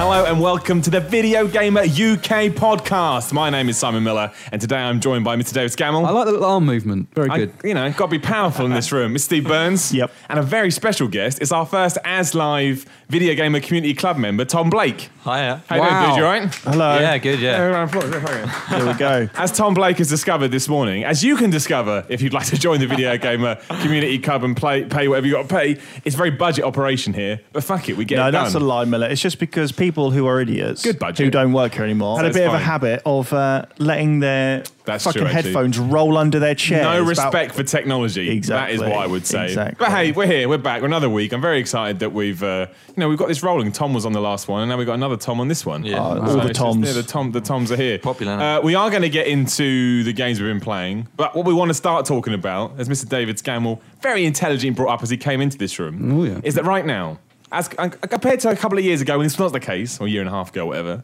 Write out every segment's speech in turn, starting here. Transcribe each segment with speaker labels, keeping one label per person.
Speaker 1: and welcome to the Video Gamer UK podcast. My name is Simon Miller, and today I'm joined by Mr. David Scammell.
Speaker 2: I like the little arm movement. Very
Speaker 1: I-
Speaker 2: good.
Speaker 1: you know, got to be powerful in this room. It's Steve Burns.
Speaker 3: Yep.
Speaker 1: And a very special guest. It's our first As Live Video Gamer Community Club member, Tom Blake.
Speaker 2: Hiya.
Speaker 1: How you doing, dude? You all right?
Speaker 3: Hello.
Speaker 2: Yeah, good, yeah.
Speaker 1: Everyone applaud. Okay.
Speaker 3: Here we go.
Speaker 1: As Tom Blake has discovered this morning, as you can discover if you'd like to join the Video Gamer Community Club and play, pay whatever you got to pay, it's a very budget operation here, but fuck it, we get
Speaker 3: No,
Speaker 1: it
Speaker 3: that's a
Speaker 1: done.
Speaker 3: lie, Miller. It's just because people who are idiots,
Speaker 1: Good budget.
Speaker 3: who don't work here anymore, had a
Speaker 1: That's
Speaker 3: bit of
Speaker 1: fine.
Speaker 3: a habit of uh, letting their
Speaker 1: That's
Speaker 3: fucking
Speaker 1: true, actually.
Speaker 3: headphones roll under their chairs.
Speaker 1: no
Speaker 3: about-
Speaker 1: respect for technology.
Speaker 3: Exactly,
Speaker 1: That is what I would say.
Speaker 3: exactly.
Speaker 1: But hey, we're here. We're back. Another week. I'm very excited that we've, uh, you know, we've got this rolling. Tom was on the last one, and now we've got another Tom on this one.
Speaker 2: Yeah. Oh,
Speaker 3: all the
Speaker 1: it's just-
Speaker 3: Toms.
Speaker 1: yeah, the Tom, the Toms are here.
Speaker 2: Popular now.
Speaker 1: Uh, we are going to get into the games we've been playing, but what we want to start talking about, as Mr. David Scammell very intelligent brought up as he came into this room,
Speaker 2: Oh, yeah.
Speaker 1: is that right now, as uh, compared to a couple of years ago, when it's not the case, or a year and a half ago, whatever,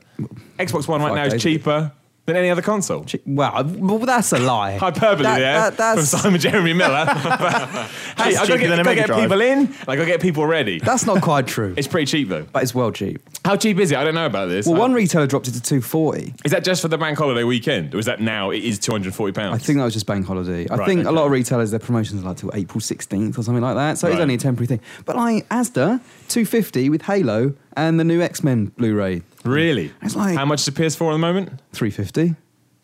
Speaker 1: Xbox One right
Speaker 2: Five
Speaker 1: now is
Speaker 2: days.
Speaker 1: cheaper than any other console
Speaker 2: Wow, Uh, well, that's a lie.
Speaker 1: hyperbole
Speaker 2: That-
Speaker 1: there
Speaker 2: that-
Speaker 1: from
Speaker 2: that's,
Speaker 1: Simon Jeremy Miller. but, hey, I gotta get,
Speaker 3: cheaper than a
Speaker 1: gotta
Speaker 3: Mega
Speaker 1: get
Speaker 3: Drive.
Speaker 1: people in. I gotta get people ready.
Speaker 2: that's not quite true.
Speaker 1: It's pretty cheap though.
Speaker 2: but it's well cheap.
Speaker 1: How cheap is it? I don't know about this.
Speaker 2: Well,
Speaker 1: I-
Speaker 2: one retailer dropped it to 240.
Speaker 1: is that just for the bank holiday weekend, or is that now? It is two hundred forty pounds.
Speaker 2: I think that was just bank holiday. I
Speaker 1: Right,
Speaker 2: think a
Speaker 1: okay.
Speaker 2: lot of retailers, their promotions are like till April 16th or something like that. So it's
Speaker 1: Right.
Speaker 2: only a temporary thing. But like Asda, 250 with Halo and the new X Men Blu ray,
Speaker 1: really.
Speaker 2: It's like-
Speaker 1: how much is the PS4 at the moment?
Speaker 2: 350.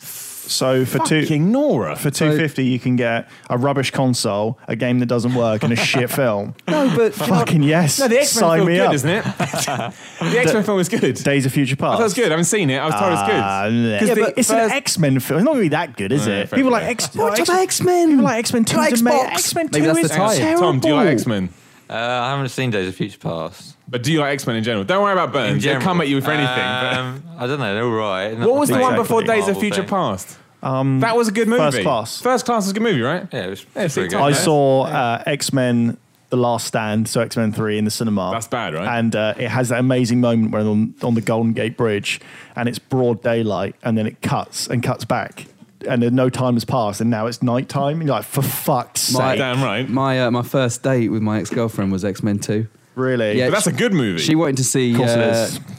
Speaker 3: So for two
Speaker 1: Fucking Nora.
Speaker 3: for two fifty, you can get a rubbish console, a game that doesn't work, and a shit film.
Speaker 2: No, but do you know what?
Speaker 3: Fucking yes.
Speaker 1: no, the X Men
Speaker 3: Sign
Speaker 1: film
Speaker 3: me
Speaker 1: good,
Speaker 3: up.
Speaker 1: isn't it? the X Men film was good. That
Speaker 3: Days of Future Past.
Speaker 1: was good. I haven't seen it. I was told it's
Speaker 3: Ah,
Speaker 1: good.
Speaker 3: yeah.
Speaker 1: 'Cause
Speaker 3: Yeah,
Speaker 1: the
Speaker 3: but it's
Speaker 1: first-
Speaker 3: an X Men film. It's not going to be that good, is
Speaker 1: Yeah,
Speaker 3: it?
Speaker 1: fair
Speaker 3: People
Speaker 1: play.
Speaker 3: like X.
Speaker 2: What
Speaker 3: X-
Speaker 2: about X-Men?
Speaker 3: People like X Men Two.
Speaker 2: Xbox.
Speaker 3: X Men
Speaker 2: Maybe
Speaker 3: Two
Speaker 2: that's
Speaker 3: is
Speaker 2: the tie-in.
Speaker 3: terrible.
Speaker 1: Tom, do you like X Men?
Speaker 4: Uh, I haven't seen Days of Future Past.
Speaker 1: But do you like X Men in general? Don't worry about Burns. They'll
Speaker 4: general.
Speaker 1: come at you for anything. but-
Speaker 4: Um, I don't know. They're all right.
Speaker 1: What was the one
Speaker 3: Exactly.
Speaker 1: before Days of Future Past? Um, that was a good movie.
Speaker 3: First Class.
Speaker 1: First Class was a good movie, right?
Speaker 2: Uh,
Speaker 4: Yeah, it was
Speaker 1: it's
Speaker 4: pretty
Speaker 1: a
Speaker 4: good.
Speaker 3: I
Speaker 1: Yeah.
Speaker 3: saw uh, X Men: The Last Stand, so X Men Three in the cinema.
Speaker 1: That's bad, right?
Speaker 3: And uh, it has that amazing moment where on, on the Golden Gate Bridge, and it's broad daylight, and then it cuts and cuts back, and then no time has passed, and now it's nighttime. And you're like, for fuck's
Speaker 2: My-
Speaker 3: sake,
Speaker 1: Damn right.
Speaker 2: My uh, my first date with my ex girlfriend was X Men Two.
Speaker 3: really?
Speaker 2: Yeah.
Speaker 1: But that's a good movie.
Speaker 2: She wanted to see.
Speaker 3: course it
Speaker 2: uh,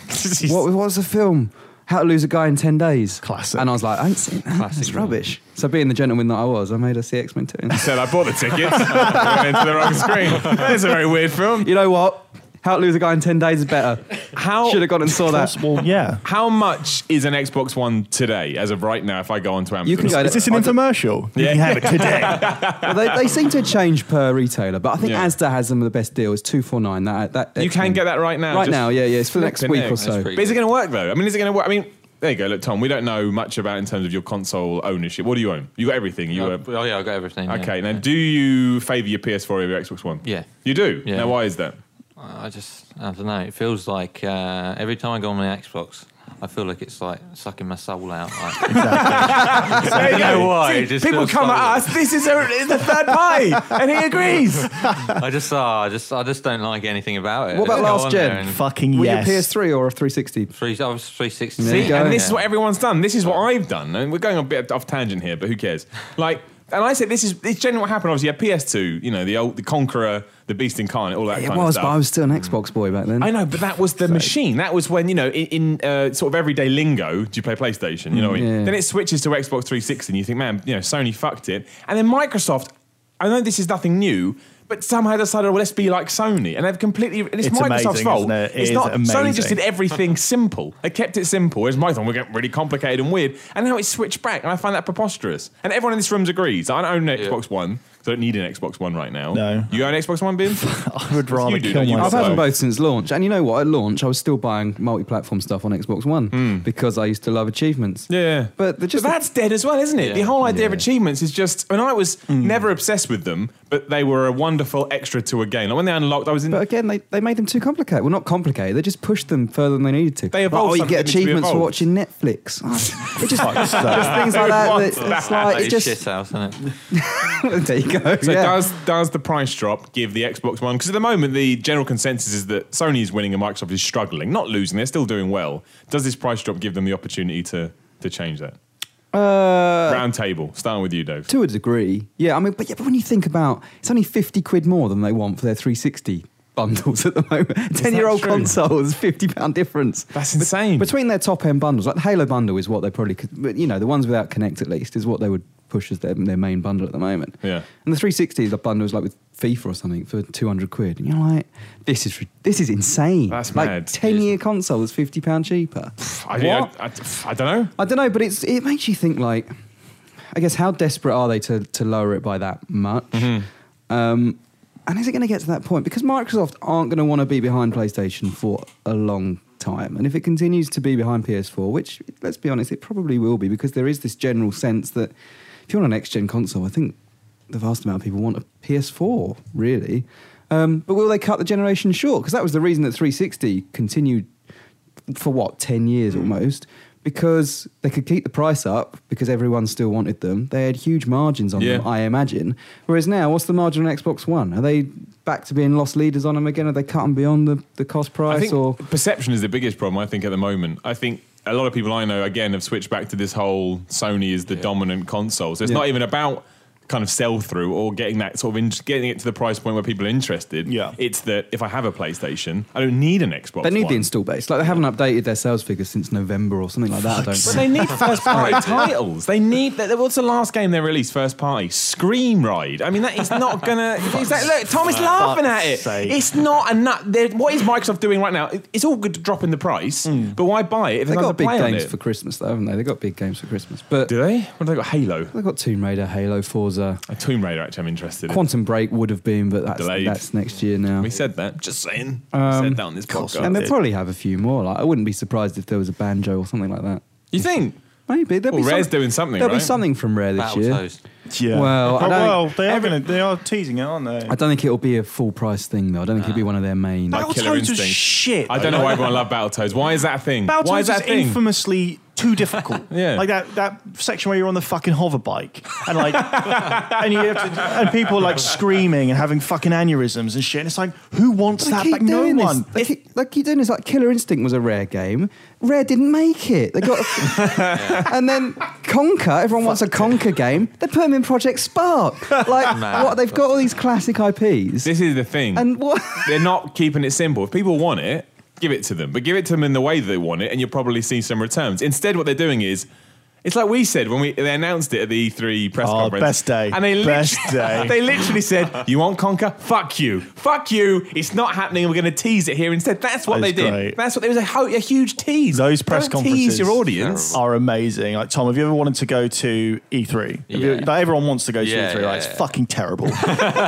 Speaker 3: is.
Speaker 2: what, what was the film? How to Lose a Guy in Ten Days.
Speaker 3: Classic.
Speaker 2: And I was like, I ain't seen that. It's rubbish. So being the gentleman that I was, I made her see X Men Two.
Speaker 1: said I bought the tickets. I went into the wrong screen. It's a very weird film.
Speaker 2: you know what? How to Lose a Guy in Ten Days is better.
Speaker 1: How
Speaker 2: Should have gone and saw that.
Speaker 3: Well, yeah.
Speaker 1: how much is an Xbox One today? As of right now, if I go onto Amazon,
Speaker 2: You can go
Speaker 3: Is this an infomercial? You
Speaker 1: Yeah.
Speaker 3: can have it today.
Speaker 2: Well, they, they seem to change per retailer, but I think
Speaker 1: Yeah.
Speaker 2: Asda has some of the best deals. Two four nine. That that
Speaker 1: You
Speaker 2: X-Men.
Speaker 1: can get that right now.
Speaker 2: Right
Speaker 1: just
Speaker 2: now, yeah, yeah. It's for the next
Speaker 1: flipping
Speaker 2: week
Speaker 1: egg.
Speaker 2: or
Speaker 1: That's
Speaker 2: so.
Speaker 4: pretty-
Speaker 1: But is it going to work though? I mean, is it going to work? I mean, there you go. Look, Tom, we don't know much about in terms of your console ownership. What do you own? You got everything. You
Speaker 4: Oh,
Speaker 1: were
Speaker 4: oh yeah, I got everything. yeah.
Speaker 1: okay. Now, do you favour your PS4 over your Xbox One?
Speaker 4: Yeah.
Speaker 1: you do.
Speaker 4: Yeah.
Speaker 1: Now, why is that?
Speaker 4: I just I don't know. It feels like uh, every time I go on my Xbox, I feel like it's like sucking my soul out. Like,
Speaker 1: There you
Speaker 4: know
Speaker 1: go.
Speaker 4: why,
Speaker 1: See,
Speaker 4: it just
Speaker 1: people
Speaker 4: feels
Speaker 1: come at us.
Speaker 4: stolen.
Speaker 1: This is a, it's the third party, and he agrees.
Speaker 4: I just uh, I just I just don't like anything about it.
Speaker 2: What about
Speaker 4: I just go
Speaker 2: last
Speaker 4: on there
Speaker 2: gen?
Speaker 4: and-
Speaker 3: Fucking
Speaker 2: Were
Speaker 3: yes.
Speaker 2: you a PS3 or a 360?
Speaker 4: Three, I was 360.
Speaker 2: There you go.
Speaker 1: And this is
Speaker 4: Yeah.
Speaker 1: what everyone's done. This is what I've done. And we're going a bit off tangent here, but who cares? Like, and I said this is it's generally what happened. Obviously, yeah, PS2, you know, the old, the Conqueror, the Beast Incarnate, all that
Speaker 2: It
Speaker 1: kind
Speaker 2: was,
Speaker 1: of
Speaker 2: but
Speaker 1: stuff.
Speaker 2: I was still an Xbox boy back then.
Speaker 1: I know, but that was the machine. That was when you know, in, in uh, sort of everyday lingo, do you play PlayStation? You know, what I mean?
Speaker 3: Mm,
Speaker 2: Yeah.
Speaker 1: then it switches to Xbox 360, and you think, man, you know, Sony fucked it. And then Microsoft, I know this is nothing new, but somehow decided, well, let's be like Sony, and they've completely. And it's,
Speaker 3: It's
Speaker 1: Microsoft's
Speaker 3: amazing,
Speaker 1: fault.
Speaker 3: isn't it? It
Speaker 1: it's
Speaker 3: is
Speaker 1: not. Sony just
Speaker 3: amazing.
Speaker 1: did everything simple. They kept it simple. Whereas Microsoft, we're getting really complicated and weird. And now it's switched back, and I find that preposterous. And everyone in this room agrees. I don't own an Xbox One. So I don't need an Xbox One right now.
Speaker 3: No.
Speaker 1: You own an Xbox One, Bin?
Speaker 3: I would rather
Speaker 1: do
Speaker 3: kill
Speaker 1: that, you
Speaker 2: I've
Speaker 3: myself.
Speaker 2: had them
Speaker 1: So-
Speaker 2: both since launch, and you know what? At launch, I was still buying multi-platform stuff on Xbox One because I used to love achievements.
Speaker 1: Hmm. Yeah.
Speaker 2: but they're just
Speaker 1: that's dead as well, isn't it? The
Speaker 4: Yeah.
Speaker 1: whole idea of
Speaker 2: Yeah. Mm.
Speaker 1: achievements is just. I mean, I was never obsessed with them, but they were a wonderful extra to a game. Like when they unlocked, I was in.
Speaker 2: But again, they, they made them too complicated. Well, not complicated. They just pushed them further than they needed to.
Speaker 1: They evolved
Speaker 2: Like, oh, you
Speaker 1: something
Speaker 2: get
Speaker 1: to be
Speaker 2: achievements for
Speaker 1: evolved.
Speaker 2: watching Netflix. Oh, it just, just things like that.
Speaker 1: want
Speaker 2: that-
Speaker 1: that.
Speaker 2: It's like
Speaker 4: That
Speaker 2: it
Speaker 4: is
Speaker 2: just.
Speaker 4: shit house, isn't it?
Speaker 2: there you go.
Speaker 1: so
Speaker 2: yeah.
Speaker 1: does does the price drop give the Xbox One? Because at the moment the general consensus is that Sony is winning and Microsoft is struggling, not losing. They're still doing well. Does this price drop give them the opportunity to to change that?
Speaker 2: Uh,
Speaker 1: Round table, starting with you, Dave.
Speaker 2: to a degree, yeah. I mean, but, yeah, but when you think about, it's only fifty quid more than they want for their 360. bundles at the moment. Ten year old
Speaker 1: true?
Speaker 2: consoles, fifty pound difference.
Speaker 1: That's insane.
Speaker 2: Between their top end bundles, like the Halo bundle is what they probably could, but, you know, the ones without Connect at least is what they would push as their, their main bundle at the moment.
Speaker 1: Yeah.
Speaker 2: And the 360 is a bundle is like with FIFA or something for 200 quid. And you're like, this is, ri- this is insane.
Speaker 1: That's
Speaker 2: like
Speaker 1: mad.
Speaker 2: 10 year console is 50 pound cheaper.
Speaker 1: I,
Speaker 2: What?
Speaker 1: I, I, I don't know.
Speaker 2: I don't know, but it's it makes you think like, I guess how desperate are they to to lower it by that much? Um, and is it going to get to that point? Because Microsoft aren't going to want to be behind PlayStation for a long time, and if it continues to be behind PS4, which let's be honest, it probably will be, because there is this general sense that if you're on a next gen console, I think the vast amount of people want a PS4, really. Um, but will they cut the generation short? Because that was the reason that 360 continued for what 10 years almost because they could keep the price up because everyone still wanted them they had huge margins on them
Speaker 1: Yeah.
Speaker 2: i imagine whereas now what's the margin on xbox one are they back to being lost leaders on them again are they cutting beyond the, the cost price
Speaker 1: I think
Speaker 2: or
Speaker 1: perception is the biggest problem. I think at the moment, I think a lot of people I know again have switched back to this whole Sony is the dominant console. So it's
Speaker 2: Yeah.
Speaker 1: not even about kind of sell through or getting that sort of in, getting it to the price point where people are interested.
Speaker 3: Yeah.
Speaker 1: it's that if I have a PlayStation, I don't need an Xbox.
Speaker 2: they need
Speaker 1: One.
Speaker 2: the install base like they haven't updated their sales figures since november or something like that i don't
Speaker 1: But
Speaker 2: think
Speaker 1: they need first party titles. They need that. What's the last game they released? First party Scream Ride. I mean, that is not gonna. is that- look, Tom is laughing at it.
Speaker 3: sake.
Speaker 1: It's not enough. they're- What is Microsoft doing right now? It- It's all good to drop in the price, but why buy it if
Speaker 2: they've
Speaker 1: they're
Speaker 2: got
Speaker 1: not
Speaker 2: big
Speaker 1: play on
Speaker 2: games
Speaker 1: it?
Speaker 2: for christmas though haven't they they've got big games for christmas but
Speaker 1: Do they? What have they got? Halo.
Speaker 2: they've got tomb raider halo forza
Speaker 1: A Tomb Raider. Actually, I'm interested. in.
Speaker 2: quantum break would have been but that's,
Speaker 1: Delayed.
Speaker 2: that's next year now
Speaker 1: We said that. Just saying.
Speaker 2: Um,
Speaker 1: we said that on this podcast.
Speaker 2: and they'll probably have a few more. Like I wouldn't be surprised if there was a banjo or something like that.
Speaker 1: you think?
Speaker 2: Maybe there'll
Speaker 1: Well,
Speaker 2: be
Speaker 1: Rare's
Speaker 2: some-
Speaker 1: doing something,
Speaker 2: There'll
Speaker 1: right?
Speaker 2: be something from Rare this
Speaker 4: Battle
Speaker 2: year.
Speaker 4: toast.
Speaker 3: Yeah.
Speaker 2: Well, I don't-
Speaker 3: Oh, well, they are
Speaker 2: every-
Speaker 3: gonna, they are teasing it, aren't they?
Speaker 2: I don't think it'll be a full price thing though. I don't think it'll be one of their main.
Speaker 1: Like Killer
Speaker 3: Battletoads was
Speaker 1: Instinct.
Speaker 3: shit.
Speaker 1: I don't know why everyone loved Battletoads. Why is that a thing? why
Speaker 3: Battletoads
Speaker 1: is
Speaker 3: is,
Speaker 1: that a thing?
Speaker 3: infamously too difficult.
Speaker 1: Yeah.
Speaker 3: like that, that section where you're on the fucking hover bike and like and you have to, and people like screaming and having fucking aneurysms and shit. And it's like, who wants
Speaker 2: They
Speaker 3: that?
Speaker 2: keep
Speaker 3: Like, no
Speaker 2: doing
Speaker 3: one.
Speaker 2: this. They keep, they keep doing this. Like Killer Instinct was a Rare game. Rare didn't make it. They got, and then Conquer. Everyone wants a Conquer game. They put them in Project Spark. Like
Speaker 4: Man.
Speaker 2: what? They've got all these classic IPs.
Speaker 1: This is the thing.
Speaker 2: and what?
Speaker 1: they're not keeping it simple. If people want it, give it to them, but give it to them in the way they want it, and you'll probably see some returns. Instead, what they're doing is. It's like we said when we they announced it at the E3 press
Speaker 3: Oh,
Speaker 1: conference.
Speaker 3: best day.
Speaker 1: And they
Speaker 3: Best
Speaker 1: literally,
Speaker 3: day.
Speaker 1: they literally said, "You want Conquer? Fuck you! Fuck you! It's not happening. We're going to tease it here instead." That's what
Speaker 3: That
Speaker 1: they
Speaker 3: is
Speaker 1: did.
Speaker 3: great.
Speaker 1: That's what there was a, ho- a huge tease.
Speaker 3: Those press
Speaker 1: Don't
Speaker 3: conferences
Speaker 1: tease your audience.
Speaker 3: are amazing. Like Tom, have you ever wanted to go to E3? Have you-
Speaker 4: Yeah.
Speaker 3: like, everyone wants to go to
Speaker 4: Yeah,
Speaker 3: E3. right?
Speaker 4: yeah,
Speaker 3: It's
Speaker 4: yeah.
Speaker 3: fucking terrible.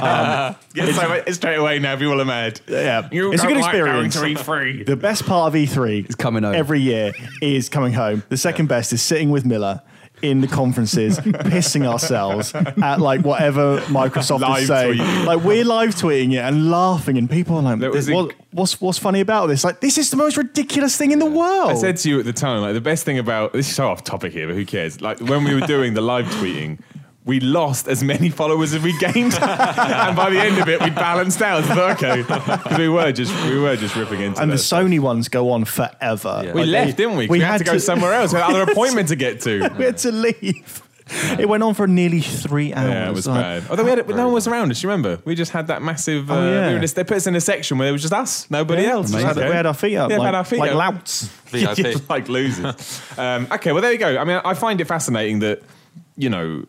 Speaker 1: Yeah, so it's straight away now. People are mad.
Speaker 3: yeah,
Speaker 1: You
Speaker 3: it's a
Speaker 1: don't
Speaker 3: good
Speaker 1: like
Speaker 3: experience.
Speaker 1: Going to E E3.
Speaker 3: The best part of E3 is
Speaker 2: coming home.
Speaker 3: every year is coming home. The second best is sitting with Miller in the conferences, pissing ourselves at like whatever Microsoft
Speaker 1: Live
Speaker 3: is saying.
Speaker 1: tweeting.
Speaker 3: Like we're live tweeting it and laughing, and people are like,
Speaker 1: That was
Speaker 3: "What-
Speaker 1: inc-
Speaker 3: "What's what's funny about this? Like this is the most ridiculous thing in the world."
Speaker 1: I said to you at the time, like the best thing about this is so off topic here, but who cares? Like when we were doing the live tweeting, we lost as many followers as we gained, and by the end of it, we balanced out. But okay, because we were just we were just ripping into
Speaker 3: and the
Speaker 1: that.
Speaker 3: Sony ones go on forever.
Speaker 4: Yeah.
Speaker 1: we
Speaker 3: Like,
Speaker 1: left,
Speaker 3: they-
Speaker 1: didn't we? 'Cause We, had, to go somewhere else. We had other appointment to get
Speaker 3: we
Speaker 1: to.
Speaker 3: had to leave. It went on for nearly three hours.
Speaker 1: Yeah, it was
Speaker 3: Like,
Speaker 1: bad. Although we had, no one was around us. You remember? We just had that massive. Uh,
Speaker 3: Oh, yeah.
Speaker 1: we were just, they put us in a section where it was just us, nobody else.
Speaker 3: We had,
Speaker 1: Okay.
Speaker 3: we had our feet up.
Speaker 1: Yeah, we
Speaker 3: like,
Speaker 1: had our feet
Speaker 3: like
Speaker 1: up.
Speaker 3: louts.
Speaker 4: VIP.
Speaker 1: Yeah, like losers. um, okay, well there you go. I mean, I find it fascinating that you know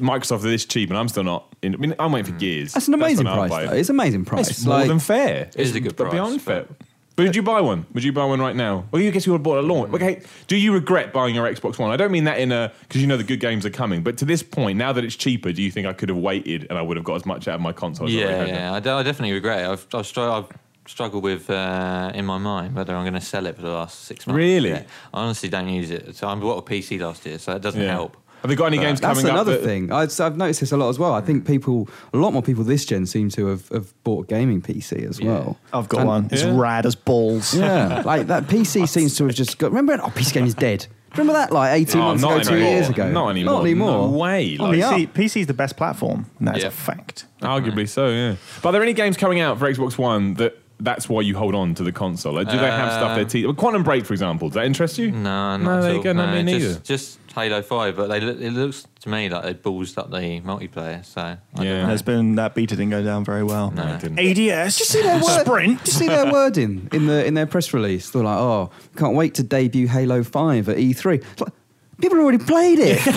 Speaker 1: Microsoft are this cheap, and I'm still not. In, I mean, I'm waiting for
Speaker 4: Hmm.
Speaker 1: Gears.
Speaker 2: That's an amazing
Speaker 1: not out by-
Speaker 2: price. Though. It's an amazing price.
Speaker 1: It's more than fair. It
Speaker 4: is a good price,
Speaker 1: beyond fair.
Speaker 4: but-
Speaker 1: But would you buy one? Would you buy one right now? Well, you guess you would have bought a launch.
Speaker 4: Hmm.
Speaker 1: Okay, do you regret buying your Xbox One? I don't mean that in a because you know the good games are coming. But to this point, now that it's cheaper, do you think I could have waited and I would have got as much out of my console? As I
Speaker 4: Yeah,
Speaker 1: already had?
Speaker 4: yeah. I, de- I definitely regret it. I've, I've, str- I've struggled with uh, in my mind whether I'm going to sell it for the last six months.
Speaker 1: Really?
Speaker 4: Yeah. I honestly don't use it. So I bought a PC last year, so it doesn't
Speaker 1: Yeah.
Speaker 4: help.
Speaker 1: Have they got any games
Speaker 2: That's
Speaker 1: coming up?
Speaker 2: another
Speaker 1: that-
Speaker 2: thing. I've, I've noticed this a lot as well. I think people, a lot more people this gen seem to have, have bought a gaming PC as
Speaker 4: Yeah.
Speaker 2: well.
Speaker 3: I've got
Speaker 2: And-
Speaker 3: one. It's
Speaker 1: Yeah.
Speaker 3: rad as balls.
Speaker 2: Yeah, like that PC seems to have just got. Remember, oh, PC game is dead. Remember that, like eighteen
Speaker 1: Oh,
Speaker 2: months
Speaker 1: not
Speaker 2: ago, two
Speaker 1: anymore.
Speaker 2: years ago.
Speaker 1: Not anymore.
Speaker 2: Not anymore.
Speaker 1: No way.
Speaker 2: On the
Speaker 1: Like,
Speaker 2: up.
Speaker 3: PC, PC is the best platform. and That is
Speaker 4: Yeah.
Speaker 3: a fact.
Speaker 1: Arguably so, yeah. But are there any games coming out for Xbox One that that's why you hold on to the console? Like, do they have stuff they're te- Quantum Break, for example, does that interest you?
Speaker 4: No, not
Speaker 1: no,
Speaker 4: at
Speaker 1: there
Speaker 4: all.
Speaker 1: you go, no, me
Speaker 4: just,
Speaker 1: neither.
Speaker 4: Just Halo Five, but they look, it looks to me like they ballsed up the multiplayer. So I don't
Speaker 1: Yeah.
Speaker 4: know.
Speaker 3: There's been that beta didn't go down very well.
Speaker 4: No.
Speaker 1: I didn't.
Speaker 3: ADS,
Speaker 2: Did you see their word- Did you
Speaker 3: sprint.
Speaker 2: see their wording in the in their press release? They're like, "Oh, can't wait to debut Halo Five at E3." It's like, People already played it.
Speaker 3: the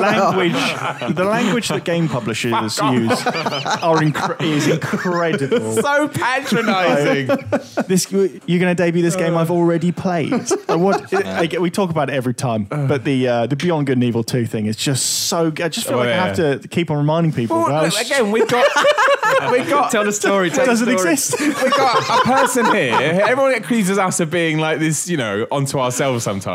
Speaker 3: language, the language that game publishers use are incre- is incredible.
Speaker 1: so patronising.
Speaker 3: this you're going to debut this game I've already played. I want, I, we talk about it every time, but the uh, the Beyond Good and Evil Two thing is just so. I just feel
Speaker 1: Oh,
Speaker 3: like
Speaker 1: yeah.
Speaker 3: I have to keep on reminding people.
Speaker 1: Well,
Speaker 3: how
Speaker 1: look,
Speaker 3: sh-
Speaker 1: again, we got we got
Speaker 5: Tell the story. Tell
Speaker 3: it
Speaker 5: the
Speaker 3: doesn't
Speaker 5: story.
Speaker 3: exist.
Speaker 1: we got a person here. Everyone accuses us of being like this, you know, onto ourselves sometimes.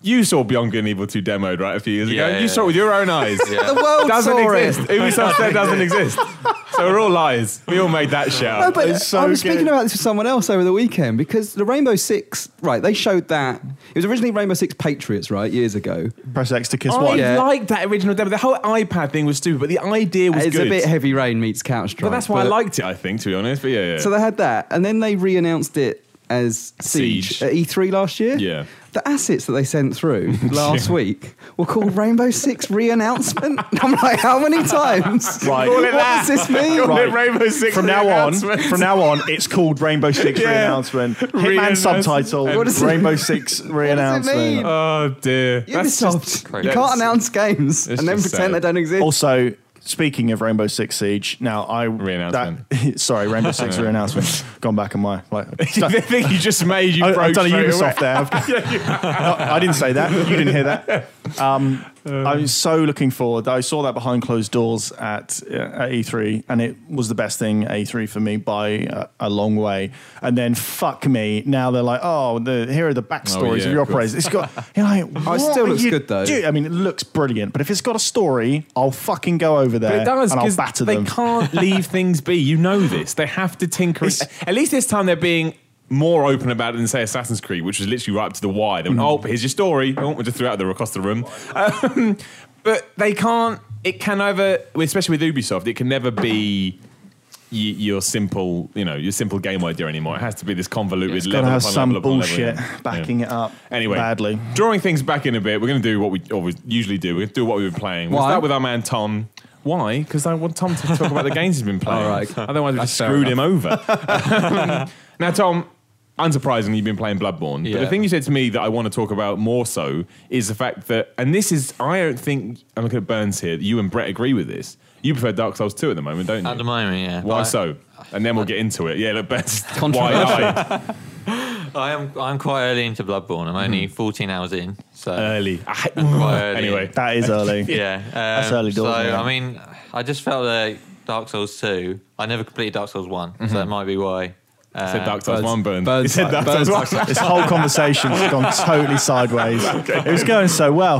Speaker 1: You saw Beyond Good and Evil 2 demoed, right, a few years ago.
Speaker 4: Yeah,
Speaker 1: you
Speaker 4: yeah,
Speaker 1: saw it with your own eyes.
Speaker 2: the world
Speaker 1: Doesn't
Speaker 2: saw
Speaker 1: exist.
Speaker 2: it.
Speaker 1: Ubisoft said doesn't exist. So we're all liars. We all made that shit
Speaker 2: No,
Speaker 1: up.
Speaker 2: but
Speaker 3: It's so
Speaker 2: I was speaking
Speaker 3: good.
Speaker 2: about this with someone else over the weekend because the Rainbow Six, right? They showed that it was originally Rainbow Six Patriots, right, years ago.
Speaker 3: Press X to kiss
Speaker 1: I
Speaker 3: one.
Speaker 2: yeah.
Speaker 1: like that original demo. The whole iPad thing was stupid, but the idea was
Speaker 2: It's
Speaker 1: good.
Speaker 2: a bit heavy rain meets Counter Strike,
Speaker 1: but that's why I liked it, I think, to be honest. But yeah, yeah.
Speaker 2: So they had that, and then they re-announced it as Siege,
Speaker 1: Siege.
Speaker 2: at E3 last year.
Speaker 1: Yeah.
Speaker 2: The assets that they sent through last week were called Rainbow Six re-announcement. I'm like, how many times?
Speaker 3: Right.
Speaker 2: What does this mean?
Speaker 1: Call it
Speaker 3: Right.
Speaker 1: Rainbow Six
Speaker 3: From now on,
Speaker 1: announcement.
Speaker 3: from now on, it's called Rainbow Six
Speaker 1: Yeah.
Speaker 3: re-announcement. Hitman
Speaker 1: Re-announce-
Speaker 3: subtitle.
Speaker 1: What
Speaker 2: does it-
Speaker 3: Rainbow Six
Speaker 2: mean?
Speaker 3: re-announcement.
Speaker 1: oh dear. That's just
Speaker 2: Ubisoft, you
Speaker 4: that's-
Speaker 2: can't announce games
Speaker 1: it's
Speaker 2: and then
Speaker 1: just
Speaker 2: pretend
Speaker 1: sad.
Speaker 2: they don't exist.
Speaker 3: Also, speaking of Rainbow Six Siege, now I
Speaker 1: Re-announcement.
Speaker 3: that- sorry, Rainbow Six re-announcement. Gone back on my like.
Speaker 1: the thing you just made, you
Speaker 3: I,
Speaker 1: broke
Speaker 3: I've done a
Speaker 1: straight away.
Speaker 3: Ubisoft there. I've- No, I didn't say that. You didn't hear that. Um, I was so looking forward. I saw that behind closed doors at, uh, at E3, and it was the best thing at E3 for me by a, a long way. And then fuck me, now they're like, oh, the, here are the backstories
Speaker 1: Oh, yeah,
Speaker 3: of your
Speaker 1: of course.
Speaker 3: operators. It's got. You're like,
Speaker 2: Oh, it
Speaker 3: what
Speaker 2: still
Speaker 3: are
Speaker 2: looks
Speaker 3: you
Speaker 2: good, though.
Speaker 3: do- I mean, it looks brilliant. But if it's got a story, I'll fucking go over there
Speaker 1: But it does
Speaker 3: and I'll
Speaker 1: because
Speaker 3: batter
Speaker 1: they
Speaker 3: them.
Speaker 1: can't leave things be. You know this. They have to tinker.
Speaker 3: It's-
Speaker 1: At least this time they're being more open about it than say Assassin's Creed, which was literally right up to the wire. They went,
Speaker 3: Mm.
Speaker 1: "Oh, here's your story." Oh, we just threw it out there across the room. Um, but they can't. It can never, especially with Ubisoft, it can never be. y- Your simple, you know, your simple game idea anymore. It has to be this convoluted
Speaker 4: It's
Speaker 3: Gotta
Speaker 1: level.
Speaker 3: have
Speaker 1: upon
Speaker 3: some
Speaker 1: level upon level,
Speaker 3: bullshit
Speaker 1: yeah.
Speaker 3: backing
Speaker 1: Yeah.
Speaker 3: it up
Speaker 1: Anyway,
Speaker 3: badly.
Speaker 1: drawing things back in a bit, we're going to do what we always usually do. We're going to do what we've been playing. We'll
Speaker 2: Why?
Speaker 1: start with our man Tom. Why? Because I want Tom to talk about the games he's been playing.
Speaker 2: All right.
Speaker 1: Otherwise, we just screwed him over. now, Tom, unsurprisingly, you've been playing Bloodborne. But the
Speaker 4: Yeah.
Speaker 1: thing you said to me that I want to talk about more so is the fact that, and this is, I don't think, I'm looking at Burns here, you and Brett agree with this. You prefer Dark Souls 2 at the moment, don't you?
Speaker 4: At the moment, yeah.
Speaker 1: Why
Speaker 4: But
Speaker 1: so? And then we'll get into it. Yeah, look, Burns.
Speaker 2: Controversial.
Speaker 1: Why
Speaker 4: I am. I'm quite early into Bloodborne. I'm only
Speaker 1: Hmm.
Speaker 4: 14 hours in. So
Speaker 1: early? I hate-
Speaker 4: Quite early.
Speaker 1: Anyway.
Speaker 3: That is early.
Speaker 4: yeah. Um,
Speaker 3: early doors,
Speaker 4: So
Speaker 3: yeah.
Speaker 4: I mean, I just felt that Dark Souls 2. I never completed Dark Souls one, so that might be why. Uh,
Speaker 1: Mm-hmm. said Dark Souls
Speaker 2: Burns-
Speaker 1: 1 Burns.
Speaker 2: Burns-
Speaker 1: He said Dark
Speaker 2: Burns-
Speaker 1: Souls 1.
Speaker 3: This whole conversation's gone totally sideways. It was going so well.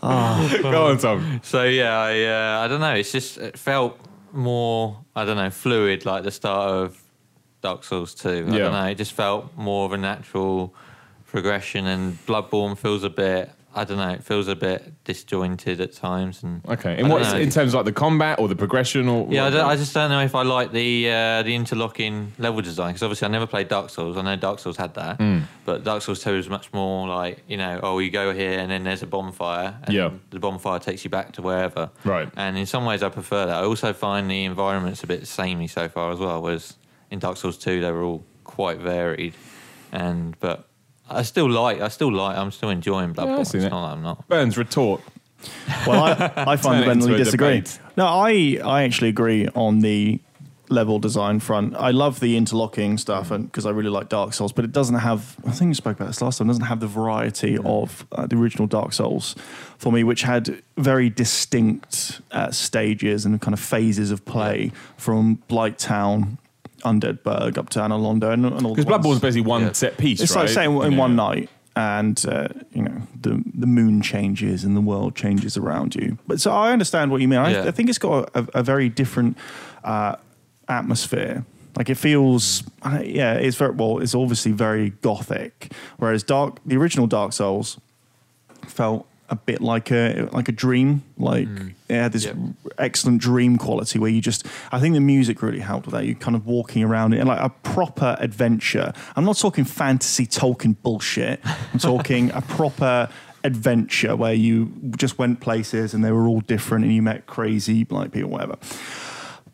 Speaker 1: Go on, Tom.
Speaker 4: So yeah, I uh, I don't know. It's just it felt more I don't know fluid like the start of Dark Souls two. I
Speaker 1: Yeah.
Speaker 4: don't know. It just felt more of a natural progression, and Bloodborne feels a bit I don't know. It feels a bit disjointed at times. And
Speaker 1: Okay.
Speaker 4: I
Speaker 1: In what
Speaker 4: don't know.
Speaker 1: in terms of like the combat or the progression or
Speaker 4: yeah, I, don't- I just don't know if I like the uh, the interlocking level design because obviously I never played Dark Souls. I know Dark Souls had that,
Speaker 1: Hmm.
Speaker 4: but Dark Souls Two is much more like you know, oh, you go here and then there's a bonfire, and
Speaker 1: Yeah.
Speaker 4: the bonfire takes you back to wherever.
Speaker 1: Right.
Speaker 4: And in some ways, I prefer that. I also find the environments a bit samey so far as well. Whereas in Dark Souls Two, they were all quite varied, and but I still like, I still like, I'm still enjoying
Speaker 1: I
Speaker 4: Bloodborne. it's
Speaker 1: see that.
Speaker 4: not that I'm not.
Speaker 1: Burns retort.
Speaker 3: Well, I, I fundamentally
Speaker 1: into a
Speaker 3: disagree.
Speaker 1: debate.
Speaker 3: No, I, I actually agree on the level design front. I love the interlocking stuff and because I really like Dark Souls, but it doesn't have, I think you spoke about this last time, it doesn't have the variety of uh, the original Dark Souls for me, which had very distinct uh, stages and kind of phases of play from Blight Town, Undeadburg, up to Anolondo and, and all the
Speaker 1: Because
Speaker 3: ones-
Speaker 1: Bloodborne's basically one
Speaker 4: Yeah.
Speaker 1: set piece,
Speaker 3: It's
Speaker 1: right?
Speaker 3: like saying in
Speaker 1: Yeah.
Speaker 3: one night, and uh, you know the the moon changes and the world changes around you. But so I understand what you mean. I,
Speaker 4: Yeah.
Speaker 3: I think it's got a, a very different uh, atmosphere. Like it feels, uh, yeah, it's very well. It's obviously very gothic, whereas dark the original Dark Souls felt a bit like a like a dream. Like
Speaker 4: Hmm.
Speaker 3: it had this
Speaker 4: Yep.
Speaker 3: excellent dream quality where you just. I think the music really helped with that. You kind of walking around it like a proper adventure. I'm not talking fantasy Tolkien bullshit. I'm talking a proper adventure where you just went places and they were all different and you met crazy like people, whatever.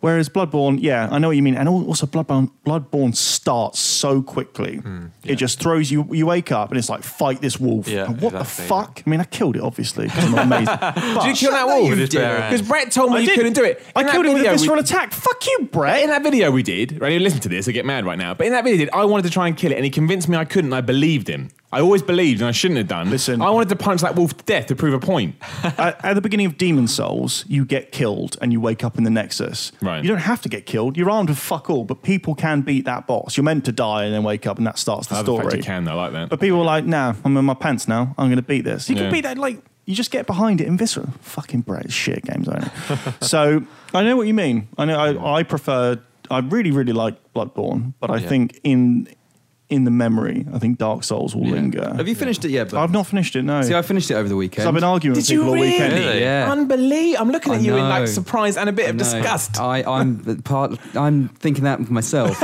Speaker 3: Whereas Bloodborne, yeah, I know what you mean, and al- also Bloodborne, Bloodborne starts so quickly. It just throws you. You wake up and it's like fight this wolf.
Speaker 4: Hmm. Yeah,
Speaker 3: And what
Speaker 4: exactly,
Speaker 3: the
Speaker 4: yeah.
Speaker 3: fuck? I mean, I killed it obviously. 'cause I'm not amazing. But
Speaker 1: Did you kill that wolf?
Speaker 4: with his bare
Speaker 1: Because
Speaker 4: hands.
Speaker 1: Brett told me
Speaker 3: I
Speaker 1: you
Speaker 3: did.
Speaker 1: couldn't do it.
Speaker 3: I
Speaker 1: In that
Speaker 3: killed it with a
Speaker 1: video we-
Speaker 3: visceral attack. Fuck you, Brett.
Speaker 1: In that video we did, right? You listen to this, I get mad right now. But in that video, we did, I wanted to try and kill it, and he convinced me I couldn't. and I believed him. I always believed, and I shouldn't have done.
Speaker 3: Listen.
Speaker 1: I wanted to punch that wolf to death to prove a point.
Speaker 3: at, at the beginning of Demon Souls, you get killed and you wake up in the Nexus.
Speaker 1: Right.
Speaker 3: You don't have to get killed. You're armed with fuck all, but people can beat that boss. You're meant to die and then wake up, and that starts the
Speaker 1: I love the
Speaker 3: story.
Speaker 1: fact you can though, I like that.
Speaker 3: But people were like, "Nah, I'm in my pants now. I'm going to beat this." You
Speaker 1: Yeah.
Speaker 3: can beat that like you just get behind it in visceral. Fucking Brett, shit games, aren't it? so I know what you mean. I know. I, I prefer. I really, really like Bloodborne, but I
Speaker 4: Yeah.
Speaker 3: think in in the memory, I think Dark Souls will linger.
Speaker 2: Have you finished it yet? But
Speaker 3: I've not finished it. No.
Speaker 2: See, I finished it over the weekend.
Speaker 3: so I've been arguing with
Speaker 1: Did you
Speaker 3: people all weekend.
Speaker 1: really?
Speaker 4: Really?
Speaker 2: Yeah.
Speaker 1: Unbelievable. I'm looking at
Speaker 2: I
Speaker 1: you in
Speaker 2: know.
Speaker 1: like surprise and a bit of
Speaker 2: No,
Speaker 1: disgust.
Speaker 2: I, I'm the part. I'm thinking that for myself.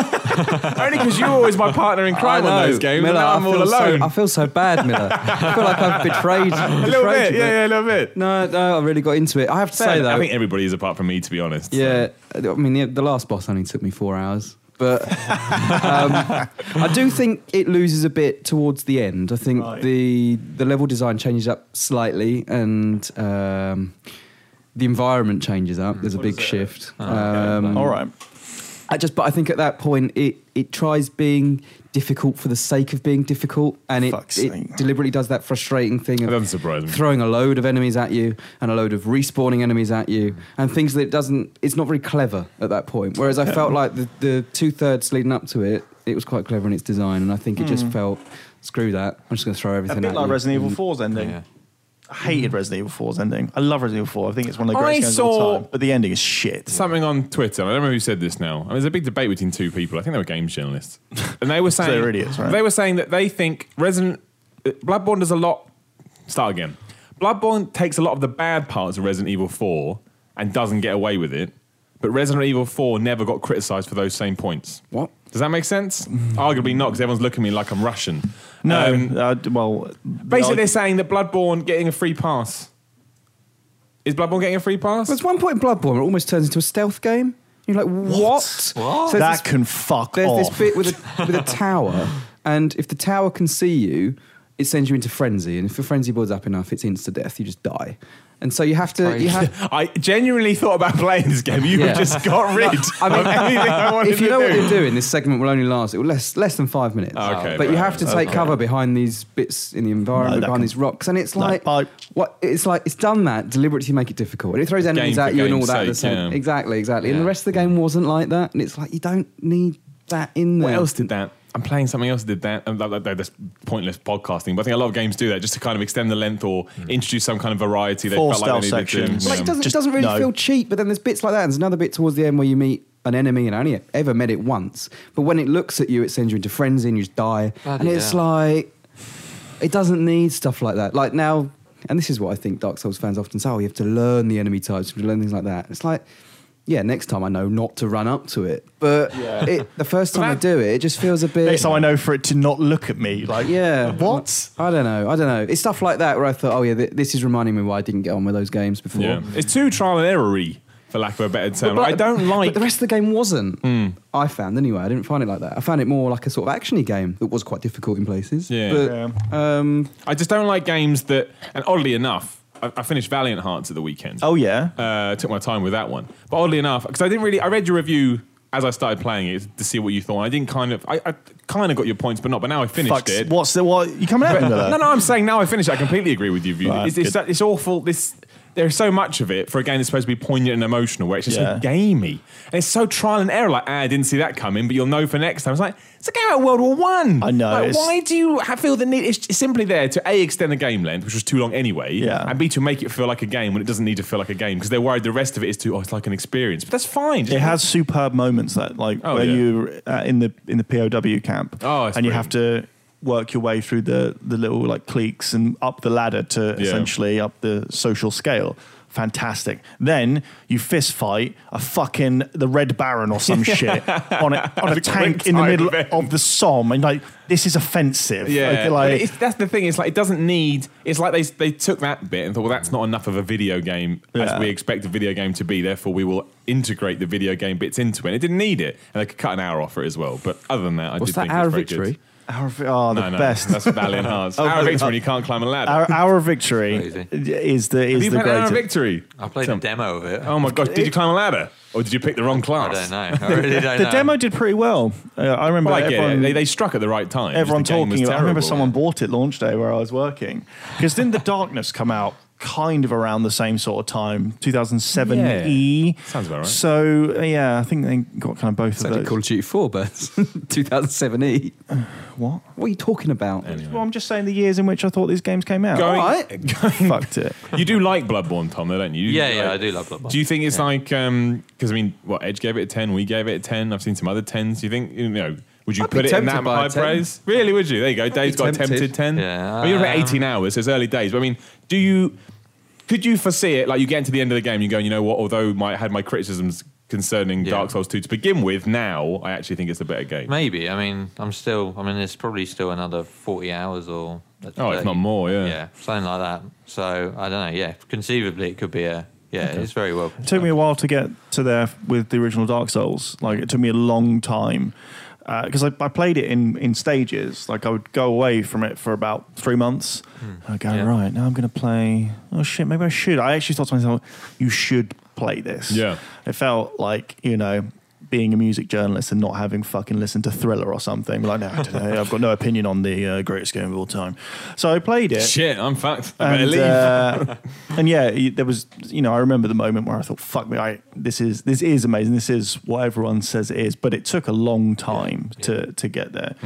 Speaker 1: Only because you were always my partner in crime
Speaker 2: I
Speaker 1: on
Speaker 2: know,
Speaker 1: those games,
Speaker 2: Miller,
Speaker 1: and now I'm
Speaker 2: I
Speaker 1: all
Speaker 2: feel so-
Speaker 1: alone.
Speaker 2: I feel so bad, Miller. I feel like I've betrayed.
Speaker 1: a little
Speaker 2: betrayed
Speaker 1: bit,
Speaker 2: you, but-
Speaker 1: yeah, yeah, a little bit.
Speaker 2: No, no, I really got into it. I have to say though,
Speaker 1: I think everybody is apart from me, to be honest.
Speaker 2: yeah. I mean, the, the last boss only took me four hours, but um, I do think it loses a bit towards the end. I think
Speaker 3: Right.
Speaker 2: the the level design changes up slightly, and um, the environment changes
Speaker 1: Hmm.
Speaker 2: up. There's a big shift.
Speaker 1: Ah.
Speaker 2: Um,
Speaker 3: All right.
Speaker 2: I just, but I think at that point it it tries being difficult for the sake of being difficult, and it,
Speaker 3: Fuck's sake.
Speaker 2: it deliberately does that frustrating thing
Speaker 1: That doesn't
Speaker 2: of
Speaker 1: surprise me.
Speaker 2: throwing a load of enemies at you and a load of respawning enemies at you, and things that it doesn't. It's not very clever at that point. Whereas I felt like the, the two thirds leading up to it, it was quite clever in its design, and I think it just felt screw that. I'm just going to throw
Speaker 3: Hmm. A
Speaker 2: everything
Speaker 3: bit
Speaker 2: at
Speaker 3: like
Speaker 2: you.
Speaker 3: Resident Evil 4's ending.
Speaker 4: Yeah.
Speaker 3: I hated Resident Evil 4's ending. I love Resident Evil 4. I think it's one of the
Speaker 1: I
Speaker 3: greatest games of
Speaker 1: saw-
Speaker 3: all time. But the ending is shit.
Speaker 1: Something on Twitter, and I don't remember who said this now. And there's a big debate between two people. I think they were games journalists, and they were saying
Speaker 3: they're idiots, right?
Speaker 1: They were saying that they think Resident uh, Bloodborne does a lot. Start again. Bloodborne takes a lot of the bad parts of Resident Evil 4 and doesn't get away with it, but Resident Evil 4 never got criticised for those same points.
Speaker 2: What?
Speaker 1: Does that make sense? Arguably not, because everyone's looking at me like I'm Russian.
Speaker 3: no,
Speaker 1: Um,
Speaker 3: uh, d- well,
Speaker 1: Basically,
Speaker 3: the-
Speaker 1: they're saying that Bloodborne getting a free pass. Is Bloodborne getting a free pass?
Speaker 2: There's one point in Bloodborne, it almost turns into a stealth game. You're like, what?
Speaker 4: What?
Speaker 2: So there's
Speaker 3: that
Speaker 2: this
Speaker 3: can fuck
Speaker 2: There's
Speaker 3: off.
Speaker 1: Oh.
Speaker 2: this bit with a, with a tower, and if the tower can see you, it sends you into frenzy, and if your frenzy builds up enough, it's insta death. You just die, and so you have to. You have,
Speaker 1: I genuinely thought about playing this game. You
Speaker 2: Yeah.
Speaker 1: just got rid
Speaker 2: I mean,
Speaker 1: of anything I wanted
Speaker 2: if you
Speaker 1: to
Speaker 2: know
Speaker 1: do.
Speaker 2: what you're doing, this segment will only last it will less less than five minutes.
Speaker 1: Oh, okay,
Speaker 2: but you
Speaker 1: right,
Speaker 2: have to
Speaker 1: right,
Speaker 2: take
Speaker 1: okay.
Speaker 2: cover behind these bits in the
Speaker 3: No,
Speaker 2: environment,
Speaker 3: that
Speaker 2: behind
Speaker 3: can-
Speaker 2: these rocks, and it's
Speaker 3: No,
Speaker 2: like
Speaker 3: pipe.
Speaker 2: what it's like. It's done that deliberately to make it difficult, and it throws enemies
Speaker 1: for
Speaker 2: at you and all
Speaker 1: game's
Speaker 2: that. at the
Speaker 1: sake,
Speaker 2: same-
Speaker 1: yeah.
Speaker 2: Exactly, exactly. And the
Speaker 4: Yeah.
Speaker 2: rest of the game wasn't like that, and it's like you don't need that in there.
Speaker 1: What else did that? I'm playing something else that did that. And that, that, that's pointless podcasting, but I think a lot of games do that just to kind of extend the length or introduce some kind of variety. They
Speaker 3: Four
Speaker 1: felt like they
Speaker 3: style
Speaker 1: needed to.
Speaker 3: sections.
Speaker 1: Hmm.
Speaker 2: Like,
Speaker 1: Yeah.
Speaker 2: it doesn't, it
Speaker 3: Just
Speaker 2: doesn't really
Speaker 3: no.
Speaker 2: feel cheap, but then there's bits like that. And there's another bit towards the end where you meet an enemy, and I only ever met it once. But when it looks at you, it sends you into frenzy and you just die.
Speaker 4: Bloody
Speaker 2: and it's
Speaker 4: hell.
Speaker 2: like, it doesn't need stuff like that. Like now, and this is what I think Dark Souls fans often say oh, you have to learn the enemy types, you have to learn things like that. It's like, yeah, next time I know not to run up to it. But it, the first time I do it, it just feels a bit.
Speaker 3: Next time I know for it to not look at me. Like,
Speaker 2: Yeah.
Speaker 3: What?
Speaker 2: I don't know. I don't know. It's stuff like that where I thought, oh, yeah, th- this is reminding me why I didn't get on with those games before.
Speaker 1: Yeah. It's too trial and error-y, for lack of a better term. I don't
Speaker 2: But
Speaker 1: like. Hmm.
Speaker 2: the rest of the game wasn't. I found anyway. I didn't find it like that. I found it more like a sort of actiony game that was quite difficult in places.
Speaker 1: Yeah.
Speaker 2: But um,
Speaker 1: I just don't like games that. And oddly enough, I, I finished Valiant Hearts at the weekend.
Speaker 3: Oh, yeah.
Speaker 1: uh, took my time with that one. But oddly enough, because I didn't really, I read your review as I started playing it to see what you thought. I didn't kind of, I, I kind of got your points, but not. But now I finished
Speaker 3: Fuck.
Speaker 1: it.
Speaker 3: What's the what? You coming at me with that?
Speaker 1: No, no, I'm saying now I finished. it, I completely agree with you. View.
Speaker 3: Right,
Speaker 1: it's, it's,
Speaker 3: good.
Speaker 1: it's awful. This there's so much of it for a game that's supposed to be poignant and emotional, where it's just
Speaker 3: Yeah.
Speaker 1: so gamey and it's so trial and error. Like, ah, I didn't see that coming, but you'll know for next time. It's like it's a game about World War One.
Speaker 3: I know,
Speaker 1: Like,
Speaker 3: it's-
Speaker 1: why do you ha- feel the need? It's simply there to a extend the game length, which was too long anyway,
Speaker 3: Yeah.
Speaker 1: and b to make it feel like a game when it doesn't need to feel like a game because they're worried the rest of it is too. Oh, it's like an experience, but that's fine. Just
Speaker 3: It has superb moments that, like,
Speaker 1: Oh,
Speaker 3: where
Speaker 1: yeah.
Speaker 3: you uh, in the in the POW camp,
Speaker 1: Oh, it's
Speaker 3: and
Speaker 1: brilliant.
Speaker 3: you have to work your way through the the little like cliques and up the ladder to
Speaker 1: Yeah.
Speaker 3: essentially up the social scale. Fantastic. Then you fist fight a fucking the Red Baron or some shit on a on a tank in the
Speaker 1: time
Speaker 3: middle
Speaker 1: event.
Speaker 3: of the Somme, and like this is offensive.
Speaker 1: Yeah,
Speaker 3: Okay,
Speaker 1: But
Speaker 3: like,
Speaker 1: it's, that's the thing. It's like it doesn't need. It's like they they took that bit and thought, well, that's not enough of a video game
Speaker 3: Yeah.
Speaker 1: as we expect a video game to be. Therefore, we will integrate the video game bits into it. And it didn't need it, and they could cut an hour off for it as well. But other than that, I
Speaker 2: What's
Speaker 1: did
Speaker 2: that
Speaker 1: think
Speaker 2: hour
Speaker 1: it was
Speaker 2: of
Speaker 1: very
Speaker 2: victory?
Speaker 3: Hour of, oh,
Speaker 1: Good.
Speaker 3: the
Speaker 1: No, no,
Speaker 3: best.
Speaker 1: that's Valiant Hearts.
Speaker 3: Oh,
Speaker 1: hour of
Speaker 3: no.
Speaker 1: victory when you can't climb a ladder.
Speaker 3: Our, our victory
Speaker 4: Crazy.
Speaker 3: is the is
Speaker 1: Have you
Speaker 3: the
Speaker 1: played hour of
Speaker 3: greatest.
Speaker 1: victory?
Speaker 4: I played
Speaker 1: Tell
Speaker 4: a
Speaker 1: me.
Speaker 4: demo of it.
Speaker 1: Oh my gosh! Did you climb a ladder, or did you pick the wrong
Speaker 4: I
Speaker 1: class?
Speaker 4: don't know. I really don't
Speaker 3: The
Speaker 4: know.
Speaker 3: demo did pretty well. Uh, I remember
Speaker 1: Well, I get
Speaker 3: everyone,
Speaker 1: it. They, they struck at the right time. It was-
Speaker 3: everyone
Speaker 1: the game
Speaker 3: talking
Speaker 1: was
Speaker 3: about. I remember
Speaker 1: terrible.
Speaker 3: someone bought it launch day where I was working because then the darkness come out kind of around the same sort of time, 2007 e.
Speaker 1: Sounds about right.
Speaker 3: So uh, yeah, I think they got kind of both
Speaker 2: So
Speaker 3: of
Speaker 2: did
Speaker 3: those.
Speaker 2: Call of Duty 4, but 2007 E.
Speaker 3: What?
Speaker 2: What are you talking about?
Speaker 3: Well, I'm just saying the years in which I thought these games came out. Oh,
Speaker 1: Going,
Speaker 2: Alright.
Speaker 3: Fucked it.
Speaker 1: You do like Bloodborne, Tom, though, don't you? You
Speaker 4: Yeah,
Speaker 1: like-
Speaker 4: yeah, I do love Bloodborne.
Speaker 1: Do you think it's like um 'cause because I mean, what Edge gave it a ten, we gave it a ten. I've seen some other tens. Do you think you know? Would you
Speaker 2: I'd be
Speaker 1: put it in
Speaker 2: tempted
Speaker 1: that
Speaker 2: by a
Speaker 1: high
Speaker 2: 10.
Speaker 1: praise? Really? Would you? There you go. Dave's got a
Speaker 2: tempted.
Speaker 1: tempted ten.
Speaker 4: Yeah,
Speaker 1: Well, you're about
Speaker 4: um,
Speaker 1: eighteen hours. So it's early days. But I mean, do you? Could you foresee it? Like you get to the end of the game, you go, you know what? Although my I had my criticisms concerning
Speaker 4: Yeah.
Speaker 1: Dark Souls two to begin with, now I actually think it's a better game.
Speaker 4: Maybe. I mean, I'm still. I mean, there's probably still another 40 hours or.
Speaker 1: Oh, if not more, yeah.
Speaker 4: Yeah, something like that. So I don't know. Yeah, conceivably it could be a. Yeah, it's very well.
Speaker 3: It took me a while to get to there with the original Dark Souls. Like it took me a long time because I, I played it in in stages. Like I would go away from it for about three months. I go
Speaker 4: Yeah.
Speaker 3: right now. I'm going to play. Oh shit, maybe I should. I actually thought to myself, you should play this.
Speaker 1: Yeah.
Speaker 3: it felt like you know. Being a music journalist and not having fucking listened to Thriller or something, like no, I don't know. I've got no opinion on the uh, greatest game of all time. So I played it,
Speaker 1: Shit, I'm fucked. I better leave.
Speaker 3: uh, and yeah, y- there was you know I remember the moment where I thought, "Fuck me, I, this is this is amazing. This is what everyone says it is." But it took a long time to to get there.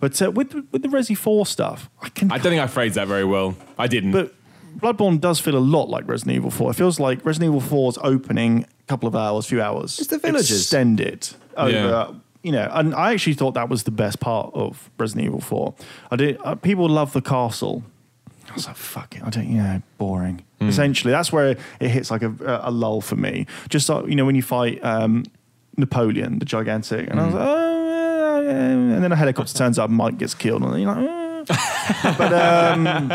Speaker 3: But uh, with with the Resi Four stuff, I can.
Speaker 1: Hmm. I don't think I phrased that very well. I didn't.
Speaker 3: but Bloodborne does feel a lot like Resident Evil Four. It feels like Resident Evil 4's opening couple of hours, few hours,
Speaker 2: It's the villages.
Speaker 3: extended over.
Speaker 1: Yeah.
Speaker 3: You know, and I actually thought that was the best part of Resident Evil Four. I did. Uh, people love the castle. I was like, fuck it. I don't, you know, boring. Essentially, that's where it hits like a, a lull for me. Just like, you know, when you fight um, Napoleon, the gigantic, and I was like, oh, yeah, yeah. and then a helicopter turns up, Mike gets killed, and you're like, eh. but, um,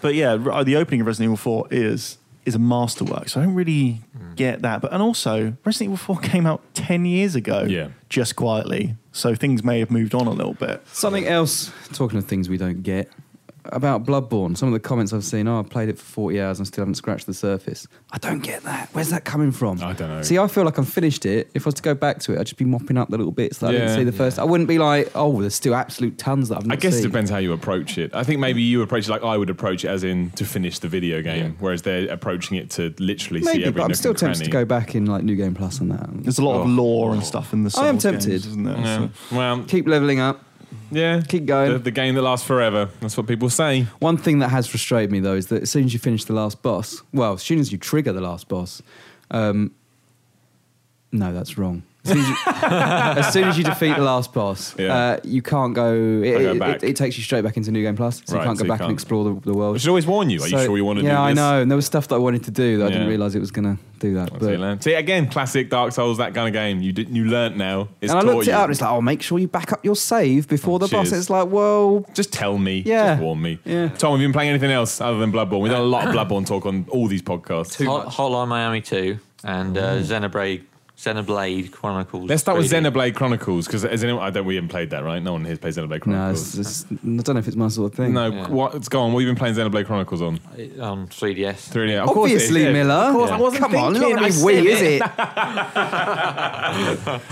Speaker 3: but yeah, r- uh, the opening of Resident Evil 4 is is a masterwork. So I don't really
Speaker 1: Hmm.
Speaker 3: get that. But and also, Resident Evil 4 came out 10 years ago,
Speaker 1: Yeah.
Speaker 3: just quietly. So things may have moved on a little bit.
Speaker 2: Something else, talking of things we don't get, about Bloodborne. Some of the comments I've seen, oh, I've played it for 40 hours and still haven't scratched the surface. I don't get that. Where's that coming from?
Speaker 1: I don't know.
Speaker 2: See, I feel like I've finished it. If I was to go back to it, I'd just be mopping up the little bits that I
Speaker 1: Yeah.
Speaker 2: didn't see the first. I wouldn't be like, oh, there's still absolute tons that I've not
Speaker 1: I guess
Speaker 2: seen.
Speaker 1: it depends how you approach it. I think maybe you approach it like I would approach it, as in to finish the video game,
Speaker 4: Yeah.
Speaker 1: whereas they're approaching it to literally see
Speaker 2: Maybe,
Speaker 1: every
Speaker 2: but I'm
Speaker 1: nook
Speaker 2: still
Speaker 1: and
Speaker 2: tempted to
Speaker 1: cranny.
Speaker 2: go back in like New Game Plus and that. And
Speaker 3: There's a lot of
Speaker 1: Oh.
Speaker 3: lore and stuff in the
Speaker 2: I am
Speaker 3: Souls games,
Speaker 2: tempted.
Speaker 3: isn't there?
Speaker 1: Yeah.
Speaker 3: So-
Speaker 1: Well,
Speaker 2: Keep leveling up.
Speaker 1: yeah,
Speaker 2: keep going.
Speaker 1: The, the game that lasts forever. That's what people say.
Speaker 2: One thing that has frustrated me though is that as soon as you finish the last boss, well, as soon as you trigger the last boss, um, no, that's wrong. As soon as you, as soon as you defeat the last boss,
Speaker 1: Yeah.
Speaker 2: uh, you can't go. It,
Speaker 1: go
Speaker 2: it-
Speaker 1: back.
Speaker 2: it, it takes you straight back into New Game Plus, so
Speaker 1: Right,
Speaker 2: you can't
Speaker 1: so
Speaker 2: go
Speaker 1: you
Speaker 2: back
Speaker 1: can't.
Speaker 2: and explore the, the
Speaker 1: I
Speaker 2: world.
Speaker 1: should always warn you. Are
Speaker 2: So-
Speaker 1: you sure you want to
Speaker 2: yeah,
Speaker 1: do this?
Speaker 2: I know. And there was stuff that I wanted to do that I
Speaker 1: Yeah.
Speaker 2: didn't realize it was going to do that.
Speaker 1: That's it,
Speaker 2: But,
Speaker 1: Lan. See again, classic Dark Souls, that kind of game. You did, you learnt now. It's
Speaker 2: and I
Speaker 1: taught
Speaker 2: looked
Speaker 1: you. Oh,
Speaker 2: it up. and It's like, oh, make sure you back up your save before the boss.
Speaker 1: cheers.
Speaker 2: It's like, well,
Speaker 1: just tell me.
Speaker 2: Yeah.
Speaker 1: Just warn me.
Speaker 2: Yeah.
Speaker 1: Tom, have you been playing anything else other than Bloodborne? We've done a lot of Bloodborne talk on all these podcasts.
Speaker 4: Hot, Hotline Miami 2 and uh, Xenoblade, Xenoblade Chronicles.
Speaker 1: Let's start with
Speaker 4: 3D.
Speaker 1: Xenoblade Chronicles because as anyone, I don't we haven't played that right. No one here's played Xenoblade
Speaker 2: no,
Speaker 1: Chronicles.
Speaker 2: it's, it's, I don't know if it's my sort of thing.
Speaker 1: No,
Speaker 4: Yeah.
Speaker 1: what, it's gone. What have you been playing Xenoblade Chronicles on?
Speaker 4: uh, on 3DS.
Speaker 1: 3 Of course it is,
Speaker 2: Obviously,
Speaker 1: yeah.
Speaker 2: Miller.
Speaker 1: Of course, I wasn't
Speaker 2: Come on,
Speaker 1: thinking.
Speaker 2: not
Speaker 1: I
Speaker 2: really
Speaker 1: said
Speaker 2: wee, is it?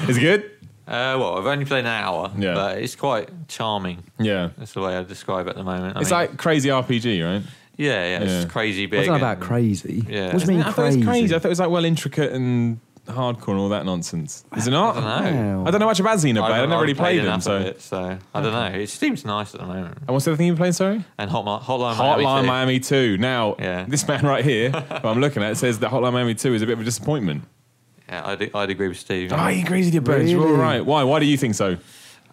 Speaker 1: Is it good?
Speaker 4: Uh, well, I've only played an hour,
Speaker 1: Yeah.
Speaker 4: but it's quite charming.
Speaker 1: Yeah.
Speaker 4: That's the way I describe it at the moment. I
Speaker 1: It's
Speaker 4: mean,
Speaker 1: like crazy RPG, right?
Speaker 4: yeah, yeah, it's
Speaker 1: Yeah.
Speaker 4: crazy big.
Speaker 2: What's that about
Speaker 4: and-
Speaker 2: crazy?
Speaker 4: Yeah.
Speaker 2: What do you mean
Speaker 1: I thought it
Speaker 2: crazy?
Speaker 1: was crazy. I thought it was like well intricate and hardcore and all that nonsense. Is it not?
Speaker 4: I don't know.
Speaker 2: Wow.
Speaker 1: I don't know much about Xenoblade. I've,
Speaker 4: I've-
Speaker 1: never
Speaker 4: I've
Speaker 1: really played, them.
Speaker 4: enough
Speaker 1: So,
Speaker 4: of it, so I don't know. It seems nice at the moment.
Speaker 1: and what's the other thing you played? Sorry.
Speaker 4: And Hotline, Hotline Miami.
Speaker 1: Hotline
Speaker 4: 2.
Speaker 1: Miami 2. Now,
Speaker 4: Yeah.
Speaker 1: this man right here, who I'm looking at, says that Hotline Miami 2 is a bit of a disappointment.
Speaker 4: Yeah, I'd, I'd agree with Steve.
Speaker 1: Oh, he agrees with your birds. You're
Speaker 2: Really?
Speaker 1: all right. Why? Why do you think so?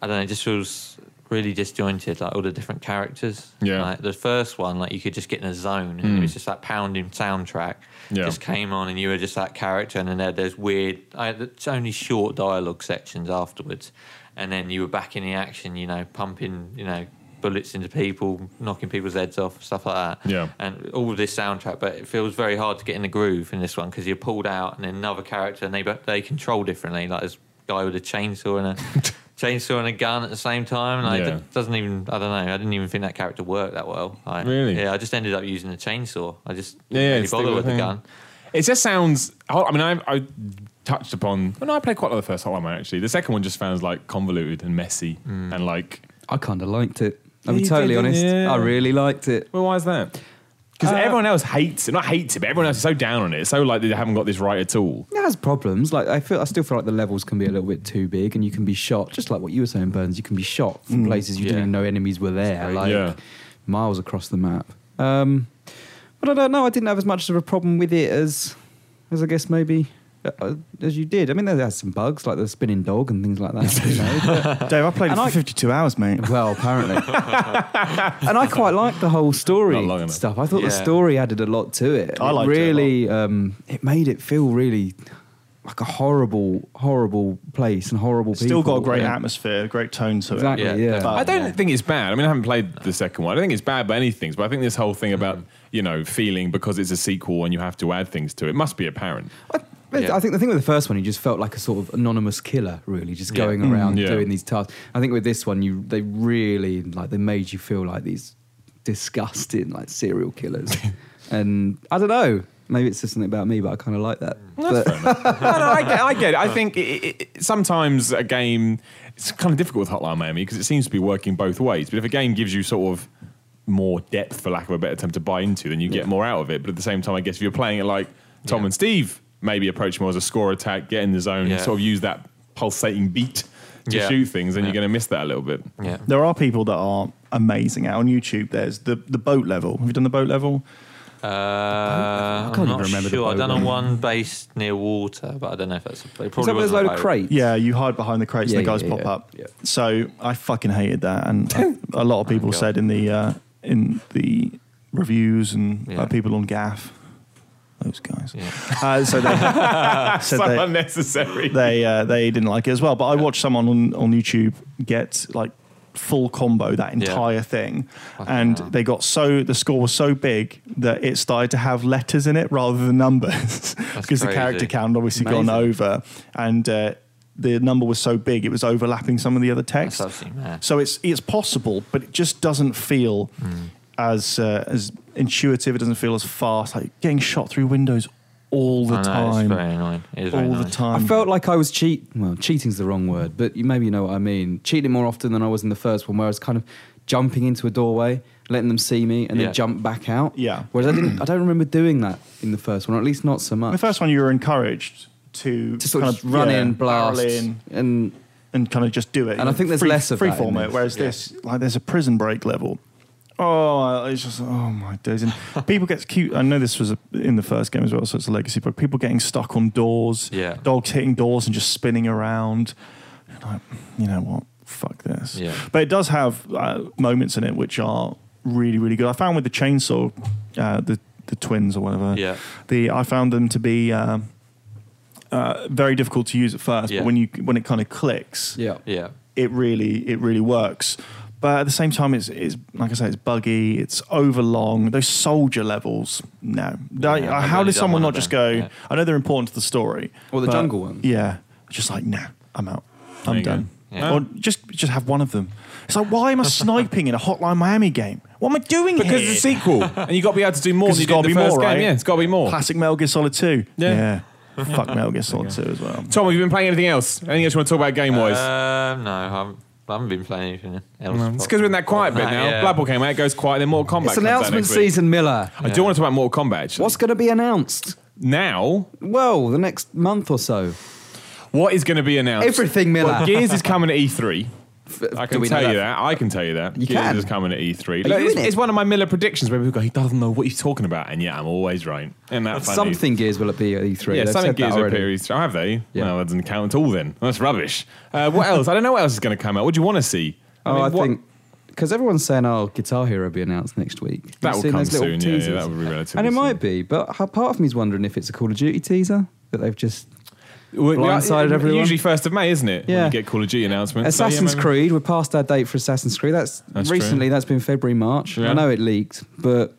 Speaker 4: I don't know. It just feels really disjointed, like all the different characters.
Speaker 1: Yeah. Hmm.
Speaker 4: Like the first one, like you could just get in a zone and it was just that pounding soundtrack
Speaker 1: Yeah.
Speaker 4: just came on and you were just that character and then there, there's weird, I, it's only short dialogue sections afterwards. And then you were back in the action, you know, pumping, you know, bullets into people, knocking people's heads off, stuff like that.
Speaker 1: Yeah.
Speaker 4: And all this soundtrack, but it feels very hard to get in the groove in this one because you're pulled out and then another character and they they control differently. Like this guy with a chainsaw and a chainsaw and a gun at the same time. Like
Speaker 1: Yeah.
Speaker 4: it doesn't even. I don't know. I didn't even think that character worked that well. Like,
Speaker 1: Really?
Speaker 4: Yeah. I just ended up using a chainsaw. I just
Speaker 1: Yeah, yeah,
Speaker 4: yeah, didn't really
Speaker 1: stick
Speaker 4: bother
Speaker 1: with
Speaker 4: with
Speaker 1: the thing.
Speaker 4: the gun.
Speaker 1: It just sounds. I mean, I, I touched upon. Well, no, I played quite a lot of the first Hotline Man actually. The second one just sounds like convoluted and messy
Speaker 4: Mm.
Speaker 1: and like.
Speaker 2: I kind of liked it. I'll
Speaker 1: Oh, You
Speaker 2: be totally
Speaker 1: did,
Speaker 2: honest.
Speaker 1: yeah.
Speaker 2: I really liked it.
Speaker 1: Well, why is that? Because
Speaker 4: Uh,
Speaker 1: everyone else hates it. Not hates it, but everyone else is so down on it. It's so like they haven't got this right at all.
Speaker 2: It has problems. Like I feel, I still feel like the levels can be a little bit too big, and you can be shot. Just like what you were saying, Burns, you can be shot from places you didn't
Speaker 4: Yeah.
Speaker 2: even know enemies were there,
Speaker 4: very-
Speaker 2: like
Speaker 1: Yeah.
Speaker 2: miles across the map. Um, but I don't know. I didn't have as much of a problem with it as, as I guess maybe uh, uh, as you did. I mean, there has some bugs like the spinning dog and things like that. you know, but-
Speaker 3: Dave, I played it
Speaker 2: And
Speaker 3: for
Speaker 2: I-
Speaker 3: 52 hours, mate.
Speaker 2: well, apparently. and I quite liked the whole story
Speaker 1: Not long enough.
Speaker 2: stuff. I thought the
Speaker 4: Yeah.
Speaker 2: story added a lot to it.
Speaker 3: I liked it a
Speaker 2: really, Um, it made it feel really like a horrible, horrible place and horrible people.
Speaker 3: Still got a great
Speaker 2: Yeah.
Speaker 3: atmosphere, great tone to
Speaker 2: Exactly,
Speaker 4: Yeah,
Speaker 2: yeah.
Speaker 4: definitely.
Speaker 1: I don't
Speaker 4: Oh, Yeah.
Speaker 1: think it's bad. I mean, I haven't played the second one. I don't think it's bad by any things, but I think this whole thing about
Speaker 4: Mm-hmm.
Speaker 1: you know feeling because it's a sequel and you have to add things to it must be apparent.
Speaker 2: I, but
Speaker 4: Yeah.
Speaker 2: I think the thing with the first one, you just felt like a sort of anonymous killer, really, just
Speaker 4: Yeah.
Speaker 2: going around
Speaker 1: Mm. Yeah.
Speaker 2: doing these tasks. I think with this one, you they really like they made you feel like these disgusting like serial killers, and I don't know. Maybe it's just something about me, but I kind of like that. But-
Speaker 1: no, no, I get, I get it. I think it, it, it- sometimes a game it's kind of difficult with Hotline Miami because it seems to be working both ways. But if a game gives you sort of more depth, for lack of a better term, to buy into, then you get more out of it. But at the same time, I guess if you're playing it like Tom
Speaker 4: Yeah.
Speaker 1: and Steve, maybe approach more as a score attack, get in the zone,
Speaker 4: Yeah.
Speaker 1: sort of use that pulsating beat to
Speaker 4: Yeah.
Speaker 1: shoot things, then you're
Speaker 4: Yeah.
Speaker 1: going to miss that a little bit.
Speaker 4: Yeah.
Speaker 3: There are people that are amazing out on YouTube. There's the, the boat level. Have you done the boat level?
Speaker 4: Uh, I
Speaker 2: even
Speaker 4: am not
Speaker 2: remember the
Speaker 4: sure. I
Speaker 2: boat
Speaker 4: done
Speaker 2: one.
Speaker 4: a one based near water, but I don't know if that's. A, it probably
Speaker 2: Is that where there's a
Speaker 4: wasn't
Speaker 2: load
Speaker 4: a
Speaker 2: of
Speaker 4: boat.
Speaker 2: crates?
Speaker 3: Yeah, you hide behind the crates
Speaker 2: Yeah,
Speaker 3: and the guys
Speaker 2: yeah,
Speaker 3: pop
Speaker 2: yeah,
Speaker 3: up.
Speaker 2: yeah.
Speaker 3: So I fucking hated that, and I, a lot of people
Speaker 4: God.
Speaker 3: said in the uh, in the reviews and
Speaker 4: Yeah.
Speaker 3: uh, people on Gaff, those guys.
Speaker 4: Yeah.
Speaker 3: Uh, so they
Speaker 1: so
Speaker 3: said they,
Speaker 1: unnecessary.
Speaker 3: they uh, they didn't like it as well. But I watched someone on, on YouTube get like full combo that entire thing, and
Speaker 4: hell.
Speaker 3: they got so the score was so big that it started to have letters in it rather than numbers because the
Speaker 4: crazy.
Speaker 3: character count had obviously gone
Speaker 2: Amazing.
Speaker 3: over, and uh, the number was so big it was overlapping some of the other text.
Speaker 4: That's absolutely mad. Hmm.
Speaker 3: So it's it's possible, but it just doesn't feel as uh, as intuitive. It doesn't feel as fast. Like getting shot through windows all the
Speaker 4: I know,
Speaker 3: time,
Speaker 4: It's very annoying. It is very
Speaker 3: all the
Speaker 4: annoying.
Speaker 3: time.
Speaker 2: I felt like I was cheat. Well, cheating's the wrong word, but you maybe you know what I mean. Cheating more often than I was in the first one, where I was kind of jumping into a doorway, letting them see me, and
Speaker 4: Yeah.
Speaker 2: then jump back out.
Speaker 3: Yeah.
Speaker 2: Whereas I didn't. I don't remember doing that in the first one, or at least not so much.
Speaker 3: In the first one, you were encouraged to
Speaker 2: to sort
Speaker 3: kind
Speaker 2: of run
Speaker 3: yeah,
Speaker 2: in, blast,
Speaker 3: barrel in,
Speaker 2: and
Speaker 3: and kind of just do it.
Speaker 2: And I think there's
Speaker 3: free,
Speaker 2: less of
Speaker 3: free
Speaker 2: that in
Speaker 3: form it.
Speaker 2: this.
Speaker 3: Whereas
Speaker 4: Yeah.
Speaker 3: this, like, there's a prison break level. Oh, it's just oh my days! And people get cute. I know this was a, in the first game as well, so it's a legacy. But people getting stuck on doors,
Speaker 4: Yeah.
Speaker 3: dogs hitting doors and just spinning around. And I- you know what? Fuck this.
Speaker 4: Yeah.
Speaker 3: But it does have uh, moments in it which are really, really good. I found with the chainsaw, uh, the the twins or whatever.
Speaker 4: Yeah.
Speaker 3: The I found them to be. Um, uh, very difficult to use at first,
Speaker 4: Yeah.
Speaker 3: but when you when it kind of clicks,
Speaker 2: yeah.
Speaker 4: Yeah.
Speaker 3: it really it really works. But at the same time, it's, it's like I say, it's buggy. It's overlong. Those soldier levels, no. They-
Speaker 4: Yeah, I
Speaker 3: how
Speaker 4: really
Speaker 3: does
Speaker 4: don't
Speaker 3: someone
Speaker 4: wanna
Speaker 3: not just
Speaker 4: do-
Speaker 3: go?
Speaker 4: yeah.
Speaker 3: I know they're important to the story.
Speaker 2: Or the
Speaker 3: but-
Speaker 2: jungle ones.
Speaker 3: Yeah, just like nah, I'm out.
Speaker 1: There
Speaker 3: I'm
Speaker 1: you go.
Speaker 3: done.
Speaker 4: Yeah.
Speaker 3: Or just just have one of them. It's like why am I sniping in a Hotline Miami game? What am I doing
Speaker 1: because
Speaker 3: here?
Speaker 1: it's a sequel, and you've got to be able to do more than
Speaker 3: Because
Speaker 1: you did in
Speaker 3: it's got
Speaker 1: the
Speaker 3: to be
Speaker 1: first
Speaker 3: more,
Speaker 1: game.
Speaker 3: right?
Speaker 1: Yeah, it's got to be more.
Speaker 3: Classic Metal Gear Solid Two.
Speaker 1: Yeah.
Speaker 3: Yeah. Fuck Metal Gear Solid Two as well.
Speaker 1: Tom, have you been playing anything else? Anything else you want to talk about game wise?
Speaker 3: Uh,
Speaker 4: Um, no, I haven't, I haven't been playing anything else.
Speaker 1: It's because we're in that quiet bit
Speaker 4: Nah,
Speaker 1: now.
Speaker 4: yeah.
Speaker 1: Blood Bowl came out, it goes quiet, then Mortal Kombat.
Speaker 2: It's
Speaker 1: comes out
Speaker 2: announcement
Speaker 1: next week.
Speaker 2: season, Miller.
Speaker 1: I do want to talk about Mortal Kombat. Actually.
Speaker 2: What's going to be announced?
Speaker 1: now?
Speaker 2: Well, the next month or so.
Speaker 1: What is going to be announced?
Speaker 2: Everything, Miller.
Speaker 1: Well, Gears is coming at E3. I
Speaker 2: do
Speaker 1: can
Speaker 2: we know
Speaker 1: tell you
Speaker 2: that?
Speaker 1: that. I can tell you that.
Speaker 2: You
Speaker 1: Gears
Speaker 2: can?
Speaker 1: is coming at E3.
Speaker 2: Are
Speaker 1: Look,
Speaker 2: you
Speaker 1: it's,
Speaker 2: in it?
Speaker 1: it's one of my Miller predictions where people go, he doesn't know what he's talking about, and yeah, I'm always right. And that's funny.
Speaker 2: Something gears will it be at E E3.
Speaker 1: Yeah,
Speaker 2: They've
Speaker 1: something
Speaker 2: said that
Speaker 1: Gears will
Speaker 2: already.
Speaker 1: appear at E3. Oh, have they?
Speaker 2: Yeah.
Speaker 1: Well, that doesn't count at all then. That's rubbish. Uh, what else? I don't know what else is going to come out. What do you want to see?
Speaker 2: Oh, I,
Speaker 1: mean, what-
Speaker 2: think because everyone's saying, "Oh, Guitar Hero will be announced next week." You've
Speaker 1: That will
Speaker 2: seen
Speaker 1: come
Speaker 2: those little
Speaker 1: soon. Yeah, yeah,
Speaker 2: teasers.
Speaker 1: that would be relatively.
Speaker 2: and it
Speaker 1: soon.
Speaker 2: might be, but h- part of me's wondering if it's a Call of Duty teaser that they've just.
Speaker 1: We- we are-
Speaker 2: Blindsided everyone.
Speaker 1: Usually first of May, isn't it? When
Speaker 2: Yeah.
Speaker 1: you get Call of Duty announcements. So, yeah,
Speaker 2: Assassin's
Speaker 1: maybe-
Speaker 2: Creed. We're past our date for Assassin's Creed. That's,
Speaker 1: That's true.
Speaker 2: recently. That's been February, March.
Speaker 1: Yeah.
Speaker 2: I know it leaked, but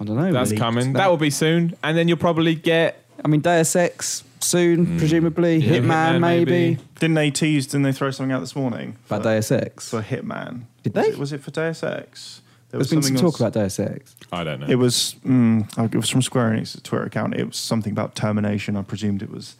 Speaker 2: I don't know.
Speaker 1: That's
Speaker 2: really.
Speaker 1: coming. That will be soon, and then you'll probably get
Speaker 2: I mean, Deus Ex soon, presumably.
Speaker 1: Mm. Yeah,
Speaker 2: Hitman,
Speaker 1: Hitman,
Speaker 2: maybe.
Speaker 1: maybe.
Speaker 3: Didn't they tease? Didn't they throw something out this morning?
Speaker 2: About
Speaker 3: for,
Speaker 2: Deus Ex.
Speaker 3: for Hitman.
Speaker 2: Did
Speaker 3: Was
Speaker 2: they?
Speaker 3: it, was it for Deus Ex? There
Speaker 2: There's been some
Speaker 3: something
Speaker 2: talk about
Speaker 3: else-
Speaker 2: Deus Ex.
Speaker 1: I don't know.
Speaker 3: It was mm, oh, it was from Square Enix's Twitter account. It was something about termination. I presumed it was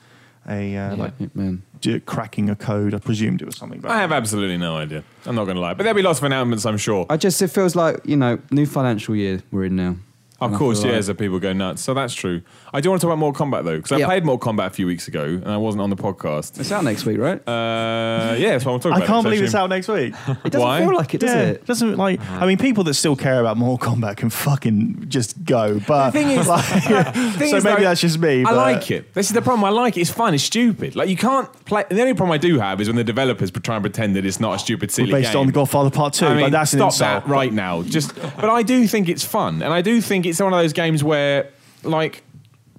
Speaker 3: a uh, like
Speaker 2: Hitman.
Speaker 3: d- cracking a code. I presumed it was something. About
Speaker 1: I have absolutely no idea. I'm not going to lie, but there'll be lots of announcements, I'm sure.
Speaker 2: I just it feels like you know new financial year we're in now.
Speaker 1: Of
Speaker 2: And I
Speaker 1: course,
Speaker 2: feel
Speaker 1: yeah,
Speaker 2: like-
Speaker 1: so people go nuts. So that's true. I do want to talk about more combat though, because I
Speaker 2: Yeah.
Speaker 1: played more combat a few weeks ago, and I wasn't on the podcast.
Speaker 2: It's out next week, right?
Speaker 1: Uh, yeah, that's what I'm talking
Speaker 3: I
Speaker 1: about.
Speaker 3: can't believe it's
Speaker 1: actually-
Speaker 3: out next week.
Speaker 2: It doesn't
Speaker 1: Why?
Speaker 2: feel like it, does
Speaker 3: yeah,
Speaker 2: it?
Speaker 3: doesn't like.
Speaker 1: Uh-huh.
Speaker 3: I mean, people that still care about more combat can fucking just go. But
Speaker 1: thing is-
Speaker 3: like,
Speaker 1: thing
Speaker 3: so
Speaker 1: is,
Speaker 3: maybe
Speaker 1: though,
Speaker 3: that's just me.
Speaker 1: I
Speaker 3: but-
Speaker 1: like it. This is the problem. I like it. It's fun. It's stupid. Like you can't play. The only problem I do have is when the developers try and pretend that it's not a stupid, silly
Speaker 3: Based
Speaker 1: game.
Speaker 3: on Godfather Part Two,
Speaker 1: I mean,
Speaker 3: but that's an
Speaker 1: stop
Speaker 3: insult.
Speaker 1: that right now. Just, but I do think it's fun, and I do think it's one of those games where, like,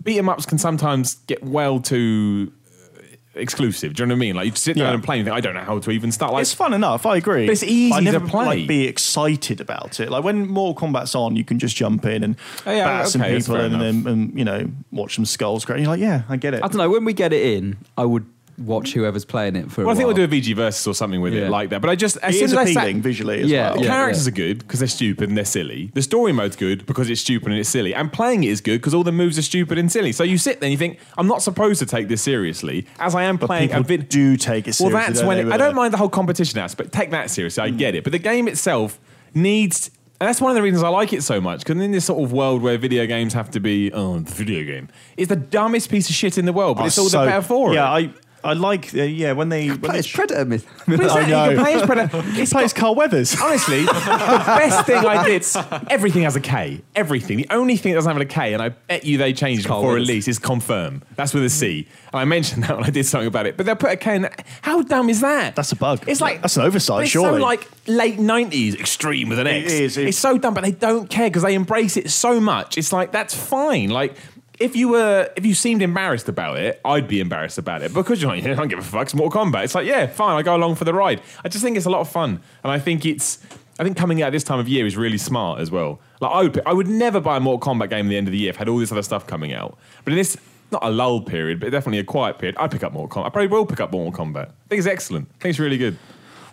Speaker 1: beat 'em ups can sometimes get well too uh, exclusive. Do you know what I mean? Like, you sit down
Speaker 3: Yeah.
Speaker 1: and play, and think, I don't know how to even start. Like,
Speaker 3: it's fun enough. I agree.
Speaker 1: But it's easy
Speaker 3: I never,
Speaker 1: to play.
Speaker 3: Like, be excited about it. Like when Mortal Kombat's on, you can just jump in and
Speaker 1: Oh, yeah,
Speaker 3: bat some
Speaker 1: okay, that's
Speaker 3: people
Speaker 1: fair
Speaker 3: and, and, and you know watch some skulls crack. You're like, yeah, I get it.
Speaker 2: I don't know. When we get it in, I would watch whoever's playing it for.
Speaker 1: well,
Speaker 2: a
Speaker 1: I think
Speaker 2: while.
Speaker 1: we'll do a VG versus or something with
Speaker 2: Yeah.
Speaker 1: it like that. But I just as
Speaker 3: it
Speaker 1: soon
Speaker 3: is
Speaker 1: as I sat-
Speaker 3: appealing visually as
Speaker 2: Yeah,
Speaker 3: well.
Speaker 1: The
Speaker 2: yeah.
Speaker 1: characters are good because they're stupid and they're silly. The story mode's good because it's stupid and it's silly. And playing it is good because all the moves are stupid and silly. So you sit there and you think, I'm not supposed to take this seriously as I am
Speaker 3: But
Speaker 1: playing
Speaker 3: people
Speaker 1: a vid.
Speaker 3: do take it seriously.
Speaker 1: well, that's
Speaker 3: don't
Speaker 1: when
Speaker 3: they,
Speaker 1: it-
Speaker 3: with
Speaker 1: I
Speaker 3: it?
Speaker 1: don't mind the whole competition aspect. Take that seriously, I get it. But the game itself needs. And that's one of the reasons I like it so much. Because in this sort of world where video games have to be, oh, the video game, it's the dumbest piece of shit in the world, but it's all
Speaker 3: so-
Speaker 1: the better for
Speaker 3: Yeah,
Speaker 1: it.
Speaker 3: I I like uh, yeah when they when
Speaker 2: Play
Speaker 3: they
Speaker 2: as Predator myth.
Speaker 1: But
Speaker 3: I
Speaker 1: exactly, you
Speaker 3: know.
Speaker 1: can play as Predator. It's
Speaker 3: plays Carl Weathers.
Speaker 1: Honestly, the best thing I did, everything has a K. Everything. The only thing that doesn't have a K, and I bet you they changed it
Speaker 2: Carl
Speaker 1: before
Speaker 2: Weathers.
Speaker 1: release, is confirm. That's with a C. And I mentioned that when I did something about it. But they'll put a K in that. How dumb is that?
Speaker 3: That's a bug.
Speaker 1: It's like
Speaker 3: That's an oversight,
Speaker 1: but It's
Speaker 3: surely.
Speaker 1: so like late 90s extreme with an X.
Speaker 3: It is, it-
Speaker 1: It's so dumb, but they don't care because they embrace it so much. It's like, that's fine. Like, if you were, if you seemed embarrassed about it, I'd be embarrassed about it because you're like, yeah, I don't give a fuck. It's Mortal Kombat. It's like, yeah, fine, I go along for the ride. I just think it's a lot of fun, and I think it's, I think coming out this time of year is really smart as well. Like, I would, I would never buy a Mortal Kombat game at the end of the year if I had all this other stuff coming out. But in this, not a lull period, but definitely a quiet period, I pick up Mortal Kombat. I probably will pick up Mortal Kombat. I think it's excellent. I think it's really good.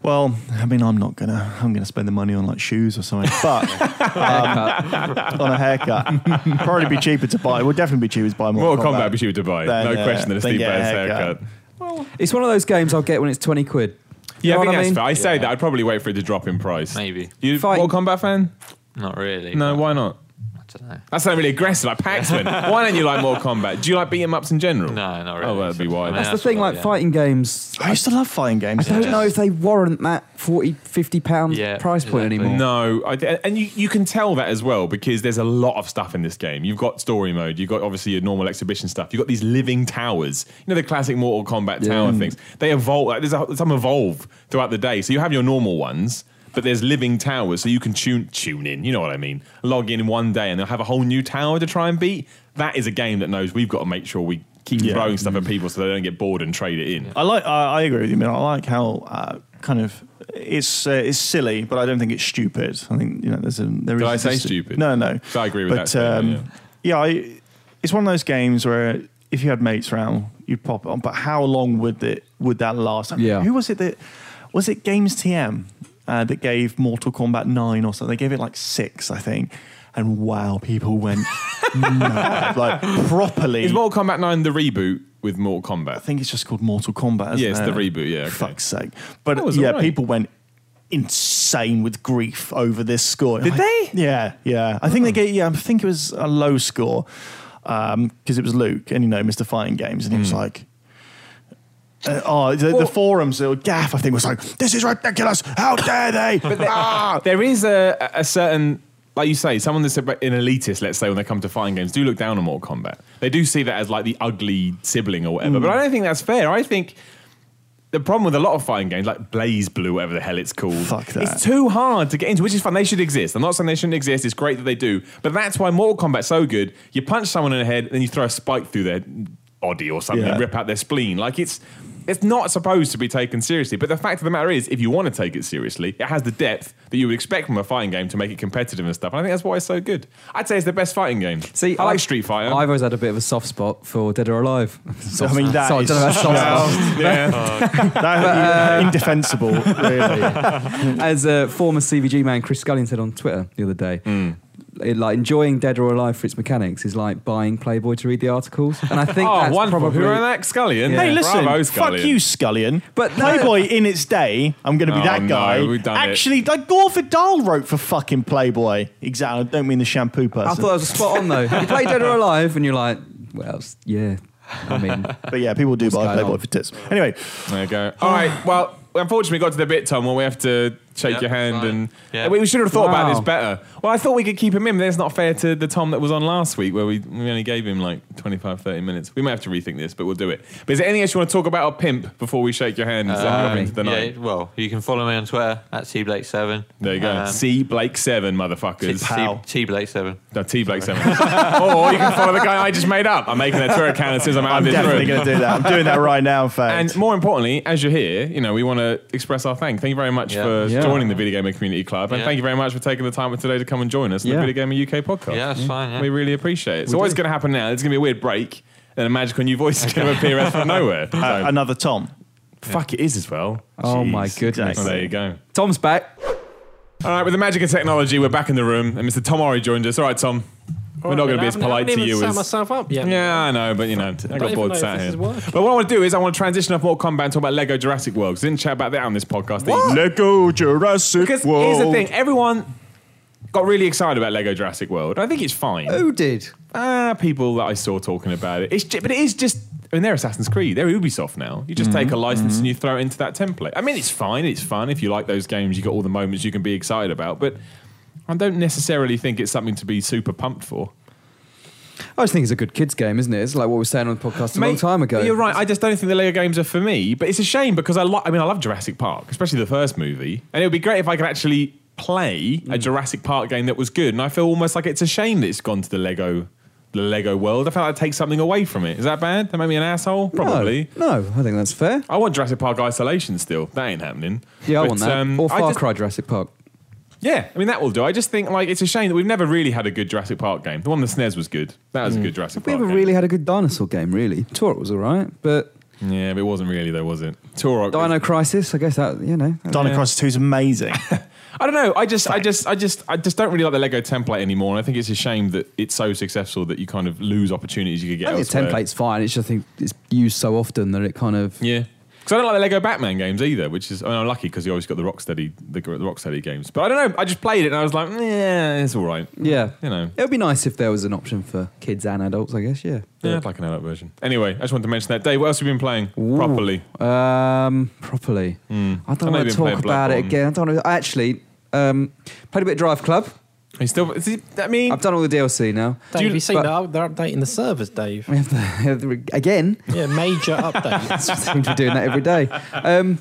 Speaker 3: Well, I mean, I'm not gonna. I'm gonna spend the money on like shoes or something, but um, on a haircut, probably be cheaper to buy. It would definitely be cheaper to buy more.
Speaker 1: Mortal Kombat be cheaper to buy.
Speaker 3: Then,
Speaker 1: no
Speaker 3: uh,
Speaker 1: question than a
Speaker 3: then
Speaker 1: Steve
Speaker 3: get a
Speaker 1: Bear's
Speaker 3: haircut.
Speaker 1: haircut.
Speaker 2: It's one of those games I'll get when it's twenty quid. You
Speaker 1: Yeah,
Speaker 2: know
Speaker 1: I think
Speaker 2: what
Speaker 1: that's
Speaker 2: mean?
Speaker 1: fair. I say that. I'd probably wait for it to drop in price.
Speaker 4: Maybe.
Speaker 1: You
Speaker 2: Fine.
Speaker 1: Mortal Kombat fan?
Speaker 4: Not really.
Speaker 1: No,
Speaker 4: but
Speaker 1: why not?
Speaker 4: I don't know.
Speaker 1: That sounded really aggressive, like Paxman. why don't you like Mortal Kombat? Do you like beat 'em ups in general?
Speaker 4: No, not really.
Speaker 1: Oh, that'd be wild.
Speaker 4: I mean,
Speaker 2: That's,
Speaker 4: that's
Speaker 2: the thing.
Speaker 4: what I-
Speaker 2: Like
Speaker 4: yeah.
Speaker 2: fighting games,
Speaker 3: I used to love fighting games.
Speaker 2: I don't know if they warrant that 40, 50 pound
Speaker 4: Yeah,
Speaker 2: price point
Speaker 4: exactly.
Speaker 2: anymore.
Speaker 1: No, I, and you, you can tell that as well because there's a lot of stuff in this game. You've got story mode, you've got obviously your normal exhibition stuff, you've got these living towers. You know, the classic Mortal Kombat tower things. They evolve, like, there's a, some evolve throughout the day. So you have your normal ones, but there's living towers, so you can tune, tune in, you know what I mean? Log in one day and they'll have a whole new tower to try and beat. That is a game that knows we've got to make sure we keep
Speaker 3: Yeah.
Speaker 1: throwing stuff at people so they don't get bored and trade it in.
Speaker 3: I like. I, I agree with you. I mean, I like how uh, kind of it's uh, it's silly, but I don't think it's stupid. I think you know there's a there is.
Speaker 1: Did I say
Speaker 3: this-
Speaker 1: stupid?
Speaker 3: No, no.
Speaker 1: So I agree with that
Speaker 3: but,
Speaker 1: statement,
Speaker 3: um, yeah, I, it's one of those games where if you had mates round, you'd pop it on. But how long would it would that last? I mean,
Speaker 2: Yeah.
Speaker 3: Who was it that was it Games TM uh, that gave Mortal Kombat nine or something? They gave it like six, I think. And wow, people went mad, like properly.
Speaker 1: Is Mortal Kombat 9 the reboot with Mortal Kombat?
Speaker 3: I think it's just called Mortal Kombat. Isn't
Speaker 1: Yeah, it's
Speaker 3: it?
Speaker 1: the reboot, yeah, okay.
Speaker 3: fuck's sake. But
Speaker 1: Oh, is it
Speaker 3: yeah,
Speaker 1: right?
Speaker 3: people went insane with grief over this score.
Speaker 1: Did they? Oh.
Speaker 3: Yeah, yeah. I think they get. Yeah, I think it was a low score because it was Luke and you know Mr. Fighting Games, and he was like. Uh, oh, the,
Speaker 1: Hmm. Well-
Speaker 3: the forums, the gaff, I think, was like, "This is ridiculous! How dare they!" ah!
Speaker 1: there is a, a certain like you say, someone that's a bit- an elitist, let's say, when they come to fighting games, do look down on Mortal
Speaker 3: Mm.
Speaker 1: Kombat. They do see that as like the ugly sibling or whatever. But I don't think that's fair. I think the problem with a lot of fighting games, like Blaze Blue, whatever the hell it's called,
Speaker 3: Fuck that.
Speaker 1: it's too hard to get into, which is fine. They should exist. I'm not saying they shouldn't exist. It's great that they do. But that's why Mortal Kombat's so good. You punch someone in the head, then you throw a spike through their body or something,
Speaker 3: Yeah.
Speaker 1: rip out their spleen. Like it's. It's not supposed to be taken seriously, but the fact of the matter is, if you want to take it seriously, it has the depth that you would expect from a fighting game to make it competitive and stuff. And I think that's why it's so good. I'd say it's the best fighting game. I like
Speaker 2: I've-
Speaker 1: Street Fighter.
Speaker 2: I've always had a bit of a soft spot for Dead or Alive.
Speaker 3: I mean, that
Speaker 2: Sorry, I
Speaker 3: is-
Speaker 2: don't know about soft spot.
Speaker 1: yeah.
Speaker 3: That- indefensible, really.
Speaker 2: As a former CVG man, Chris Scullion said on Twitter the other day,
Speaker 1: Hmm.
Speaker 2: it- like enjoying Dead or Alive for its mechanics is like buying Playboy to read the articles. And I think
Speaker 1: Oh,
Speaker 2: that's
Speaker 1: wonderful.
Speaker 2: probably.
Speaker 1: Who are that? Scullion?
Speaker 3: Hey, listen,
Speaker 1: Bravo,
Speaker 3: fuck
Speaker 1: Scullion.
Speaker 3: you, Scullion.
Speaker 2: But no-
Speaker 3: Playboy in its day, I'm going to be
Speaker 1: Oh,
Speaker 3: that
Speaker 1: no,
Speaker 3: guy.
Speaker 1: we've done it.
Speaker 3: Actually, like Gore Vidal wrote for fucking Playboy. Exactly. I don't mean the shampoo person.
Speaker 2: I thought that was spot on though. you play Dead or Alive and you're like, well, s- yeah. I mean,
Speaker 3: but yeah, people do buy
Speaker 2: going
Speaker 3: Playboy
Speaker 2: on?
Speaker 3: for tits. Anyway,
Speaker 1: There you go. All right. Well, unfortunately, we got to the bit, Tom, where we have to shake
Speaker 4: Yep,
Speaker 1: your hand,
Speaker 4: fine.
Speaker 1: and
Speaker 4: Yeah.
Speaker 1: we we should have thought about
Speaker 2: Wow.
Speaker 1: this better. Well, I thought we could keep him in. But that's not fair to the Tom that was on last week, where we, we only gave him like 25, 30 minutes. We may have to rethink this, but we'll do it. But is there anything else you want to talk about or pimp before we shake your hand? and send you off into the
Speaker 4: Um, yeah,
Speaker 1: night?
Speaker 4: well, you can follow me on Twitter at tblake7.
Speaker 1: There you go.
Speaker 4: Um,
Speaker 1: C Blake Seven, motherfuckers.
Speaker 3: Pow.
Speaker 4: T Blake Seven.
Speaker 1: No, T Blake Seven. or you can follow the guy I just made up. I'm making a Twitter account that says I'm out
Speaker 3: I'm
Speaker 1: of this
Speaker 3: definitely
Speaker 1: room.
Speaker 3: going to do that. I'm doing that right now, in fact.
Speaker 1: And more importantly, as you're here, you know, we want to express our thanks. Thank you very much
Speaker 4: Yeah.
Speaker 1: for
Speaker 2: Yeah.
Speaker 1: joining the Video Gamer Community Club. And
Speaker 4: Yeah.
Speaker 1: thank you very much for taking the time today to come and join us on
Speaker 2: Yeah.
Speaker 1: the Video Gamer UK podcast. Mm-hmm.
Speaker 4: Yeah, that's fine. Yeah.
Speaker 1: We really appreciate it. So what's going to happen now? There's going to be a weird break and a magical new voice is going to appear out of nowhere. So,
Speaker 3: Uh, another Tom.
Speaker 1: fuck, it is as well.
Speaker 2: oh my
Speaker 3: Jeez,
Speaker 2: goodness.
Speaker 1: Well, there you go.
Speaker 2: Tom's back.
Speaker 1: All right, with the magic of technology, we're back in the room. And Mr. Tom Ori joined us. All right, Tom. we're not going to be as polite to you as...
Speaker 5: myself up yet.
Speaker 1: Yeah, I know, but you know, I got
Speaker 5: even know
Speaker 1: bored
Speaker 5: if
Speaker 1: sat
Speaker 5: this
Speaker 1: here.
Speaker 5: is working.
Speaker 1: But what I want to do is I want to transition off Mortal Kombat and talk about Lego Jurassic World. 'cause I didn't chat about that on this podcast. either.
Speaker 3: Lego Jurassic
Speaker 1: Because here's the thing, everyone got really excited about Lego Jurassic World. I think it's fine.
Speaker 2: Who did?
Speaker 1: Ah, people that I saw talking about it. It's ju- but it is just. I mean, they're Assassin's Creed. They're Ubisoft now. You just take a license and you throw it into that template. I mean, it's fine. It's fun if you like those games. You got all the moments you can be excited about. But I don't necessarily think it's something to be super pumped for.
Speaker 2: I just think it's a good kids game, isn't it? It's like what we were saying on the podcast a long
Speaker 1: Mate,
Speaker 2: time ago.
Speaker 1: You're right. I just don't think the Lego games are for me. But it's a shame because I lo- I mean, I love Jurassic Park, especially the first movie, and it would be great if I could actually play
Speaker 2: Mm.
Speaker 1: a Jurassic Park game that was good. And I feel almost like it's a shame that it's gone to the Lego. The Lego world. I feel like that takes something away from it. Is that bad? That made me an asshole?
Speaker 2: No,
Speaker 1: Probably.
Speaker 2: No, I think that's fair.
Speaker 1: I want Jurassic Park Isolation still. That ain't happening.
Speaker 2: Yeah, I
Speaker 1: But,
Speaker 2: want that.
Speaker 1: um,
Speaker 2: or
Speaker 1: I
Speaker 2: Far
Speaker 1: just-
Speaker 2: Cry Jurassic Park.
Speaker 1: yeah, I mean that will do. I just think like it's a shame that we've never really had a good Jurassic Park game. The one the SNES was good. That was a good Jurassic
Speaker 2: Mm. We
Speaker 1: Park.
Speaker 2: haven't
Speaker 1: game.
Speaker 2: really had a good dinosaur game, really. Torah was all right, but
Speaker 1: Yeah, but it wasn't really though, was it? Turok.
Speaker 2: Dino Crisis, I guess that, you know. that-
Speaker 3: Dino Crisis 2 is amazing.
Speaker 1: I don't know. I just, I just, I just, I just don't really like the Lego template anymore. And I think it's a shame that it's so successful that you kind of lose opportunities you could get.
Speaker 2: I think the
Speaker 1: elsewhere.
Speaker 2: template's fine. It's just I think it's used so often that it kind of.
Speaker 1: Yeah. Because I don't like the Lego Batman games either, which is I mean, I'm lucky because you always got the Rocksteady, the, the Rocksteady games. But I don't know. I just played it and I was like, yeah, it's all right.
Speaker 2: Yeah.
Speaker 1: You know.
Speaker 2: It would be nice if there was an option for kids and adults, I guess, yeah.
Speaker 1: Yeah, I'd like an adult version. Anyway, I just wanted to mention that. Dave, what else have you been playing properly? Hmm.
Speaker 2: Um, properly. I
Speaker 1: I know
Speaker 2: don't want
Speaker 1: you've
Speaker 2: to
Speaker 1: been playing
Speaker 2: talk about it
Speaker 1: Bloodborne.
Speaker 2: again. I don't want to. I actually um, played a bit of Drive Club.
Speaker 1: Are you still? Is he, I mean,
Speaker 2: I've done all the DLC now.
Speaker 5: Dave,
Speaker 1: Do you-
Speaker 5: have you seen
Speaker 2: but-
Speaker 5: that? They're updating the servers, Dave.
Speaker 2: We have the, again.
Speaker 5: Yeah, major updates.
Speaker 2: seem to be doing that every day. Um,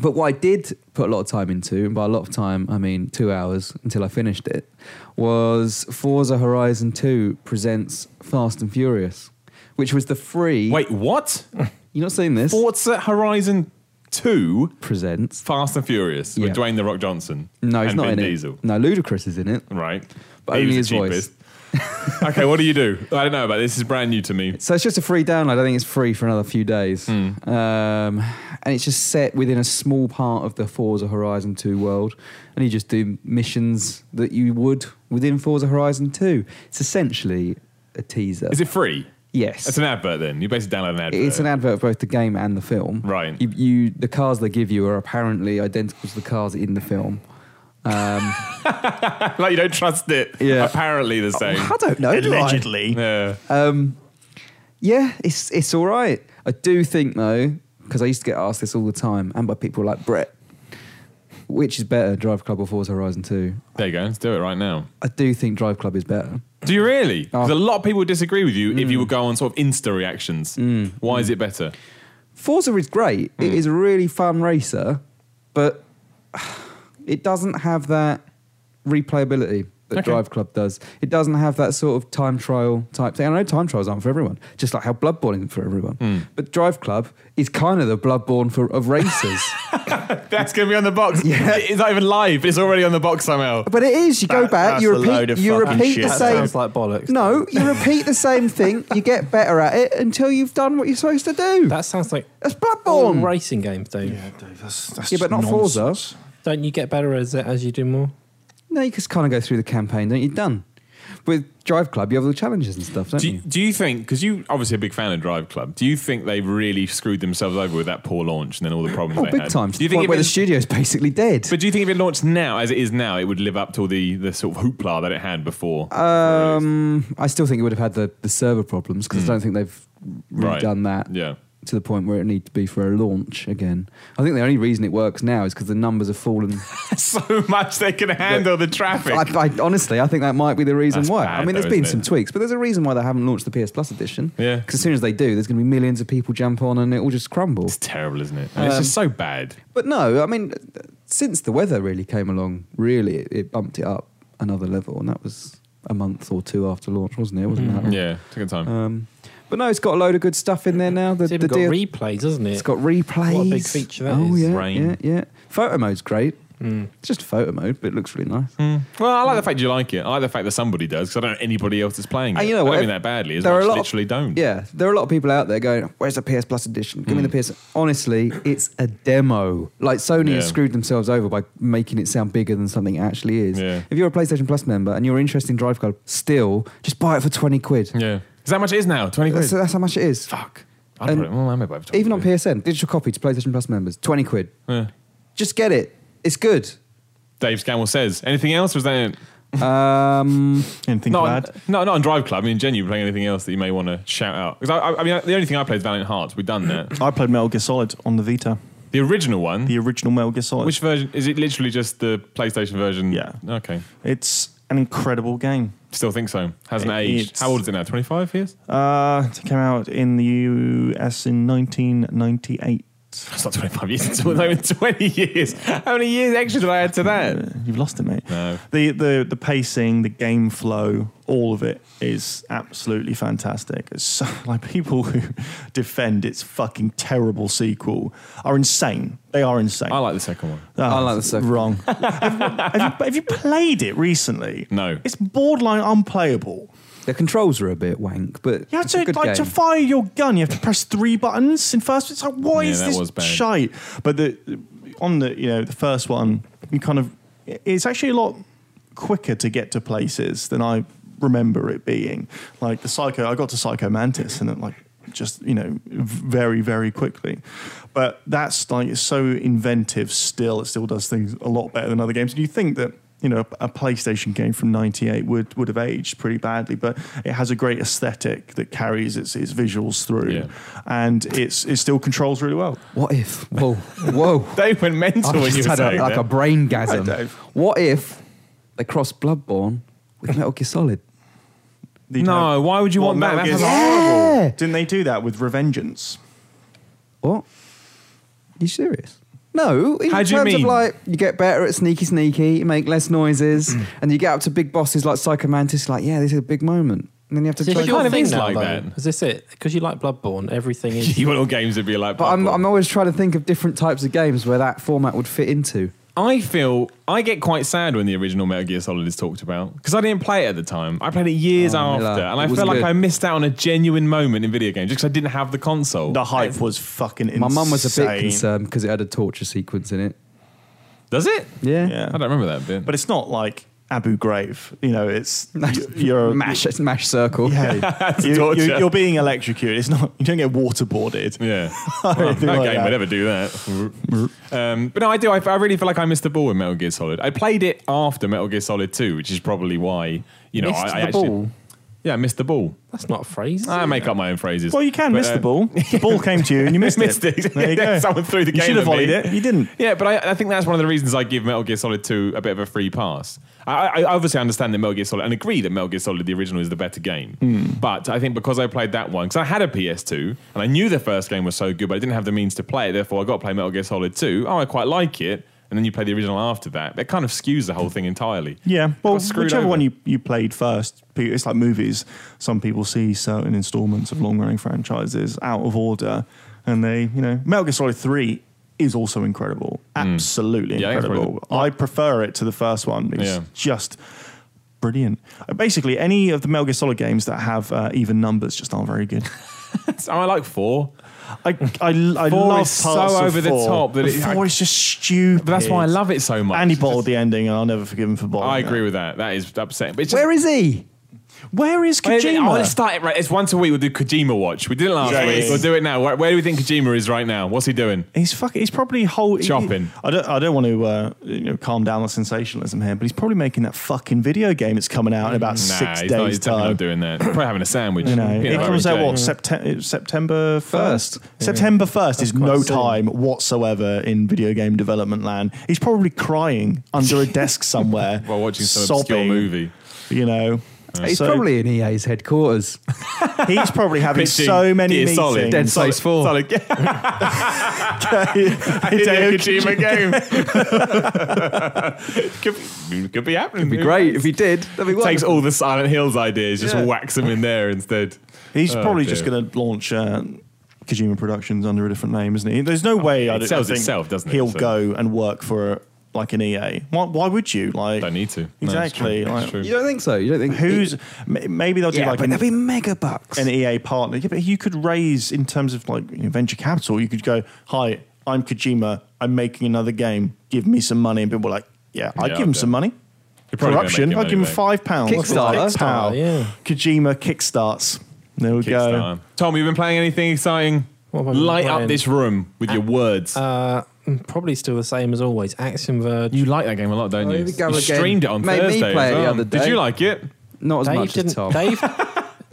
Speaker 2: but what I did put a lot of time into, and by a lot of time I mean two hours until I finished it, was Forza Horizon 2 presents Fast and Furious, which was the free.
Speaker 1: wait, what?
Speaker 2: you're not seeing this?
Speaker 1: Forza Horizon Two,
Speaker 2: presents?
Speaker 1: Fast and Furious with
Speaker 2: Yeah.
Speaker 1: Dwayne the Rock Johnson.
Speaker 2: No, he's
Speaker 1: and
Speaker 2: not
Speaker 1: Vin
Speaker 2: in
Speaker 1: Diesel.
Speaker 2: it. No, Ludacris is in it.
Speaker 1: Right.
Speaker 2: But only his voice.
Speaker 1: voice. okay, what do you do? I don't know about this. This is brand new to me.
Speaker 2: So it's just a free download. I think it's free for another few days.
Speaker 1: Hmm.
Speaker 2: Um, and it's just set within a small part of the Forza Horizon 2 world. And you just do missions that you would within Forza Horizon 2. It's essentially a teaser.
Speaker 1: Is it free?
Speaker 2: Yes.
Speaker 1: It's an advert then. You basically download an advert.
Speaker 2: It's an advert for both the game and the film.
Speaker 1: Right.
Speaker 2: You, you the cars they give you are apparently identical to the cars in the film.
Speaker 1: like you don't trust it.
Speaker 2: Yeah.
Speaker 1: Apparently the same.
Speaker 2: I don't know. do I?
Speaker 3: Allegedly.
Speaker 1: yeah.
Speaker 2: Um, Yeah, it's it's all right. I do think though, because I used to get asked this all the time, and by people like Brett, which is better, Drive Club or Forza Horizon Two?
Speaker 1: There you go. Let's do it right now.
Speaker 2: I do think Drive Club is better.
Speaker 1: Do you really? Because
Speaker 2: Oh. Mm.
Speaker 1: a lot of people would disagree with you if you would go on sort of Insta reactions. Why is it better?
Speaker 2: Forza is great. It is a really fun racer, but it doesn't have that replayability that
Speaker 1: Okay.
Speaker 2: Drive Club does. It doesn't have that sort of time trial type thing. I know time trials aren't for everyone, just like how Bloodborne isn't for everyone. But Drive Club is kind of the Bloodborne for of racers.
Speaker 1: That's going to be on the box.
Speaker 2: Yeah.
Speaker 1: It's not even live. It's already on the box somehow.
Speaker 2: But it is. You go
Speaker 3: That-
Speaker 2: back.
Speaker 3: that's
Speaker 2: You
Speaker 3: a load
Speaker 2: repeat.
Speaker 3: of
Speaker 2: You
Speaker 3: fucking
Speaker 2: repeat
Speaker 3: shit.
Speaker 2: the
Speaker 3: That
Speaker 2: same.
Speaker 5: sounds like bollocks.
Speaker 2: No, you repeat the same thing. You get better at it until you've done what you're supposed to do.
Speaker 5: That sounds like
Speaker 2: That's
Speaker 5: all
Speaker 2: Bloodborne.
Speaker 5: racing games, Dave.
Speaker 3: Dave, that's, that's
Speaker 2: Yeah, but not Forza.
Speaker 3: nonsense.
Speaker 5: Don't you get better as it as you do more?
Speaker 2: No, you just kind of go through the campaign, don't you? Done. With Drive Club, you have all the challenges and stuff, don't
Speaker 1: Do you,
Speaker 2: you?
Speaker 1: do you think, because you obviously a big fan of Drive Club, do you think they really screwed themselves over with that poor launch and then all the problems
Speaker 2: Oh,
Speaker 1: they
Speaker 2: big
Speaker 1: had?
Speaker 2: time. To
Speaker 1: Do you
Speaker 2: the
Speaker 1: think
Speaker 2: point
Speaker 1: if
Speaker 2: where the
Speaker 1: it-
Speaker 2: studio's basically dead.
Speaker 1: But do you think if it launched now, as it is now, it would live up to all the, the sort of hoopla that it had before?
Speaker 2: Uh, um, I still think it would have had the, the server problems because I don't think they've
Speaker 1: Right.
Speaker 2: redone that
Speaker 1: Yeah.
Speaker 2: to the point where it need to be for a launch again. I think the only reason it works now is because the numbers have fallen.
Speaker 1: so much they can handle the traffic.
Speaker 2: I, I, honestly, I think that might be the reason
Speaker 1: That's
Speaker 2: why.
Speaker 1: bad
Speaker 2: I mean, there's
Speaker 1: though,
Speaker 2: been
Speaker 1: isn't
Speaker 2: some
Speaker 1: it?
Speaker 2: tweaks, but there's a reason why they haven't launched the PS Plus edition.
Speaker 1: Yeah.
Speaker 2: Because as soon as they do, there's going to be millions of people jump on and it will just crumble.
Speaker 1: it's terrible, isn't it? And it's just
Speaker 2: Um,
Speaker 1: so bad.
Speaker 2: But no, I mean, since the weather really came along, really, it, it bumped it up another level, and that was a month or two after launch, wasn't it? It wasn't that long.
Speaker 1: Mm-hmm. Yeah, took a time.
Speaker 2: Um, but no, it's got a load of good stuff in there now. The,
Speaker 5: It's
Speaker 2: the
Speaker 5: even got
Speaker 2: deal-
Speaker 5: replays, doesn't it?
Speaker 2: it's got replays.
Speaker 5: What a big feature that
Speaker 2: oh,
Speaker 5: is. Mm.
Speaker 2: yeah,
Speaker 1: Rain.
Speaker 2: yeah, yeah. Photo mode's great. It's just photo mode, but it looks really nice.
Speaker 1: Mm. well, I like the fact you like it. I like the fact that somebody does because I don't know anybody else that's playing it.
Speaker 2: And Uh, you know
Speaker 1: I
Speaker 2: what?
Speaker 1: don't mean that badly. As
Speaker 2: There are
Speaker 1: much
Speaker 2: a lot of-
Speaker 1: literally don't. Hmm.
Speaker 2: Yeah, there are a lot of people out there going, "Where's the PS Plus edition? Give me the PS." Honestly, it's a demo. Like Sony has
Speaker 1: Yeah.
Speaker 2: screwed themselves over by making it sound bigger than something it actually is.
Speaker 1: Yeah.
Speaker 2: If you're a PlayStation Plus member and you're interested in Drive Club, still just buy it for twenty quid.
Speaker 1: Yeah. Is that how much it is now? 20 quid?
Speaker 2: That's, that's how much it is.
Speaker 1: Fuck. I'd put
Speaker 2: uh, And
Speaker 1: it, well, I may buy it for 20
Speaker 2: Even on
Speaker 1: quid.
Speaker 2: PSN, digital copy to PlayStation Plus members, twenty quid.
Speaker 1: Yeah.
Speaker 2: Just get it. It's good.
Speaker 1: Dave Scammell says. Anything else? Was that it?
Speaker 2: Um,
Speaker 3: Anything
Speaker 1: Not on,
Speaker 3: bad?
Speaker 1: no, not on Drive Club. I mean, genuinely playing anything else that you may want to shout out. Because I, I, I mean, the only thing I played is Valiant Hearts. We've done that.
Speaker 3: I played Metal Gear Solid on the Vita.
Speaker 1: the original one.
Speaker 3: The original Metal Gear Solid.
Speaker 1: which version? Is it literally just the PlayStation version?
Speaker 3: Yeah.
Speaker 1: Okay.
Speaker 3: it's an incredible game.
Speaker 1: Still think so. Hasn't
Speaker 3: It-
Speaker 1: aged.
Speaker 3: it's-
Speaker 1: How old is it now? 25 years?
Speaker 3: Uh, it came out in the US in 1998.
Speaker 1: It's not 25 years. It's not even 20 years. How many years extra did I add to that?
Speaker 3: You've lost it, mate.
Speaker 1: No.
Speaker 3: The, the the pacing, the game flow, all of it is absolutely fantastic. It's so, like people who defend its fucking terrible sequel are insane. They are insane.
Speaker 1: I like the second one.
Speaker 3: Oh,
Speaker 2: I like the second
Speaker 3: Wrong. have, have you, have you played it recently?
Speaker 1: No.
Speaker 3: It's borderline unplayable.
Speaker 2: the controls are a bit wank, but
Speaker 3: You have
Speaker 2: it's
Speaker 3: to
Speaker 2: a good
Speaker 3: like
Speaker 2: game.
Speaker 3: to fire your gun. You have to press three buttons in first. It's like why
Speaker 1: Yeah,
Speaker 3: is
Speaker 1: that was bad.
Speaker 3: this shite? But the on the you know the first one, you kind of it's actually a lot quicker to get to places than I remember it being. Like the Psycho, I got to Psycho Mantis and it like just you know very very quickly. But that's like it's so inventive. Still, it still does things a lot better than other games. And you think that you know, a PlayStation game from '98 would would have aged pretty badly, but it has a great aesthetic that carries its its visuals through,
Speaker 1: Yeah.
Speaker 3: and it's it still controls really well.
Speaker 2: What if? Whoa, whoa.
Speaker 1: They went mental
Speaker 2: I
Speaker 1: when you
Speaker 2: just
Speaker 1: were
Speaker 2: had
Speaker 1: saying
Speaker 2: a, like
Speaker 1: that.
Speaker 2: a brain gasm.
Speaker 3: Hi, Dave.
Speaker 2: What if they cross Bloodborne with Metal Gear Solid?
Speaker 3: They'd
Speaker 1: No,
Speaker 3: have-
Speaker 1: why would you
Speaker 3: Well,
Speaker 1: want that?
Speaker 3: Metal
Speaker 1: That
Speaker 3: Gear
Speaker 1: sounds
Speaker 2: horrible.
Speaker 3: Solid-
Speaker 2: Yeah.
Speaker 3: Didn't they do that with Revengeance?
Speaker 2: What? You serious? No, in
Speaker 1: How do you
Speaker 2: terms
Speaker 1: mean?
Speaker 2: of like you get better at sneaky sneaky, you make less noises,
Speaker 1: Hmm.
Speaker 2: and you get up to big bosses like Psychomantis, like, yeah, this is a big moment. And then you have to
Speaker 5: Is this
Speaker 2: try
Speaker 1: But
Speaker 5: your
Speaker 1: kind of
Speaker 5: thing
Speaker 1: is
Speaker 5: now,
Speaker 1: like
Speaker 5: though?
Speaker 1: that.
Speaker 5: Is this it? Because you like Bloodborne, everything is.
Speaker 1: You want all games to be like.
Speaker 2: But I'm,
Speaker 1: Bloodborne.
Speaker 2: I'm always trying to think of different types of games where that format would fit into.
Speaker 1: I feel I get quite sad when the original Metal Gear Solid is talked about because I didn't play it at the time. I played it years
Speaker 2: Oh,
Speaker 1: after,
Speaker 2: Miller,
Speaker 1: and
Speaker 2: it
Speaker 1: I
Speaker 2: was
Speaker 1: feel like
Speaker 2: good.
Speaker 1: I missed out on a genuine moment in video games just because I didn't have the console.
Speaker 3: The hype was fucking insane.
Speaker 2: My mum was a bit concerned because it had a torture sequence in it.
Speaker 1: Does it?
Speaker 2: Yeah.
Speaker 3: Yeah.
Speaker 1: I don't remember that bit.
Speaker 3: but it's not like Abu Grave. You know, it's you're
Speaker 2: mash, mash circle.
Speaker 3: Yeah, you,
Speaker 1: torture.
Speaker 3: you, you're being electrocuted. It's not. You don't get waterboarded.
Speaker 1: yeah, Well, that
Speaker 3: Anything like
Speaker 1: game
Speaker 3: that.
Speaker 1: would ever do that. um, but no, I do. I, I really feel like I missed the ball with Metal Gear Solid. I played it after Metal Gear Solid Two, which is probably why you know
Speaker 5: Missed
Speaker 1: I, I
Speaker 5: the
Speaker 1: actually
Speaker 5: ball?
Speaker 1: Yeah, I missed the ball.
Speaker 5: That's not a phrase.
Speaker 2: Uh,
Speaker 1: I make up my own phrases.
Speaker 3: Well, you can
Speaker 1: But,
Speaker 3: miss
Speaker 1: uh,
Speaker 3: the ball. The ball came to you and you missed,
Speaker 1: missed
Speaker 3: it.
Speaker 1: it.
Speaker 3: There you go.
Speaker 1: Someone threw the
Speaker 3: You
Speaker 1: game
Speaker 3: should have
Speaker 1: at me.
Speaker 3: volleyed it. You didn't.
Speaker 1: Yeah, but I, I think that's one of the reasons I give Metal Gear Solid 2 a bit of a free pass. I, I obviously understand that Metal Gear Solid and agree that Metal Gear Solid the original is the better game.
Speaker 3: Hmm.
Speaker 1: But I think because I played that one, because I had a PS2 and I knew the first game was so good, but I didn't have the means to play it. Therefore, I got to play Metal Gear Solid 2. Oh, I quite like it. And then you play the original after that. That kind of skews the whole thing entirely.
Speaker 3: Yeah,
Speaker 1: Got
Speaker 3: well,
Speaker 1: screwed
Speaker 3: whichever
Speaker 1: over.
Speaker 3: one you, you played first, pe- it's like movies. Some people see certain installments of long running franchises out of order, and they, you know, Metal Gear Solid 3 is also incredible. Absolutely
Speaker 1: Hmm. Yeah, I think it's
Speaker 3: incredible. I prefer it to the first one because
Speaker 1: Yeah.
Speaker 3: it's just brilliant. Uh, Basically, any of the Metal Gear Solid games that have uh, even numbers just aren't very good.
Speaker 1: So I like 4.
Speaker 3: I, I, I
Speaker 1: Four
Speaker 3: love
Speaker 1: is so
Speaker 3: parts of
Speaker 1: over the
Speaker 3: four.
Speaker 1: top that it-
Speaker 3: four is just stupid.
Speaker 1: But that's why I love it so much.
Speaker 3: And he bottled the ending, and I'll never forgive him for bottling.
Speaker 1: I
Speaker 3: it.
Speaker 1: agree with that. That is upsetting. But it's just-
Speaker 2: Where is he?
Speaker 3: Where is
Speaker 1: Wait,
Speaker 3: Kojima?
Speaker 1: Oh, let's start it right. It's once a week. We'll do Kojima watch. We did it last
Speaker 3: Yes.
Speaker 1: week. We'll do it now. Where, where do we think Kojima is right now? What's he doing?
Speaker 3: He's fucking. He's probably whole he-
Speaker 1: Chopping.
Speaker 3: I don't. I don't want to uh, you know calm down the sensationalism here, but he's probably making that fucking video game that's coming out in about six
Speaker 1: he's
Speaker 3: days
Speaker 1: not, he's definitely
Speaker 3: time.
Speaker 1: not doing that. Probably having a sandwich.
Speaker 3: You know,
Speaker 1: Peanut
Speaker 3: it
Speaker 1: butter
Speaker 3: comes
Speaker 1: and
Speaker 3: out what
Speaker 1: jelly.
Speaker 3: September September first.
Speaker 5: First.
Speaker 3: September first is
Speaker 5: quite
Speaker 3: no
Speaker 5: soon.
Speaker 3: time whatsoever in video game development land. He's probably crying under a desk somewhere
Speaker 1: While watching some obscure
Speaker 3: sobbing,
Speaker 1: movie.
Speaker 3: You know,
Speaker 2: He's
Speaker 3: So
Speaker 2: probably in EA's headquarters.
Speaker 3: he's probably having
Speaker 1: Pitching
Speaker 3: so many
Speaker 1: Gear
Speaker 3: meetings.
Speaker 1: Solid.
Speaker 2: Dead Space 4.
Speaker 1: Solid. Yeah, it's
Speaker 3: Hideo
Speaker 1: Kojima game. could, be, could be happening.
Speaker 2: It'd be great if he did. That'd be
Speaker 1: Takes
Speaker 2: wonderful.
Speaker 1: all the Silent Hills ideas, just
Speaker 2: Yeah.
Speaker 1: whacks them in there instead.
Speaker 3: He's
Speaker 1: Oh,
Speaker 3: probably
Speaker 1: dear.
Speaker 3: just going to launch uh, Kojima Productions under a different name, isn't he? There's no way I, don't- I
Speaker 1: sells
Speaker 3: think
Speaker 1: itself, doesn't it?
Speaker 3: he'll
Speaker 1: So-
Speaker 3: go and work for like an EA. Why, why would you? Like,
Speaker 1: Don't need to. No, it's
Speaker 3: Exactly.
Speaker 1: true.
Speaker 3: like,
Speaker 1: It's true.
Speaker 2: You don't think so? You don't think
Speaker 3: Who's m- maybe they'll do
Speaker 2: Yeah,
Speaker 3: like
Speaker 2: but
Speaker 3: an,
Speaker 2: there'd be mega bucks.
Speaker 3: an EA partner. Yeah, but you could raise in terms of like you know, venture capital. You could go, "Hi, I'm Kojima. I'm making another game. Give me some money." And people are like, "Yeah, I
Speaker 1: Yeah,
Speaker 3: give
Speaker 1: I'll
Speaker 3: him
Speaker 1: do
Speaker 3: some
Speaker 1: it."
Speaker 3: money."
Speaker 1: You're probably gonna make
Speaker 3: Corruption.
Speaker 1: your
Speaker 3: I'd
Speaker 1: money
Speaker 3: give him
Speaker 1: back.
Speaker 3: five pounds.
Speaker 2: Kickstarter.
Speaker 3: Like, pow.
Speaker 5: Kickstarter, yeah.
Speaker 3: Kojima kickstarts. There we go.
Speaker 1: Kickstarter. Tom, you been playing anything exciting?
Speaker 5: What have I been
Speaker 1: Light up
Speaker 5: playing?
Speaker 1: this room with your words.
Speaker 5: Uh, probably still the same as always. Action Verge.
Speaker 1: You like that game a lot, don't
Speaker 2: Oh,
Speaker 1: you?
Speaker 2: here we go
Speaker 1: you
Speaker 2: again.
Speaker 1: streamed it on
Speaker 2: Made me
Speaker 1: Thursday.
Speaker 2: play
Speaker 1: as
Speaker 2: it the
Speaker 1: well.
Speaker 2: other day.
Speaker 1: Did you like it?
Speaker 2: Not as much
Speaker 5: didn't.
Speaker 2: as Tom.
Speaker 5: Dave,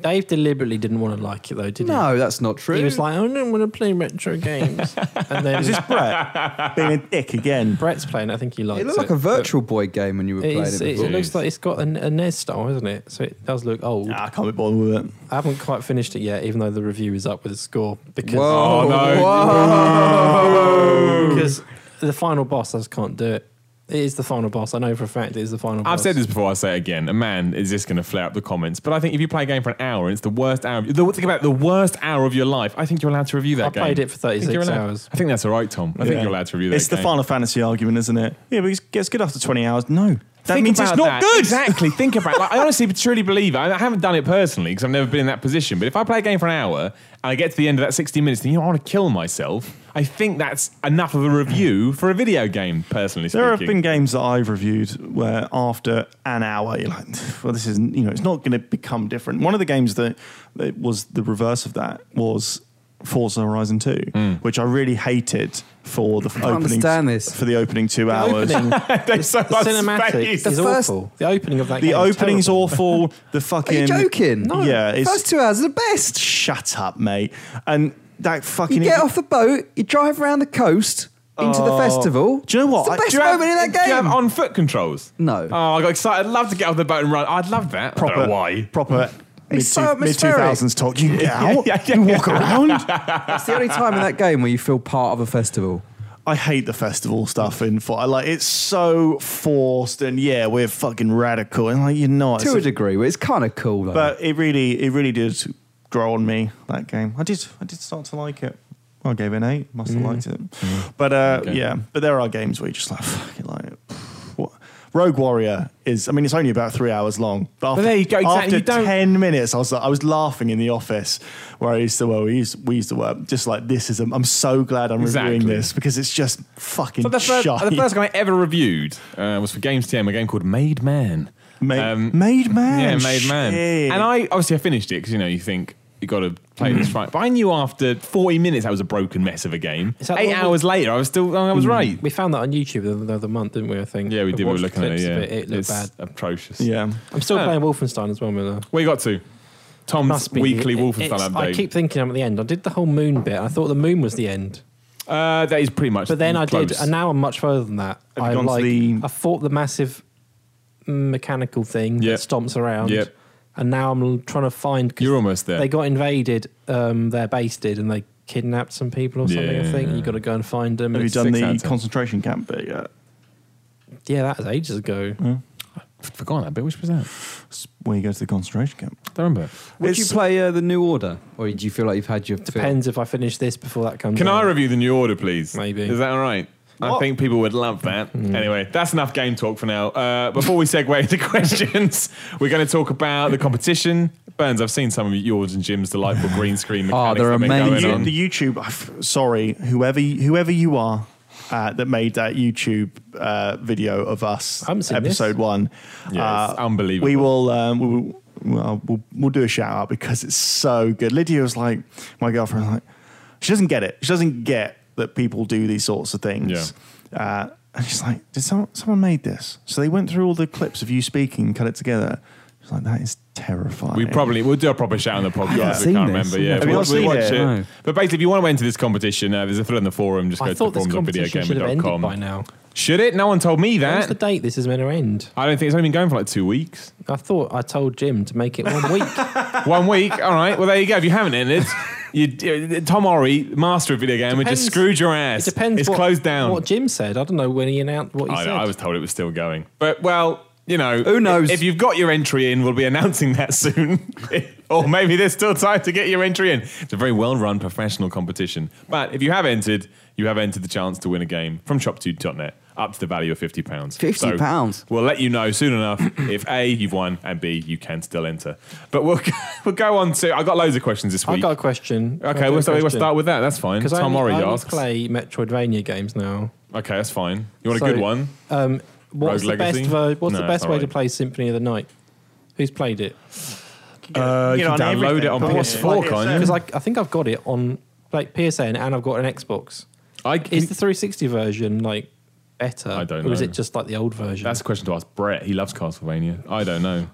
Speaker 5: Dave deliberately didn't want to like it though, did
Speaker 2: no, that's not
Speaker 5: he?
Speaker 2: true.
Speaker 5: He was like, I don't want to play retro games. and then
Speaker 3: Brett being a dick again.
Speaker 5: Brett's playing. I think he likes
Speaker 2: it
Speaker 5: it.
Speaker 2: looked like a virtual boy game when you were
Speaker 5: It,
Speaker 2: playing
Speaker 5: is,
Speaker 2: it
Speaker 5: it,
Speaker 2: before.
Speaker 5: it looks like it's got a, a NES style, isn't it? So it does look old.
Speaker 3: Nah, I can't be bothered with it.
Speaker 5: I haven't quite finished it yet, even though the review is up with a score because Oh,
Speaker 2: Whoa,
Speaker 1: Oh, no.
Speaker 5: because the final boss I just can't do it. It is the final boss. I know for a fact it is the final. boss.
Speaker 1: I've said this before, I say it again. A man is just going to flare up the comments. But I think if you play a game for an hour and it's the worst hour, of, the, think about the worst hour of your life, I think you're allowed to review that
Speaker 5: I
Speaker 1: game.
Speaker 5: played it for
Speaker 1: I think you're
Speaker 5: 36
Speaker 1: allowed-
Speaker 5: hours.
Speaker 1: I think that's all right, Tom. I think
Speaker 3: Yeah.
Speaker 1: you're allowed to review that
Speaker 3: It's the
Speaker 1: game.
Speaker 3: Final Fantasy argument, isn't it? Yeah, but it gets good after 20 hours. No. That
Speaker 1: Think
Speaker 3: means it's
Speaker 1: about that.
Speaker 3: not good.
Speaker 1: Exactly. Think about it. Like, I honestly truly believe it. I haven't done it personally because I've never been in that position. But if I play a game for an hour and I get to the end of that 60 minutes, then you know, I want to kill myself. I think that's enough of a review for a video game, personally
Speaker 3: There have
Speaker 1: speaking.
Speaker 3: been games that I've reviewed where after an hour, you're like, well, this isn't, you know, it's not going to become different. One of the games that, that was the reverse of that was Forza Horizon 2,
Speaker 1: Hmm.
Speaker 3: which I really hated for the opening
Speaker 2: understand this.
Speaker 3: for the opening two hours.
Speaker 5: opening.
Speaker 1: They're so
Speaker 5: The cinematic
Speaker 1: unspaced.
Speaker 5: is
Speaker 2: The first-
Speaker 5: awful. The opening of that.
Speaker 3: The
Speaker 5: game is
Speaker 3: opening's
Speaker 5: terrible.
Speaker 3: awful. The
Speaker 2: Are
Speaker 3: fucking
Speaker 2: you joking?
Speaker 3: No. Yeah, it's-
Speaker 2: First two hours are the best.
Speaker 3: Shut up, mate. And that fucking
Speaker 2: You get off the boat, you drive around the coast into the
Speaker 3: Oh.
Speaker 2: festival.
Speaker 3: Do you know what?
Speaker 2: It's
Speaker 3: I-
Speaker 2: the best
Speaker 3: do you have-
Speaker 2: moment in
Speaker 1: Do you
Speaker 2: that
Speaker 1: have
Speaker 2: game.
Speaker 1: on foot controls?
Speaker 2: No.
Speaker 1: Oh, I got excited. I'd love to get off the boat and run. I'd love that. I don't
Speaker 3: proper
Speaker 1: know why?
Speaker 3: proper mid
Speaker 2: It's so
Speaker 3: mid two thousands talk. You get out,
Speaker 1: yeah, yeah.
Speaker 3: you walk around.
Speaker 2: That's the only time in that game where you feel part of a festival.
Speaker 3: I hate the festival stuff in for like it's so forced and yeah, we're fucking radical and like you're not.
Speaker 2: to a
Speaker 3: It's a-
Speaker 2: degree, but it's kind of cool though.
Speaker 3: but it really, it really did grow on me that game. I did, I did start to like it. I gave it an eight. Must have liked it. But uh,
Speaker 1: Mm-hmm. Okay.
Speaker 3: yeah, but there are games where you're just like fucking like. What? Rogue Warrior is. I mean, it's only about three hours long. But, after,
Speaker 1: there you go, exactly,
Speaker 3: After
Speaker 1: you don't-
Speaker 3: ten minutes, I was like, I was laughing in the office where I used to. Well, we used, we used to work. Just like this is. A, I'm so glad I'm reviewing
Speaker 1: Exactly.
Speaker 3: this because it's just fucking.
Speaker 1: But the first,
Speaker 3: shite.
Speaker 1: the first game I ever reviewed uh, was for Games TM, a game called Made Man.
Speaker 3: Ma-
Speaker 1: Um,
Speaker 3: made man.
Speaker 1: Yeah, made man.
Speaker 3: Shit.
Speaker 1: And I obviously I finished it because you know you think you got to play
Speaker 3: Mm-hmm.
Speaker 1: this right. But I knew after 40 minutes that was a broken mess of a game.
Speaker 5: Is that
Speaker 1: Eight
Speaker 5: the one
Speaker 1: hours later, I was still I
Speaker 3: Mm.
Speaker 1: was right.
Speaker 5: We found that on YouTube the- the other month, didn't we? I think.
Speaker 1: Yeah, we
Speaker 5: I
Speaker 1: did. We were
Speaker 5: watched
Speaker 1: looking at it.
Speaker 5: clips
Speaker 1: Yeah,
Speaker 5: of It, it looked
Speaker 1: it's
Speaker 5: bad.
Speaker 1: atrocious.
Speaker 3: yeah.
Speaker 5: I'm still
Speaker 1: Oh.
Speaker 5: playing Wolfenstein as well, Miller.
Speaker 1: Where you got to? Tom's
Speaker 5: Must be
Speaker 1: weekly
Speaker 5: it-
Speaker 1: Wolfenstein
Speaker 5: it's-
Speaker 1: update.
Speaker 5: I keep thinking I'm at the end. I did the whole moon bit. I thought the moon was the end,
Speaker 1: uh, that is pretty much.
Speaker 5: but then I did,
Speaker 1: close.
Speaker 5: and now I'm much further than that.
Speaker 3: Have you
Speaker 5: I
Speaker 3: gone to
Speaker 5: like
Speaker 3: the-
Speaker 5: I fought the massive mechanical thing
Speaker 1: Yep.
Speaker 5: that stomps around.
Speaker 1: Yep.
Speaker 5: And now I'm l- trying to find. 'cause
Speaker 1: You're almost there.
Speaker 5: They got invaded. Um, their base did, and they kidnapped some people or something. I think
Speaker 1: Yeah.
Speaker 5: you got to go and find them.
Speaker 3: Have you
Speaker 5: It's-
Speaker 3: done
Speaker 1: six
Speaker 3: the
Speaker 1: out of ten.
Speaker 3: concentration camp bit yet?
Speaker 5: Yeah, that was ages ago.
Speaker 1: I've forgotten that bit. Which was that?
Speaker 3: It's Where you go to the concentration camp?
Speaker 1: Don't remember.
Speaker 2: Would you
Speaker 3: It's-
Speaker 2: play uh, the New Order, or do you feel like you've had your fill?
Speaker 5: Depends if I finish this before that comes.
Speaker 1: Can I
Speaker 5: out.
Speaker 1: review the new order, please?
Speaker 5: Maybe. Mm.
Speaker 1: Is that all right? I
Speaker 3: What?
Speaker 1: think people would love that. Anyway, that's enough game talk for now. Uh, before we segue into questions, we're going to talk about the competition. Burns, I've seen some of yours and Jim's delightful green screen
Speaker 2: Oh,
Speaker 1: mechanics.
Speaker 2: they're
Speaker 1: that been going
Speaker 2: amazing.
Speaker 3: You-
Speaker 1: on.
Speaker 3: the YouTube. I f- Sorry, whoever whoever you are uh, that made that YouTube uh, video of us,
Speaker 5: I haven't seen
Speaker 3: episode
Speaker 5: this.
Speaker 3: one. uh,
Speaker 1: Yeah, it's unbelievable.
Speaker 3: We will. Um, we will well, we'll, we'll do a shout out because it's so good. Lydia was like, my girlfriend, was like, she doesn't get it. She doesn't get that people do these sorts of things. Uh, and she's like, did someone, someone made this? So they went through all the clips of you speaking, and cut it together. She's like, that is terrifying.
Speaker 1: We probably we'll do a proper shout on the podcast. I,
Speaker 2: seen
Speaker 1: can't
Speaker 2: this.
Speaker 1: remember. Yeah,
Speaker 3: Have you
Speaker 1: we'll,
Speaker 3: not seen
Speaker 1: we'll watch
Speaker 3: it?
Speaker 1: it.
Speaker 2: No.
Speaker 1: But basically, if you want to enter this competition, uh, there's a thread on the forum. Just
Speaker 5: I
Speaker 1: go
Speaker 5: thought
Speaker 1: to
Speaker 5: this competition should have ended by
Speaker 1: forums.videogamer.com.
Speaker 5: now.
Speaker 1: Should it? No one told me
Speaker 5: When's
Speaker 1: that.
Speaker 5: the date this is meant to end?
Speaker 1: I don't think it's only been going for like two weeks.
Speaker 5: I thought I told Jim to make it one week.
Speaker 1: One week. All right. Well, there you go. If you haven't ended, you, uh, Tom Ori, master of video game, just
Speaker 5: Depends-
Speaker 1: screwed your ass.
Speaker 5: It depends.
Speaker 1: It's
Speaker 5: what,
Speaker 1: closed down.
Speaker 5: What Jim said. I don't know when he announced what he
Speaker 1: I,
Speaker 5: said.
Speaker 1: I was told it was still going, but well, you know,
Speaker 2: Who knows?
Speaker 1: If you've got your entry in, we'll be announcing that soon, or maybe there's still time to get your entry in. It's a very well-run professional competition, but if you have entered, you have entered the chance to win a game from shop2.net up to the value of fifty pounds.
Speaker 2: £50.
Speaker 1: We'll let you know soon enough if A you've won and B you can still enter. But we'll we'll go on to. I got loads of questions this
Speaker 5: I
Speaker 1: week.
Speaker 5: got a question. I've
Speaker 1: okay,
Speaker 5: got
Speaker 1: we'll
Speaker 5: a
Speaker 1: start, we'll
Speaker 5: question.
Speaker 1: start with that. That's fine.
Speaker 5: 'Cause I
Speaker 1: Tom
Speaker 5: only-
Speaker 1: Ori
Speaker 5: I only
Speaker 1: asks.
Speaker 5: play Metroidvania games now.
Speaker 1: Okay, that's fine. You want a
Speaker 5: So,
Speaker 1: good one?
Speaker 5: Um, what's
Speaker 1: Rogue
Speaker 5: the best?
Speaker 1: Legacy?
Speaker 5: Ver- what's
Speaker 1: No,
Speaker 5: the
Speaker 1: it's
Speaker 5: best
Speaker 1: not
Speaker 5: way to
Speaker 1: right.
Speaker 5: play Symphony of the Night? Who's played it?
Speaker 1: Uh, you,
Speaker 3: You know,
Speaker 1: can
Speaker 3: on
Speaker 1: download it
Speaker 3: everything,
Speaker 1: on
Speaker 3: but what's
Speaker 1: PS4,
Speaker 3: like
Speaker 1: can't you?
Speaker 5: Because I, I think I've got it on like PSN and I've got an Xbox.
Speaker 1: I,
Speaker 5: Is the 360 version like better?
Speaker 1: I don't
Speaker 5: Or is
Speaker 1: know.
Speaker 5: it just like the old version?
Speaker 1: that's a question to ask Brett. He loves Castlevania. I don't know.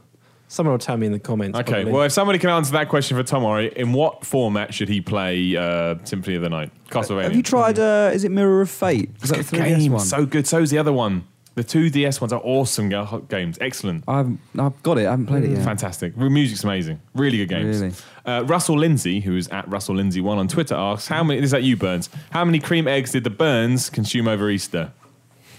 Speaker 5: Someone will tell me in the comments.
Speaker 1: Okay,
Speaker 5: probably.
Speaker 1: well, if somebody can answer that question for Tom Ori, in what format should he play uh, Symphony of the Night? Castlevania.
Speaker 2: Have you tried? Uh, is it Mirror of Fate? Is that the
Speaker 1: Good
Speaker 2: 3DS
Speaker 1: game,
Speaker 2: one?
Speaker 1: So good. So's the other one. The two DS ones are awesome ga- games. Excellent.
Speaker 2: I've I've got it. I haven't played it yet.
Speaker 1: Fantastic. The music's amazing. Really good games.
Speaker 2: Really.
Speaker 1: Uh, Russell Lindsay, who is at Russell Lindsay1 on Twitter, asks, How many, is that you, Burns? How many cream eggs did the Burns consume over Easter?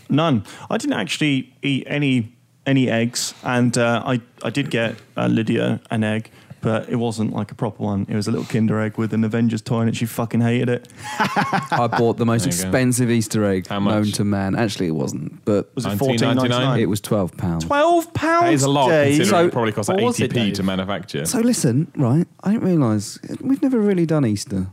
Speaker 3: None. I didn't actually eat any any eggs, and uh, I I did get uh, Lydia an egg, but it wasn't like a proper one. It was a little Kinder egg with an Avengers toy, in it. she fucking hated it.
Speaker 2: I bought the most
Speaker 1: There you go.
Speaker 2: expensive Easter egg
Speaker 1: How much?
Speaker 2: known to man. Actually, it wasn't, but
Speaker 3: Was it fourteen ninety
Speaker 1: 19.99?
Speaker 3: nine?
Speaker 2: it was twelve pounds.
Speaker 3: twelve pounds.
Speaker 1: That is a lot,
Speaker 3: Dave.
Speaker 1: considering
Speaker 2: So-
Speaker 1: it probably costs like
Speaker 5: What was it,
Speaker 1: 80p to
Speaker 5: Dave?
Speaker 1: manufacture.
Speaker 2: So listen, right? I didn't realise we've never really done Easter.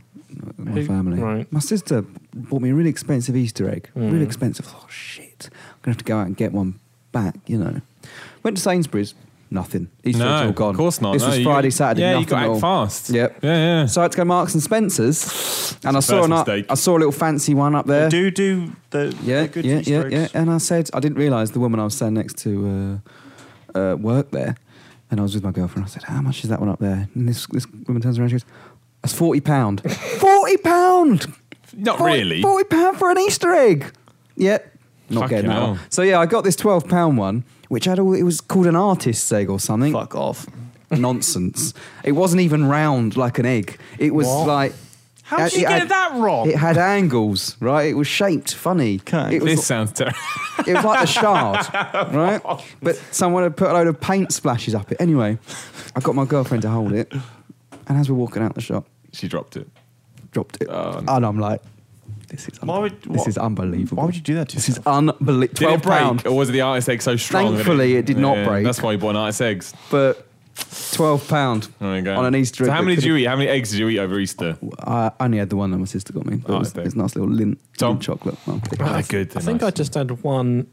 Speaker 2: My
Speaker 5: Who-
Speaker 2: family.
Speaker 5: right. Hmm.
Speaker 2: My sister bought me a really expensive Easter egg. Really expensive. Oh shit! I'm gonna have to go out and get one back. You know. Went to Sainsbury's. Nothing. Easter
Speaker 1: no,
Speaker 2: eggs all gone.
Speaker 1: Of course not.
Speaker 2: This
Speaker 1: no,
Speaker 2: was
Speaker 1: you-
Speaker 2: Friday, Saturday.
Speaker 1: Yeah,
Speaker 2: nothing
Speaker 1: you got
Speaker 2: at
Speaker 1: to
Speaker 2: all.
Speaker 1: act fast.
Speaker 2: Yep.
Speaker 1: Yeah, yeah.
Speaker 2: So I had to go Marks and Spencers, and I
Speaker 1: It's the
Speaker 2: saw
Speaker 1: first
Speaker 2: an up,
Speaker 1: mistake.
Speaker 2: I saw a little fancy one up there.
Speaker 3: Do do the
Speaker 2: yeah,
Speaker 3: the good
Speaker 2: yeah, yeah,
Speaker 3: Easter
Speaker 2: yeah.
Speaker 3: eggs.
Speaker 2: And I said, I didn't realise the woman I was standing next to uh, uh, worked there, and I was with my girlfriend. I said, "How much is that one up there?" And this this woman turns around, and she goes, "That's forty pound. forty pound.
Speaker 1: Not really.
Speaker 2: Forty pound for an Easter egg. Yep. Not
Speaker 1: Fucking
Speaker 2: getting that
Speaker 1: hell.
Speaker 2: one. So yeah, I got this twelve pound one, which had all. It was called an artist's egg or something
Speaker 3: Fuck off.
Speaker 2: nonsense. It wasn't even round like an egg. It was
Speaker 5: What?
Speaker 2: like.
Speaker 3: How did
Speaker 2: it
Speaker 3: you get
Speaker 2: had-
Speaker 3: that wrong?
Speaker 2: It had angles, right? It was shaped funny.
Speaker 3: Okay.
Speaker 2: It was,
Speaker 1: This sounds terrible.
Speaker 2: it was like the shard, right? But someone had put a load of paint splashes up it. Anyway, I got my girlfriend to hold it, and as we're walking out the shop,
Speaker 1: she dropped it.
Speaker 2: dropped it,
Speaker 1: Oh, no.
Speaker 2: and I'm like, "This is
Speaker 3: Why would-
Speaker 2: this
Speaker 3: what-
Speaker 2: is unbelievable.
Speaker 3: Why would you do that to
Speaker 2: This is
Speaker 3: yourself?
Speaker 2: unbelievable.
Speaker 1: Did
Speaker 2: Twelve
Speaker 1: it break,
Speaker 2: pound,
Speaker 1: or was the artist egg so strong? that
Speaker 2: Thankfully, it did not
Speaker 1: Yeah,
Speaker 2: break.
Speaker 1: That's why you bought an artist eggs.
Speaker 2: but twelve pound
Speaker 1: There you go.
Speaker 2: on an Easter egg.
Speaker 1: So how
Speaker 2: that
Speaker 1: many
Speaker 2: could've
Speaker 1: did you eat? How many eggs did you eat over Easter?
Speaker 2: I only had the one that my sister got me. But
Speaker 1: Oh,
Speaker 2: it was,
Speaker 1: okay.
Speaker 2: it's a nice little lint,
Speaker 1: Tom?
Speaker 2: lint chocolate. one.
Speaker 1: Ah, good.
Speaker 5: I think I just had one,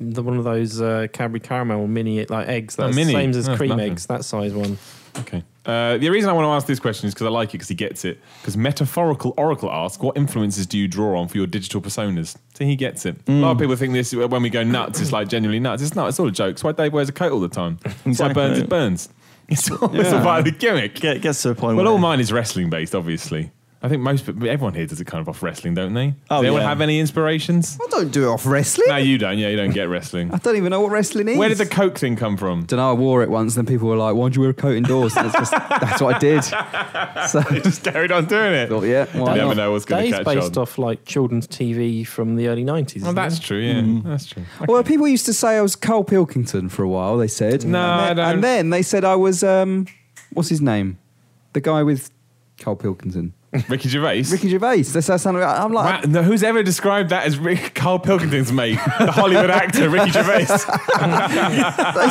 Speaker 5: the one of those uh, Cadbury caramel mini like eggs.
Speaker 1: Oh,
Speaker 5: That's the
Speaker 1: mini.
Speaker 5: same as
Speaker 1: Oh,
Speaker 5: cream
Speaker 1: nothing.
Speaker 5: eggs. That size one.
Speaker 1: Okay. Uh, the reason I want to ask this question is because I like it because he gets it. Because Metaphorical Oracle asks, what influences do you draw on for your digital personas? So he gets it. A
Speaker 3: Mm.
Speaker 1: lot of people think this, when we go nuts, it's like genuinely nuts. It's not, it's all jokes. Why Dave wears a coat all the time? It's why
Speaker 3: Exactly.
Speaker 1: Burns is Burns. It's all, it's all part of the gimmick.
Speaker 3: Get, gets to a point
Speaker 1: Well,
Speaker 3: where
Speaker 1: all mine is wrestling based, obviously. I think most, but everyone here does it kind of off wrestling, don't they?
Speaker 3: Oh,
Speaker 1: Does anyone
Speaker 3: yeah.
Speaker 1: have any inspirations?
Speaker 2: I don't do it off wrestling.
Speaker 1: No, you don't. Yeah, you don't get wrestling.
Speaker 2: I don't even know what wrestling is.
Speaker 1: Where did the Coke thing come from?
Speaker 2: don't know. I wore it once, and then people were like, "Why'd you wear a coat indoors?" And it's just that's what I did. So
Speaker 1: Just carried on doing it.
Speaker 2: thought, yeah, why
Speaker 1: You never
Speaker 2: not?
Speaker 1: know what's
Speaker 5: That
Speaker 1: going
Speaker 5: is
Speaker 1: to catch
Speaker 5: based
Speaker 1: on.
Speaker 5: off like children's TV from the early 90s.
Speaker 1: Oh,
Speaker 5: isn't
Speaker 1: that's
Speaker 5: it?
Speaker 1: true. Yeah, that's true.
Speaker 2: Well, people used to say I was Cole Pilkington for a while. They said
Speaker 1: No, I
Speaker 2: and then,
Speaker 1: don't-
Speaker 2: and then they said I was um, what's his name, the guy with Cole Pilkington,
Speaker 1: Ricky Gervais.
Speaker 2: Ricky Gervais. They said something. I'm like,
Speaker 1: Wow, no, who's ever described that as Rick, Carl Pilkington's mate, the Hollywood actor Ricky Gervais?
Speaker 2: they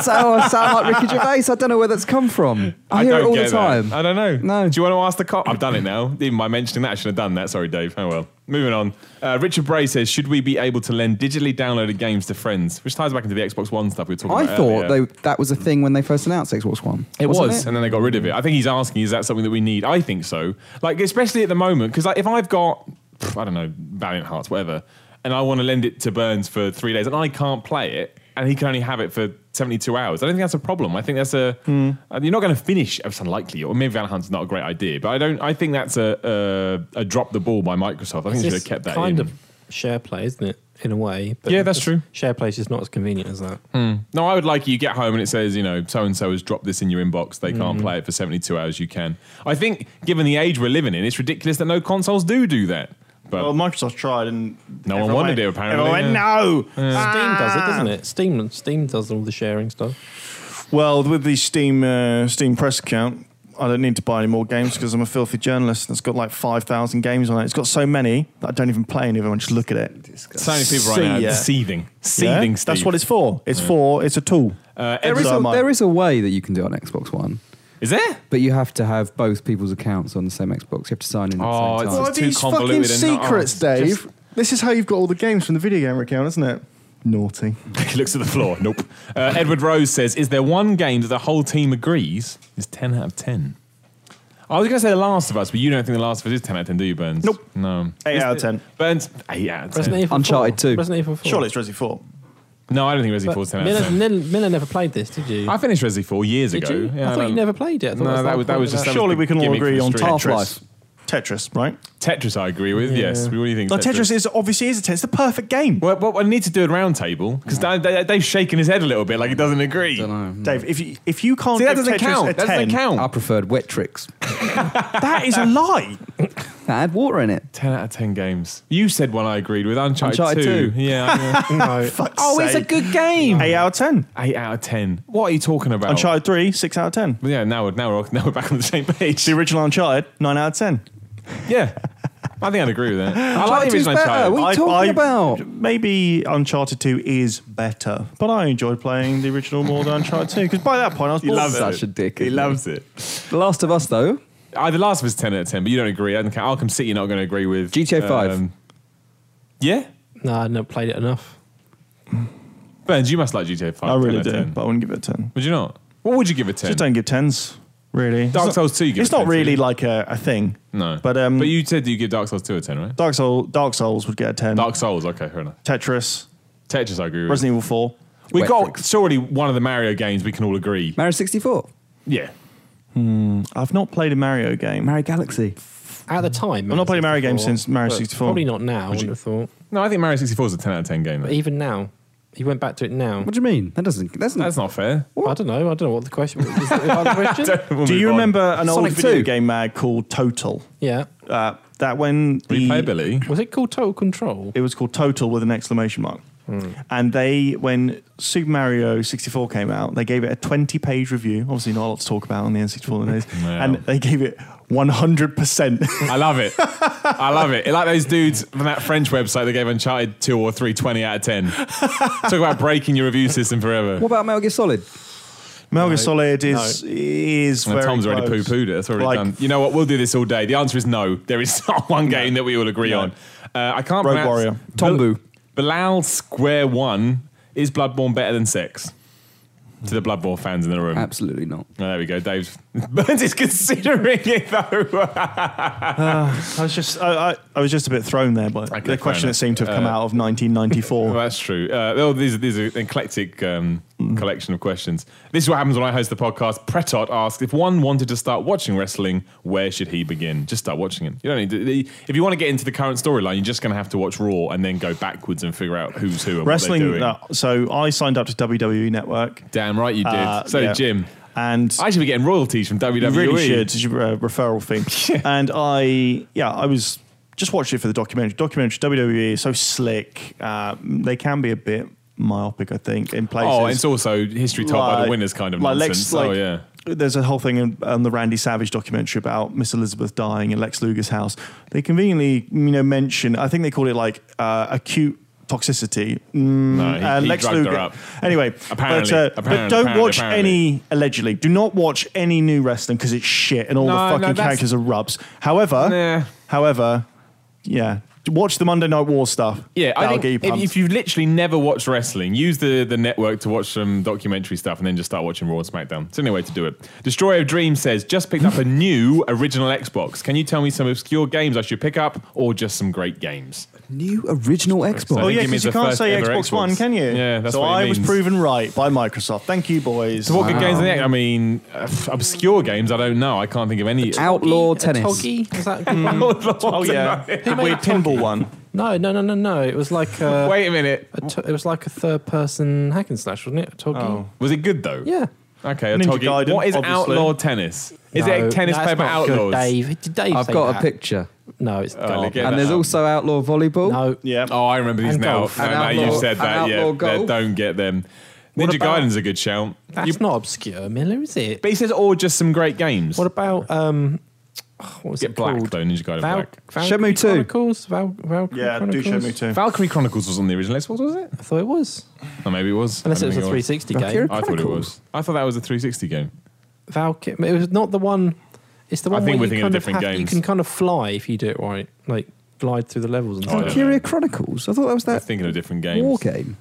Speaker 2: say, oh, I sound like Ricky Gervais. I don't know where that's come from. I, hear
Speaker 1: don't
Speaker 2: it all
Speaker 1: get
Speaker 2: the time.
Speaker 1: That. I don't know.
Speaker 2: No.
Speaker 1: Do you want to ask the cop? I've done it now. Even by mentioning that, I should have done that. Sorry, Dave. Oh well. Moving on. Uh, Richard Bray says, should we be able to lend digitally downloaded games to friends? Which ties back into the Xbox One stuff we were talking
Speaker 2: I
Speaker 1: about.
Speaker 2: thought
Speaker 1: earlier.
Speaker 2: they, that was a thing when they first announced Xbox One.
Speaker 1: It
Speaker 2: wasn't
Speaker 1: was, and then they got rid of it. I think he's asking, is that something that we need? I think so. Like, especially at the moment, because like, if I've got, pff, I don't know, Valiant Hearts, whatever, and I want to lend it to Burns for three days, and I can't play it, and he can only have it for seventy-two hours. I don't think that's a problem. I think that's a
Speaker 5: Hmm.
Speaker 1: uh, you're not going to finish. It's unlikely, or maybe Valiant Hearts is not a great idea, but I don't. I think that's a a, a drop the ball by Microsoft. I think they should have
Speaker 5: It's
Speaker 1: kept that
Speaker 5: kind
Speaker 1: in.
Speaker 5: of share play, isn't it? In a way. But
Speaker 1: Yeah, that's true.
Speaker 5: Share play is just not as convenient as that.
Speaker 1: No, I would like you get home and it says, you know, so and so has dropped this in your inbox. They
Speaker 5: Mm.
Speaker 1: can't play it for 72 hours. You can. I think, given the age we're living in, it's ridiculous that no consoles do do that. But
Speaker 3: well, Microsoft tried and
Speaker 1: No one
Speaker 3: everyone
Speaker 1: wanted
Speaker 3: went-
Speaker 1: it, apparently,
Speaker 3: Everyone went,
Speaker 1: yeah.
Speaker 3: no.
Speaker 5: Steam does it,
Speaker 3: Ah.
Speaker 5: doesn't it? Steam Steam does all the sharing stuff.
Speaker 3: Well, with the Steam uh, Steam press account, I don't need to buy any more games because I'm a filthy journalist. It's got like five thousand games on it. It's got so many that I don't even play any of them. I just look at it.
Speaker 1: so many people right
Speaker 3: See
Speaker 1: now
Speaker 3: ya.
Speaker 1: seething.
Speaker 3: Yeah?
Speaker 1: Seething Steve.
Speaker 3: That's what it's for. It's for. It's a tool.
Speaker 1: Uh,
Speaker 2: There
Speaker 1: Ed-
Speaker 2: is,
Speaker 3: So
Speaker 2: a,
Speaker 3: am I.
Speaker 2: there is a way that you can do it on Xbox One,
Speaker 1: is there?
Speaker 2: but you have to have both people's accounts on the same Xbox. You have to sign in at
Speaker 1: Oh, it's
Speaker 2: the same time.
Speaker 1: What are too these convoluted fucking and not- secrets, oh,
Speaker 3: Dave? this is how you've got all the games from the video game account, isn't it? Naughty.
Speaker 1: he looks at the floor. Nope. Uh, Edward Rose says, is there one game that the whole team agrees is 10 out of 10? I was going to say The Last of Us, but you don't think The Last of Us is 10 out of 10, do you, Burns?
Speaker 3: Nope.
Speaker 1: No.
Speaker 3: Eight out of ten.
Speaker 1: Burns, 8 out of 10.
Speaker 5: Resident Evil
Speaker 2: Uncharted
Speaker 5: 4.
Speaker 2: 2.
Speaker 5: Resident Evil 4.
Speaker 3: Surely it's Resi Four.
Speaker 1: No, I don't think Resident Evil
Speaker 5: But
Speaker 1: is 10 out of
Speaker 5: Miller,
Speaker 1: 10.
Speaker 5: Miller, Miller never played this, did you?
Speaker 1: I finished Resi 4 years
Speaker 5: did
Speaker 1: ago.
Speaker 5: you?
Speaker 1: Yeah,
Speaker 5: I thought
Speaker 1: don't-
Speaker 5: you never played it. I thought
Speaker 1: No,
Speaker 5: the
Speaker 1: that
Speaker 5: whole
Speaker 1: was- that
Speaker 5: point
Speaker 1: was
Speaker 5: of
Speaker 1: just-
Speaker 5: that.
Speaker 1: was
Speaker 3: Surely
Speaker 1: the
Speaker 3: we can all
Speaker 1: gimmick for
Speaker 3: agree
Speaker 1: the
Speaker 3: on
Speaker 1: street.
Speaker 2: Half-Life.
Speaker 3: Tetris. Tetris, right?
Speaker 1: Tetris, I agree with. Yes, we really think.
Speaker 3: Now, Tetris is obviously is a It's the perfect game.
Speaker 1: Well, what I need to do a round table because Dave's shaking his head a little bit like he doesn't agree.
Speaker 3: Dave, if you if you can't
Speaker 1: See, that
Speaker 3: give
Speaker 1: doesn't
Speaker 3: Tetris
Speaker 1: count.
Speaker 3: a
Speaker 1: That
Speaker 3: 10,
Speaker 1: doesn't
Speaker 2: I
Speaker 1: count.
Speaker 2: preferred Wet Tricks.
Speaker 3: that is a lie.
Speaker 2: That had water in it.
Speaker 1: Ten out of ten games. You said one I agreed with. Uncharted,
Speaker 2: Uncharted
Speaker 1: 2.
Speaker 2: two.
Speaker 1: Yeah. I-
Speaker 5: No.
Speaker 3: Fuck's
Speaker 1: oh, it's a
Speaker 3: sake.
Speaker 1: good game.
Speaker 3: Eight out of ten.
Speaker 1: Eight out of ten. What are you talking about?
Speaker 3: Uncharted three, six out of ten.
Speaker 1: Well, Yeah. Now we're now we're now we're back on the same page.
Speaker 3: The original Uncharted, nine out of ten.
Speaker 1: yeah. I think I'd agree with that. I like
Speaker 2: Uncharted
Speaker 1: the original
Speaker 2: two's better.
Speaker 1: Uncharted.
Speaker 2: What are you talking about?
Speaker 3: Maybe Uncharted two is better, but I enjoyed playing the original more than Uncharted two because by that point I was
Speaker 1: He
Speaker 3: bored.
Speaker 1: loves
Speaker 2: Such
Speaker 1: it.
Speaker 2: a dick,
Speaker 1: He
Speaker 2: isn't he?
Speaker 1: loves it.
Speaker 2: The Last of Us, though,
Speaker 1: Uh, the last was ten out of ten, but you don't agree. I don't count. Arkham City, you're not going to agree with um,
Speaker 2: GTA five.
Speaker 1: yeah.
Speaker 5: no, I never played it enough.
Speaker 1: Burns, you must like GTA 5.
Speaker 3: I
Speaker 1: 10
Speaker 3: really
Speaker 1: out of
Speaker 3: do,
Speaker 1: 10.
Speaker 3: but I wouldn't give it a ten.
Speaker 1: Would you not? What would you give a 10?
Speaker 3: Just don't give tens, really.
Speaker 1: Dark
Speaker 3: It's not-
Speaker 1: Souls 2 you give
Speaker 3: It's
Speaker 1: a
Speaker 3: not
Speaker 1: 10,
Speaker 3: really
Speaker 1: so-
Speaker 3: like a, a thing.
Speaker 1: no.
Speaker 3: but um,
Speaker 1: but you said you give Dark Souls 2 a 10, right?
Speaker 3: Dark Souls, Dark Souls would get a ten.
Speaker 1: Dark Souls, okay, fair enough.
Speaker 3: Tetris,
Speaker 1: Tetris, I agree with.
Speaker 3: Resident Evil four.
Speaker 1: we
Speaker 2: Wet
Speaker 1: got
Speaker 2: Bricks.
Speaker 1: surely one of the Mario games we can all agree.
Speaker 2: Mario 64,
Speaker 1: Yeah.
Speaker 3: I've not played a Mario game.
Speaker 2: Mario Galaxy.
Speaker 5: At the time,
Speaker 3: I've not played a Mario game
Speaker 5: 64,
Speaker 3: since Mario
Speaker 5: but
Speaker 3: 64.
Speaker 5: Probably not now. I would have thought.
Speaker 1: No, I think Mario 64 is a 10 out of 10 game.
Speaker 5: But
Speaker 1: Though.
Speaker 5: even now, he went back to it now.
Speaker 2: What do you mean? That doesn't. That's not.
Speaker 1: That's not fair.
Speaker 5: I don't know. I don't know what the question was. Is that the other question?
Speaker 1: We'll
Speaker 3: Do
Speaker 1: move
Speaker 3: you
Speaker 1: on.
Speaker 3: remember an old
Speaker 2: Sonic
Speaker 3: video
Speaker 2: 2.
Speaker 3: game mag called Total?
Speaker 5: yeah.
Speaker 3: Uh, that when the,
Speaker 1: replayability?
Speaker 5: Was it called Total Control?
Speaker 3: it was called Total with an exclamation mark.
Speaker 1: Hmm.
Speaker 3: And they, when Super Mario 64 came out, they gave it a 20 page review. Obviously, not a lot to talk about on the N64 days.
Speaker 1: Wow.
Speaker 3: And they gave it 100%.
Speaker 1: I love it. I love it. Like those dudes from that French website that gave Uncharted 2 or 3 20 out of 10. Talk about breaking your review system forever.
Speaker 2: What about Metal Gear Solid?
Speaker 3: Metal Gear Solid is, is
Speaker 1: Well,
Speaker 3: very
Speaker 1: Tom's already poo
Speaker 3: close.
Speaker 1: pooed it. That's already
Speaker 3: Like,
Speaker 1: done. You know what? We'll do this all day. The answer is no. There is not one game that we all agree
Speaker 3: No.
Speaker 1: on. Uh, I can't
Speaker 3: Road
Speaker 1: pronounce-
Speaker 3: Warrior.
Speaker 1: Bil-
Speaker 2: Tombu.
Speaker 1: Bilal Square One. Is Bloodborne better than sex? To the Bloodborne fans in the room.
Speaker 2: Absolutely not.
Speaker 1: Oh, there we go. Dave's Burns is considering it though.
Speaker 3: I was just I, I, I was just a bit thrown there by
Speaker 1: Okay,
Speaker 3: the
Speaker 1: fair
Speaker 3: question that
Speaker 1: enough. Uh,
Speaker 3: semed to have come out of 1994.
Speaker 1: oh, Well, that's true. Uh, well, these, are- these are eclectic um, collection of questions. This is what happens when I host the podcast. Pretot asks if one wanted to start watching wrestling, where should he begin? Just start watching it. You don't need to, if you want to get into the current storyline, you're just going to have to watch Raw and then go backwards and figure out who's who and what they're
Speaker 3: Wrestling.
Speaker 1: doing.
Speaker 3: no, so I signed up to WWE Network.
Speaker 1: Damn right you did.
Speaker 3: Uh,
Speaker 1: so
Speaker 3: yeah.
Speaker 1: did Jim.
Speaker 3: And
Speaker 1: I should be getting royalties from E. WWE.
Speaker 3: You really should. It's your uh, referral thing. and I, yeah, I was just watched it for the documentary. Documentary WWE is so slick. Uh, they can be a bit myopic, I think, in places.
Speaker 1: Oh, it's also history told by the winners kind of
Speaker 3: like
Speaker 1: nonsense. oh
Speaker 3: like,
Speaker 1: yeah.
Speaker 3: There's a whole thing in, on the Randy Savage documentary about Miss Elizabeth dying in Lex Luger's house. They conveniently, you know, mention. I think they call it like uh, acute toxicity. Mm,
Speaker 1: No, he- he drugged her up.
Speaker 3: Anyway,
Speaker 1: Apparently,
Speaker 3: but, uh,
Speaker 1: apparently,
Speaker 3: but don't
Speaker 1: apparently,
Speaker 3: watch
Speaker 1: apparently.
Speaker 3: any allegedly. Do not watch any new wrestling because it's shit and all
Speaker 1: No, no,
Speaker 3: the fucking
Speaker 1: that's-
Speaker 3: characters are rubs. However,
Speaker 1: Nah.
Speaker 3: however, yeah, watch the Monday Night War stuff.
Speaker 1: Yeah, I
Speaker 3: that'll
Speaker 1: think
Speaker 3: get you
Speaker 1: if,
Speaker 3: pumped.
Speaker 1: if you've literally never watched wrestling, use the, the network to watch some documentary stuff and then just start watching Raw and SmackDown. It's the only way to do it. Destroyer of Dreams says, just picked up a new original Xbox. Can you tell me some obscure games I should pick up or just some great games?
Speaker 2: New original Xbox.
Speaker 1: So-
Speaker 3: Oh
Speaker 1: think
Speaker 3: yeah,
Speaker 1: it means
Speaker 3: because you
Speaker 1: the
Speaker 3: can't
Speaker 1: first
Speaker 3: say
Speaker 1: ever
Speaker 3: Xbox,
Speaker 1: Xbox.
Speaker 3: One, can you?
Speaker 1: Yeah, that's
Speaker 3: so
Speaker 1: what it
Speaker 3: I
Speaker 1: means.
Speaker 3: was proven right by Microsoft. Thank you, boys.
Speaker 1: So what good
Speaker 2: Wow.
Speaker 1: games are there? I mean, uh, obscure games, I don't know. I can't think of any.
Speaker 2: Outlaw
Speaker 5: Toggy? A
Speaker 2: tennis.
Speaker 5: Toggy? Is that a good one?
Speaker 3: oh yeah, the weird pinball one.
Speaker 5: Hmm. No, no, no, no, no. It was like a,
Speaker 1: Wait a minute.
Speaker 5: a to- it was like a third person hack and slash, wasn't it? A Toggy.
Speaker 3: Oh.
Speaker 1: Was it good though?
Speaker 5: Yeah.
Speaker 1: Okay, a
Speaker 3: Ninja
Speaker 1: toggy.
Speaker 3: Gaiden,
Speaker 1: What is
Speaker 3: obviously.
Speaker 1: outlaw tennis? Is it
Speaker 5: No,
Speaker 1: a tennis
Speaker 5: no,
Speaker 1: played
Speaker 5: it's
Speaker 1: by
Speaker 5: not good,
Speaker 1: outlaws? Oh,
Speaker 5: Dave, Did Dave
Speaker 2: I've
Speaker 5: say
Speaker 2: got
Speaker 5: that?
Speaker 2: a picture.
Speaker 5: No, it's not.
Speaker 1: look at
Speaker 2: and there's
Speaker 1: that.
Speaker 2: also outlaw volleyball.
Speaker 5: no.
Speaker 3: Yeah.
Speaker 1: Oh, I remember these
Speaker 5: And
Speaker 1: now.
Speaker 5: golf.
Speaker 1: No,
Speaker 2: And
Speaker 1: now you've
Speaker 2: outlaw-
Speaker 1: said
Speaker 2: and
Speaker 1: that. Yeah,
Speaker 2: outlaw
Speaker 1: yeah,
Speaker 2: golf.
Speaker 1: don't get them. Ninja
Speaker 5: about-
Speaker 1: Gaiden's a good shout.
Speaker 5: That's
Speaker 1: You-
Speaker 5: not obscure, Miller, is it?
Speaker 1: but he says, or just some great games.
Speaker 5: What about um? What was
Speaker 1: Get
Speaker 5: it
Speaker 1: black
Speaker 5: called?
Speaker 1: though, Ninja Gaiden
Speaker 5: Val-
Speaker 1: black.
Speaker 5: Valkyrie
Speaker 2: Shenmue 2.
Speaker 5: Chronicles? Val- Valkyrie
Speaker 3: yeah, do
Speaker 5: Chronicles?
Speaker 3: show me too.
Speaker 1: Valkyrie Chronicles was on the original Xbox, was it?
Speaker 5: I thought it was,
Speaker 1: Or maybe it was.
Speaker 5: unless
Speaker 1: I
Speaker 5: it
Speaker 1: don't
Speaker 5: was a
Speaker 1: think
Speaker 5: 360
Speaker 2: Valkyrie?
Speaker 5: game.
Speaker 1: I thought it
Speaker 2: Chronicles.
Speaker 1: was. I thought that was a 360 game.
Speaker 5: Valkyrie. It was not the one. It's the one
Speaker 1: think we're
Speaker 5: where you
Speaker 1: thinking
Speaker 5: kind
Speaker 1: of
Speaker 5: of,
Speaker 1: different
Speaker 5: have- you
Speaker 1: games.
Speaker 5: can kind of fly if you do it right, like glide through the levels and
Speaker 1: Oh,
Speaker 5: stuff.
Speaker 1: yeah.
Speaker 2: Valkyria Chronicles. I thought that was
Speaker 1: I
Speaker 2: that
Speaker 1: was thinking of different games.
Speaker 2: war game.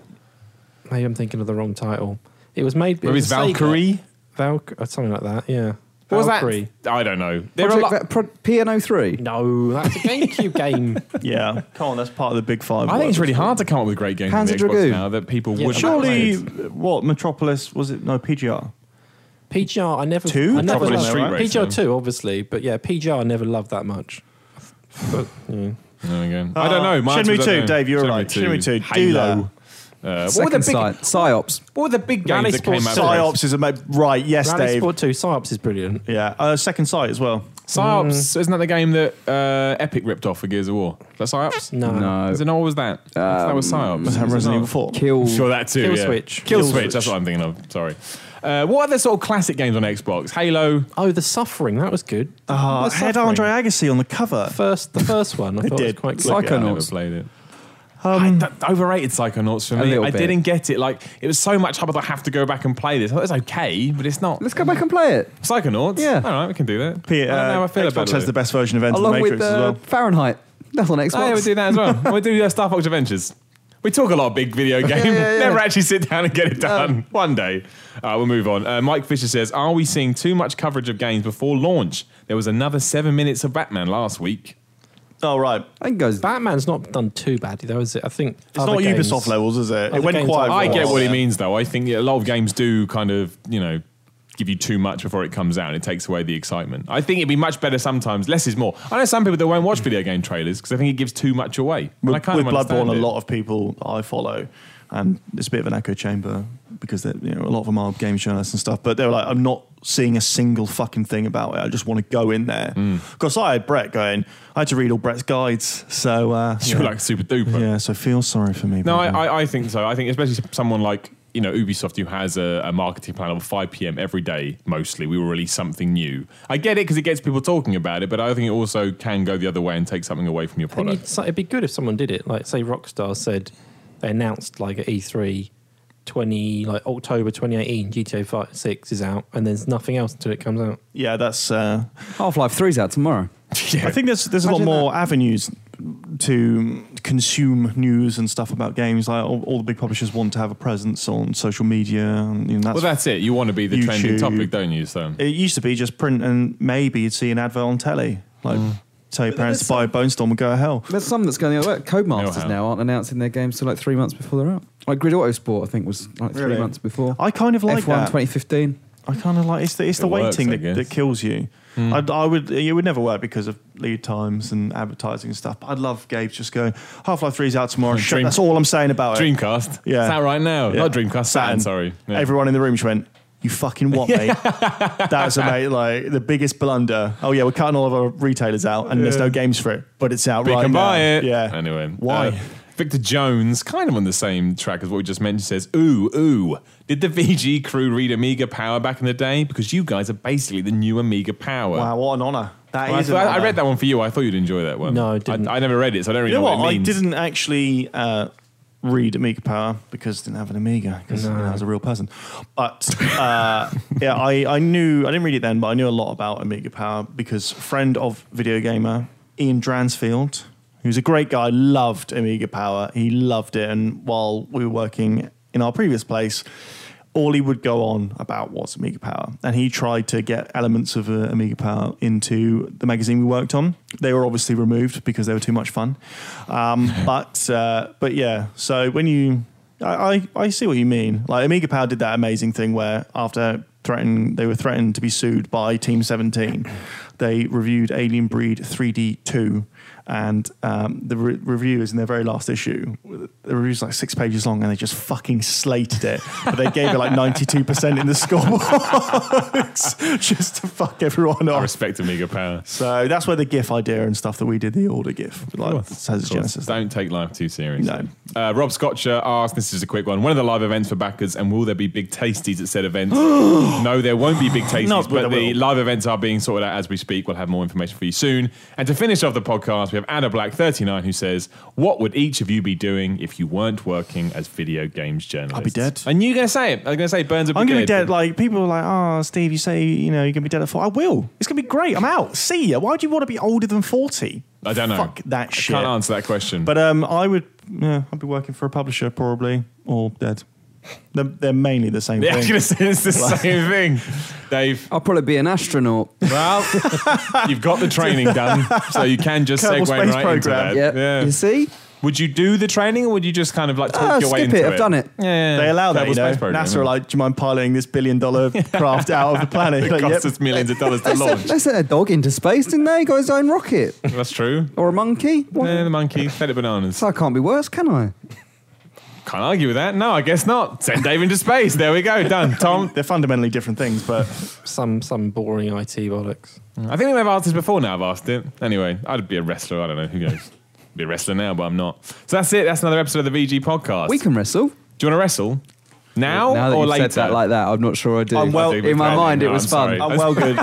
Speaker 5: Maybe I'm thinking of the wrong title. It was made.
Speaker 1: Maybe it's
Speaker 5: was a Sega.
Speaker 1: Valkyrie.
Speaker 5: Valk- or something like that. Yeah.
Speaker 1: What was
Speaker 5: Valkyrie.
Speaker 1: that? I don't know. There are a
Speaker 2: Project
Speaker 1: lot.
Speaker 2: Va- Pro- PNO3.
Speaker 5: No, that's a GameCube game.
Speaker 3: Yeah, come on, that's part of the big five.
Speaker 1: I think it's
Speaker 3: world.
Speaker 1: really hard to come up with great games on
Speaker 2: Panzer
Speaker 1: the Xbox
Speaker 2: Dragoon.
Speaker 1: now that people would
Speaker 3: surely uh, what Metropolis was it? No, PGR.
Speaker 5: PGR, I never.
Speaker 3: Two?
Speaker 5: I never
Speaker 3: Metropolis
Speaker 5: loved-
Speaker 1: Street Racer.
Speaker 5: PGR two, obviously, but yeah, PGR I never loved that much. But, yeah.
Speaker 1: There we go. I don't know. Martin,
Speaker 3: Shenmue
Speaker 1: I don't
Speaker 3: 2,
Speaker 1: know.
Speaker 3: Dave, you're right. Shenmue 2, do
Speaker 1: Halo. Uh, what, were the big,
Speaker 2: Second side. Psyops.
Speaker 1: what were the big
Speaker 5: Rally
Speaker 1: games that came out?
Speaker 5: Sports
Speaker 1: first?
Speaker 3: Psyops is a ma- right. Yes,
Speaker 5: Rally
Speaker 3: Dave.
Speaker 5: Sport two, Psyops is brilliant.
Speaker 3: Yeah, uh, second sight as well.
Speaker 1: Psyops, isn't that the game that uh, Epic ripped off for Gears of War? Is that Psyops?
Speaker 5: No.
Speaker 2: No.
Speaker 1: Is it not? What was that? that was Psyops.
Speaker 3: Was that
Speaker 1: Is it
Speaker 3: Resident
Speaker 1: not?
Speaker 3: Evil Four?
Speaker 2: Kill.
Speaker 1: Sure, that too.
Speaker 5: Kill
Speaker 1: yeah.
Speaker 5: Switch.
Speaker 1: Kill,
Speaker 5: Kill
Speaker 1: Switch.
Speaker 5: Switch.
Speaker 1: That's what I'm thinking of. Sorry. Uh, what are the sort of classic games on Xbox? Halo.
Speaker 5: Oh, the suffering that was good.
Speaker 3: Uh,
Speaker 1: Ah,
Speaker 5: The
Speaker 3: had
Speaker 5: Suffering.
Speaker 3: Andre Agassi on the cover.
Speaker 5: First, the first one I thought
Speaker 3: did.
Speaker 5: was quite good.
Speaker 2: Psych-
Speaker 1: I never
Speaker 2: Psychonauts.
Speaker 1: played it. I, that, overrated Psychonauts for
Speaker 2: A
Speaker 1: me.
Speaker 2: little
Speaker 1: I
Speaker 2: bit.
Speaker 1: didn't get it. Like it was so much hype. I have to go back and play this. I thought it was okay, but it's not.
Speaker 2: Let's go back and play it.
Speaker 1: Psychonauts.
Speaker 2: Yeah.
Speaker 1: All right, we can do that.
Speaker 3: P- uh,
Speaker 1: I don't know how I feel
Speaker 3: Xbox
Speaker 1: about
Speaker 3: has
Speaker 1: it.
Speaker 3: the best version of Enter the
Speaker 2: Along
Speaker 3: Matrix
Speaker 2: with
Speaker 3: as
Speaker 2: uh,
Speaker 3: well.
Speaker 2: Fahrenheit. That's on Xbox.
Speaker 1: Oh, yeah, we do that as well. we do uh, Star Fox Adventures. We talk a lot of big video game.
Speaker 2: yeah, yeah.
Speaker 1: Never actually sit down and get it done.
Speaker 3: Um,
Speaker 1: One day. Uh, we'll move on. Uh, Mike Fisher says, "Are we seeing too much coverage of games before launch? There was another seven minutes of Batman last week.
Speaker 3: Oh right,
Speaker 2: I think it goes.
Speaker 5: Batman's not done too badly though, is it? I think
Speaker 3: It's not
Speaker 5: games,
Speaker 3: Ubisoft levels, is it?
Speaker 5: Other
Speaker 3: It went
Speaker 5: games
Speaker 3: quiet.
Speaker 5: are-
Speaker 1: I
Speaker 3: for a
Speaker 1: get
Speaker 3: while.
Speaker 1: what he means, though. I think a lot of games do kind of, you know, give you too much before it comes out and it takes away the excitement. I think it'd be much better sometimes. Less is more. I know some people that won't watch video game trailers because I think it gives too much away. And I
Speaker 3: With,
Speaker 1: kind
Speaker 3: with
Speaker 1: of understand
Speaker 3: Bloodborne,
Speaker 1: it.
Speaker 3: a lot of people I follow, and it's a bit of an echo chamber because they're- you know, a lot of them are game journalists and stuff. But they were like, I'm not seeing a single fucking thing about it. I just want to go in there.
Speaker 1: Mm.
Speaker 3: Because I had Brett going. I had to read all Brett's guides. So uh,
Speaker 1: You're
Speaker 3: yeah.
Speaker 1: like super duper.
Speaker 3: yeah, so feel sorry for me.
Speaker 1: No, I,
Speaker 3: brother.
Speaker 1: I, I think so. I think especially someone like you know Ubisoft, who has a, a marketing plan of 5 p.m. every day. Mostly, we will release something new. I get it because it gets people talking about it, but I think it also can go the other way and take something away from your
Speaker 5: I think
Speaker 1: product.
Speaker 5: you'd say- it'd be good if someone did it. Like, say Rockstar said they announced like at E3, 20 like October 2018, GTA 5, 6 is out, and there's nothing else until it comes out.
Speaker 3: yeah, that's. Uh,
Speaker 2: Half Life 3's out tomorrow.
Speaker 1: Yeah.
Speaker 3: I think there's there's a lot
Speaker 2: Imagine
Speaker 3: more avenues to consume news and stuff about games. Like all, all the big publishers want to have a presence on social media. And, you know, that's
Speaker 1: well, that's it. You want to be the trending
Speaker 3: YouTube.
Speaker 1: topic, don't you? So Mm.
Speaker 3: It used to be just print and maybe you'd see an advert on telly. Like tell your parents to buy a Bone Storm and go to hell.
Speaker 2: There's some that's going the other way. Codemasters
Speaker 1: how.
Speaker 2: now aren't announcing their games till like three months before they're out. Like Grid Autosport, I think, was like three
Speaker 3: Really?
Speaker 2: months before.
Speaker 3: I kind of like
Speaker 2: F1
Speaker 3: that.
Speaker 2: 2015.
Speaker 3: I kind of like it's the it's the
Speaker 1: It works,
Speaker 3: waiting
Speaker 1: I
Speaker 3: that, that
Speaker 1: guess. Mm.
Speaker 3: kills you. I'd, I would it would never work because of lead times and advertising and stuff. But I'd love Gabe's just going Half Life 3's out tomorrow. Shut-
Speaker 1: Dream-
Speaker 3: that's all I'm saying about it.
Speaker 1: Dreamcast.
Speaker 3: Yeah.
Speaker 1: It's out right now.
Speaker 3: Yeah.
Speaker 1: Not Dreamcast. Saturn.
Speaker 3: Saturn.
Speaker 1: Sorry. Yeah.
Speaker 3: Everyone in the room just went. You fucking what, mate? That's a mate, like the biggest blunder. Oh yeah, we're cutting all of our retailers out, and there's no games for it, but it's out
Speaker 1: we
Speaker 3: right
Speaker 1: can
Speaker 3: now.
Speaker 1: buy it.
Speaker 3: Yeah.
Speaker 1: Anyway.
Speaker 3: why?
Speaker 1: uh, Victor Jones, kind of on the same track as what we just mentioned, says, Ooh, ooh. Did the VG crew read Amiga Power back in the day? Because you guys are basically the new Amiga Power.
Speaker 3: wow, what an honor. That
Speaker 1: Well, I,
Speaker 3: is an
Speaker 1: thought- I
Speaker 3: honor.
Speaker 1: read that one for you. I thought you'd enjoy that one.
Speaker 5: No, I didn't.
Speaker 1: I, never read it, so I don't really
Speaker 3: You know what?
Speaker 1: it
Speaker 3: I
Speaker 1: means.
Speaker 3: didn't actually uh, read Amiga Power because I didn't have an Amiga because you know, I was a real person. But uh, yeah, I, I knew I didn't read it then, but I knew a lot about Amiga Power because friend of video gamer Ian Dransfield, who's a great guy, loved Amiga Power. He loved it, and while we were working in our previous place. All he would go on about was Amiga Power, and he tried to get elements of uh, Amiga Power into the magazine we worked on. They were obviously removed because they were too much fun. Um, but uh, but yeah, so when you, I, I I see what you mean. Like Amiga Power did that amazing thing where after threatened, they were threatened to be sued by Team Seventeen. They reviewed Alien Breed 3D two, and um, the re- review is in their very last issue. The review's like six pages long, and they just fucking slated it. But they gave it like ninety two percent in the scorebox just to fuck everyone
Speaker 1: I
Speaker 3: off.
Speaker 1: respect Amiga Power.
Speaker 3: So that's where the GIF idea and stuff that we did, the order GIF, like says
Speaker 1: Of course.
Speaker 3: Genesis.
Speaker 1: Don't take life too seriously.
Speaker 3: No.
Speaker 1: Uh, Rob Scotcher asked, this is a quick one, one of the live events for backers, and will there be big tasties at said event? no, there won't be big tasties,
Speaker 3: No, but
Speaker 1: but
Speaker 3: there
Speaker 1: the
Speaker 3: will.
Speaker 1: live events are being sorted out as we speak. We'll have more information for you soon. And to finish off the podcast, we have Anna Black39 who says, what would each of you be doing if you weren't working as video games journalists?
Speaker 3: dead.
Speaker 1: And you're going to say it. I'm going to say Burns would
Speaker 3: I'm gonna be dead.
Speaker 1: but-
Speaker 3: Like people are like, oh, Steve, you say you know you're gonna be dead at four. I will. It's gonna be great. I'm out. See ya. Why do you want to be older than forty?
Speaker 1: I don't know.
Speaker 3: Fuck that shit.
Speaker 1: Can't answer that question.
Speaker 3: But um, I would. Yeah, I'd be working for a publisher probably or dead. They're, they're mainly the same
Speaker 1: yeah, I was
Speaker 3: thing.
Speaker 1: going to say it's the same thing. Dave,
Speaker 2: I'll probably be an astronaut.
Speaker 1: Well, you've got the training done, so you can just segue
Speaker 3: Kerbal Space
Speaker 1: right into that.
Speaker 3: Program.
Speaker 2: Yep.
Speaker 1: Yeah.
Speaker 2: You see?
Speaker 1: Would you do the training, or would you just kind of like talk
Speaker 2: Ah,
Speaker 1: your way
Speaker 2: skip
Speaker 1: into
Speaker 2: it, I've done it.
Speaker 1: Yeah.
Speaker 3: They allow that,
Speaker 1: Kerbal
Speaker 3: you know.
Speaker 1: Space Program,
Speaker 3: NASA
Speaker 1: yeah.
Speaker 3: are like, do you mind piloting this billion dollar craft out of the planet?
Speaker 1: It
Speaker 3: Like,
Speaker 1: costs
Speaker 3: yep.
Speaker 1: us millions of dollars to
Speaker 2: They sent,
Speaker 1: launch.
Speaker 2: they sent a dog into space, didn't they? Got his own rocket.
Speaker 1: That's true.
Speaker 2: Or a monkey. What?
Speaker 1: Yeah, the monkey fed it bananas.
Speaker 2: So I can't be worse, can I?
Speaker 1: Can't argue with that. No, I guess not. Send Dave into space. There we go. Done. Tom,
Speaker 3: They're fundamentally different things, but
Speaker 5: Some some boring IT bollocks.
Speaker 1: I think they've asked this before now. I've asked it. Anyway, I'd be a wrestler. I don't know. Who knows? be a wrestler now, but I'm not. So that's it. That's another episode of the VG podcast.
Speaker 2: We can wrestle.
Speaker 1: Do you want to wrestle? Now,
Speaker 2: Now that
Speaker 1: Oh, or
Speaker 2: you've
Speaker 1: later?
Speaker 2: said that like that, I'm not sure I do.
Speaker 3: I'm well-
Speaker 1: I think
Speaker 2: in
Speaker 1: we
Speaker 2: my
Speaker 1: can.
Speaker 2: mind,
Speaker 1: No,
Speaker 2: it was
Speaker 1: I'm
Speaker 2: fun.
Speaker 1: sorry.
Speaker 3: I'm well good.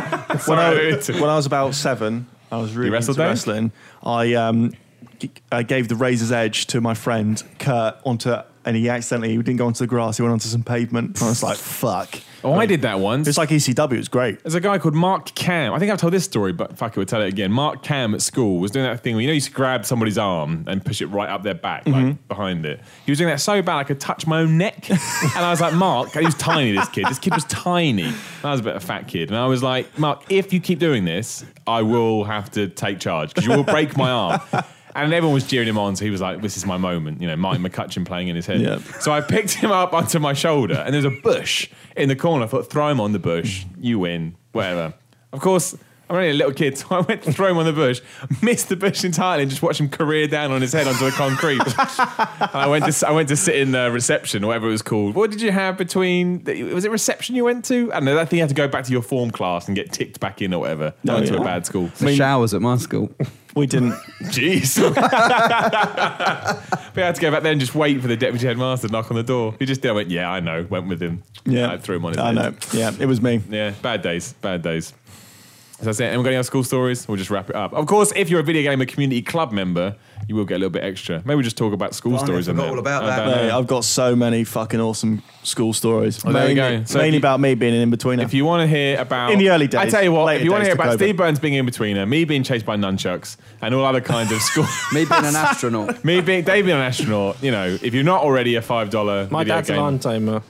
Speaker 3: when, I,
Speaker 1: Sorry.
Speaker 3: when I was about seven, I was really
Speaker 1: You wrestled
Speaker 3: into
Speaker 1: then?
Speaker 3: wrestling. I um, g- I gave the razor's edge to my friend Kurt onto, and he accidentally he didn't go onto the grass. He went onto some pavement. And I was like, fuck.
Speaker 1: oh, I did that once.
Speaker 3: It's like E ECW. It's great.
Speaker 1: There's a guy called Mark Cam. I think I've told this story, but fuck it, we'll tell it again. Mark Cam at school was doing that thing where you know you used to grab somebody's arm and push it right up their back, like behind it. He was doing that so bad I could touch my own neck. and I was like, Mark, he was tiny, this kid. This kid was tiny. And I was a bit of a fat kid. And I was like, Mark, if you keep doing this, I will have to take charge because you will break my arm. And everyone was cheering him on, so he was like, "This is my moment," you know. Martin McCutcheon playing in his head.
Speaker 3: Yeah.
Speaker 1: So I picked him up onto my shoulder, and there's a bush in the corner. I thought, throw him on the bush, you win, whatever. Of course, I'm only a little kid, so I went to throw him on the bush, missed the bush entirely, and just watched him career down on his head onto the concrete. and I went to I went to sit in the reception, or whatever it was called. What did you have between? Was it reception you went to? I don't know. I think you had to go back to your form class and get ticked back in or whatever. I went to
Speaker 3: yeah.
Speaker 1: a bad school.
Speaker 2: The showers at my school.
Speaker 3: We didn't.
Speaker 1: Jeez. we had to go back there and just wait for the deputy headmaster to knock on the door. He just did. I went, yeah, I know. Went with him.
Speaker 3: Yeah,
Speaker 1: I threw him on his
Speaker 3: I
Speaker 1: head.
Speaker 3: know. Yeah, it was me.
Speaker 1: Yeah, bad days, bad days. So that's it. Anyone got any other school stories? We'll just wrap it up. Of course, if you're a video gamer community club member, you will get a little bit extra. Maybe we'll just talk about school
Speaker 2: I
Speaker 1: stories. in
Speaker 2: forgot
Speaker 1: there. Um,
Speaker 2: all about
Speaker 1: I
Speaker 2: that.
Speaker 1: don't know. Oh,
Speaker 3: Mate, I've got so many fucking awesome school stories.
Speaker 1: there you
Speaker 3: mainly
Speaker 1: go. So if
Speaker 3: mainly
Speaker 1: you-
Speaker 3: about me being an in betweener.
Speaker 1: If you want to hear about
Speaker 3: In the early days,
Speaker 1: I tell you what. If
Speaker 3: later
Speaker 1: you want to
Speaker 3: days
Speaker 1: hear
Speaker 3: took
Speaker 1: about
Speaker 3: over.
Speaker 1: Steve Burns being in betweener, me being chased by nunchucks, and all other kinds of school,
Speaker 2: Me being an astronaut.
Speaker 1: me being Dave being an astronaut. You know, if you're not already a five dollar
Speaker 5: My
Speaker 1: video
Speaker 5: dad's
Speaker 1: game,
Speaker 5: an arm tamer.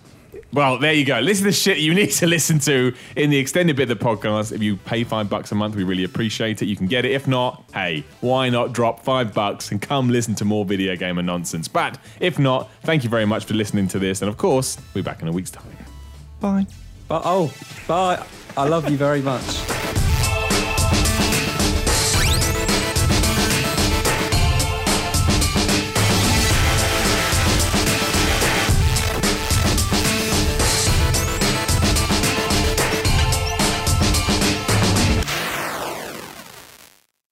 Speaker 1: Well, there you go. This is the shit you need to listen to in the extended bit of the podcast. If you pay five bucks a month, we really appreciate it. You can get it. If not, hey, why not drop five bucks and come listen to more video gamer nonsense? But if not, thank you very much for listening to this. And of course, we'll be back in a week's time.
Speaker 3: Bye.
Speaker 6: But oh, bye. I love you very much.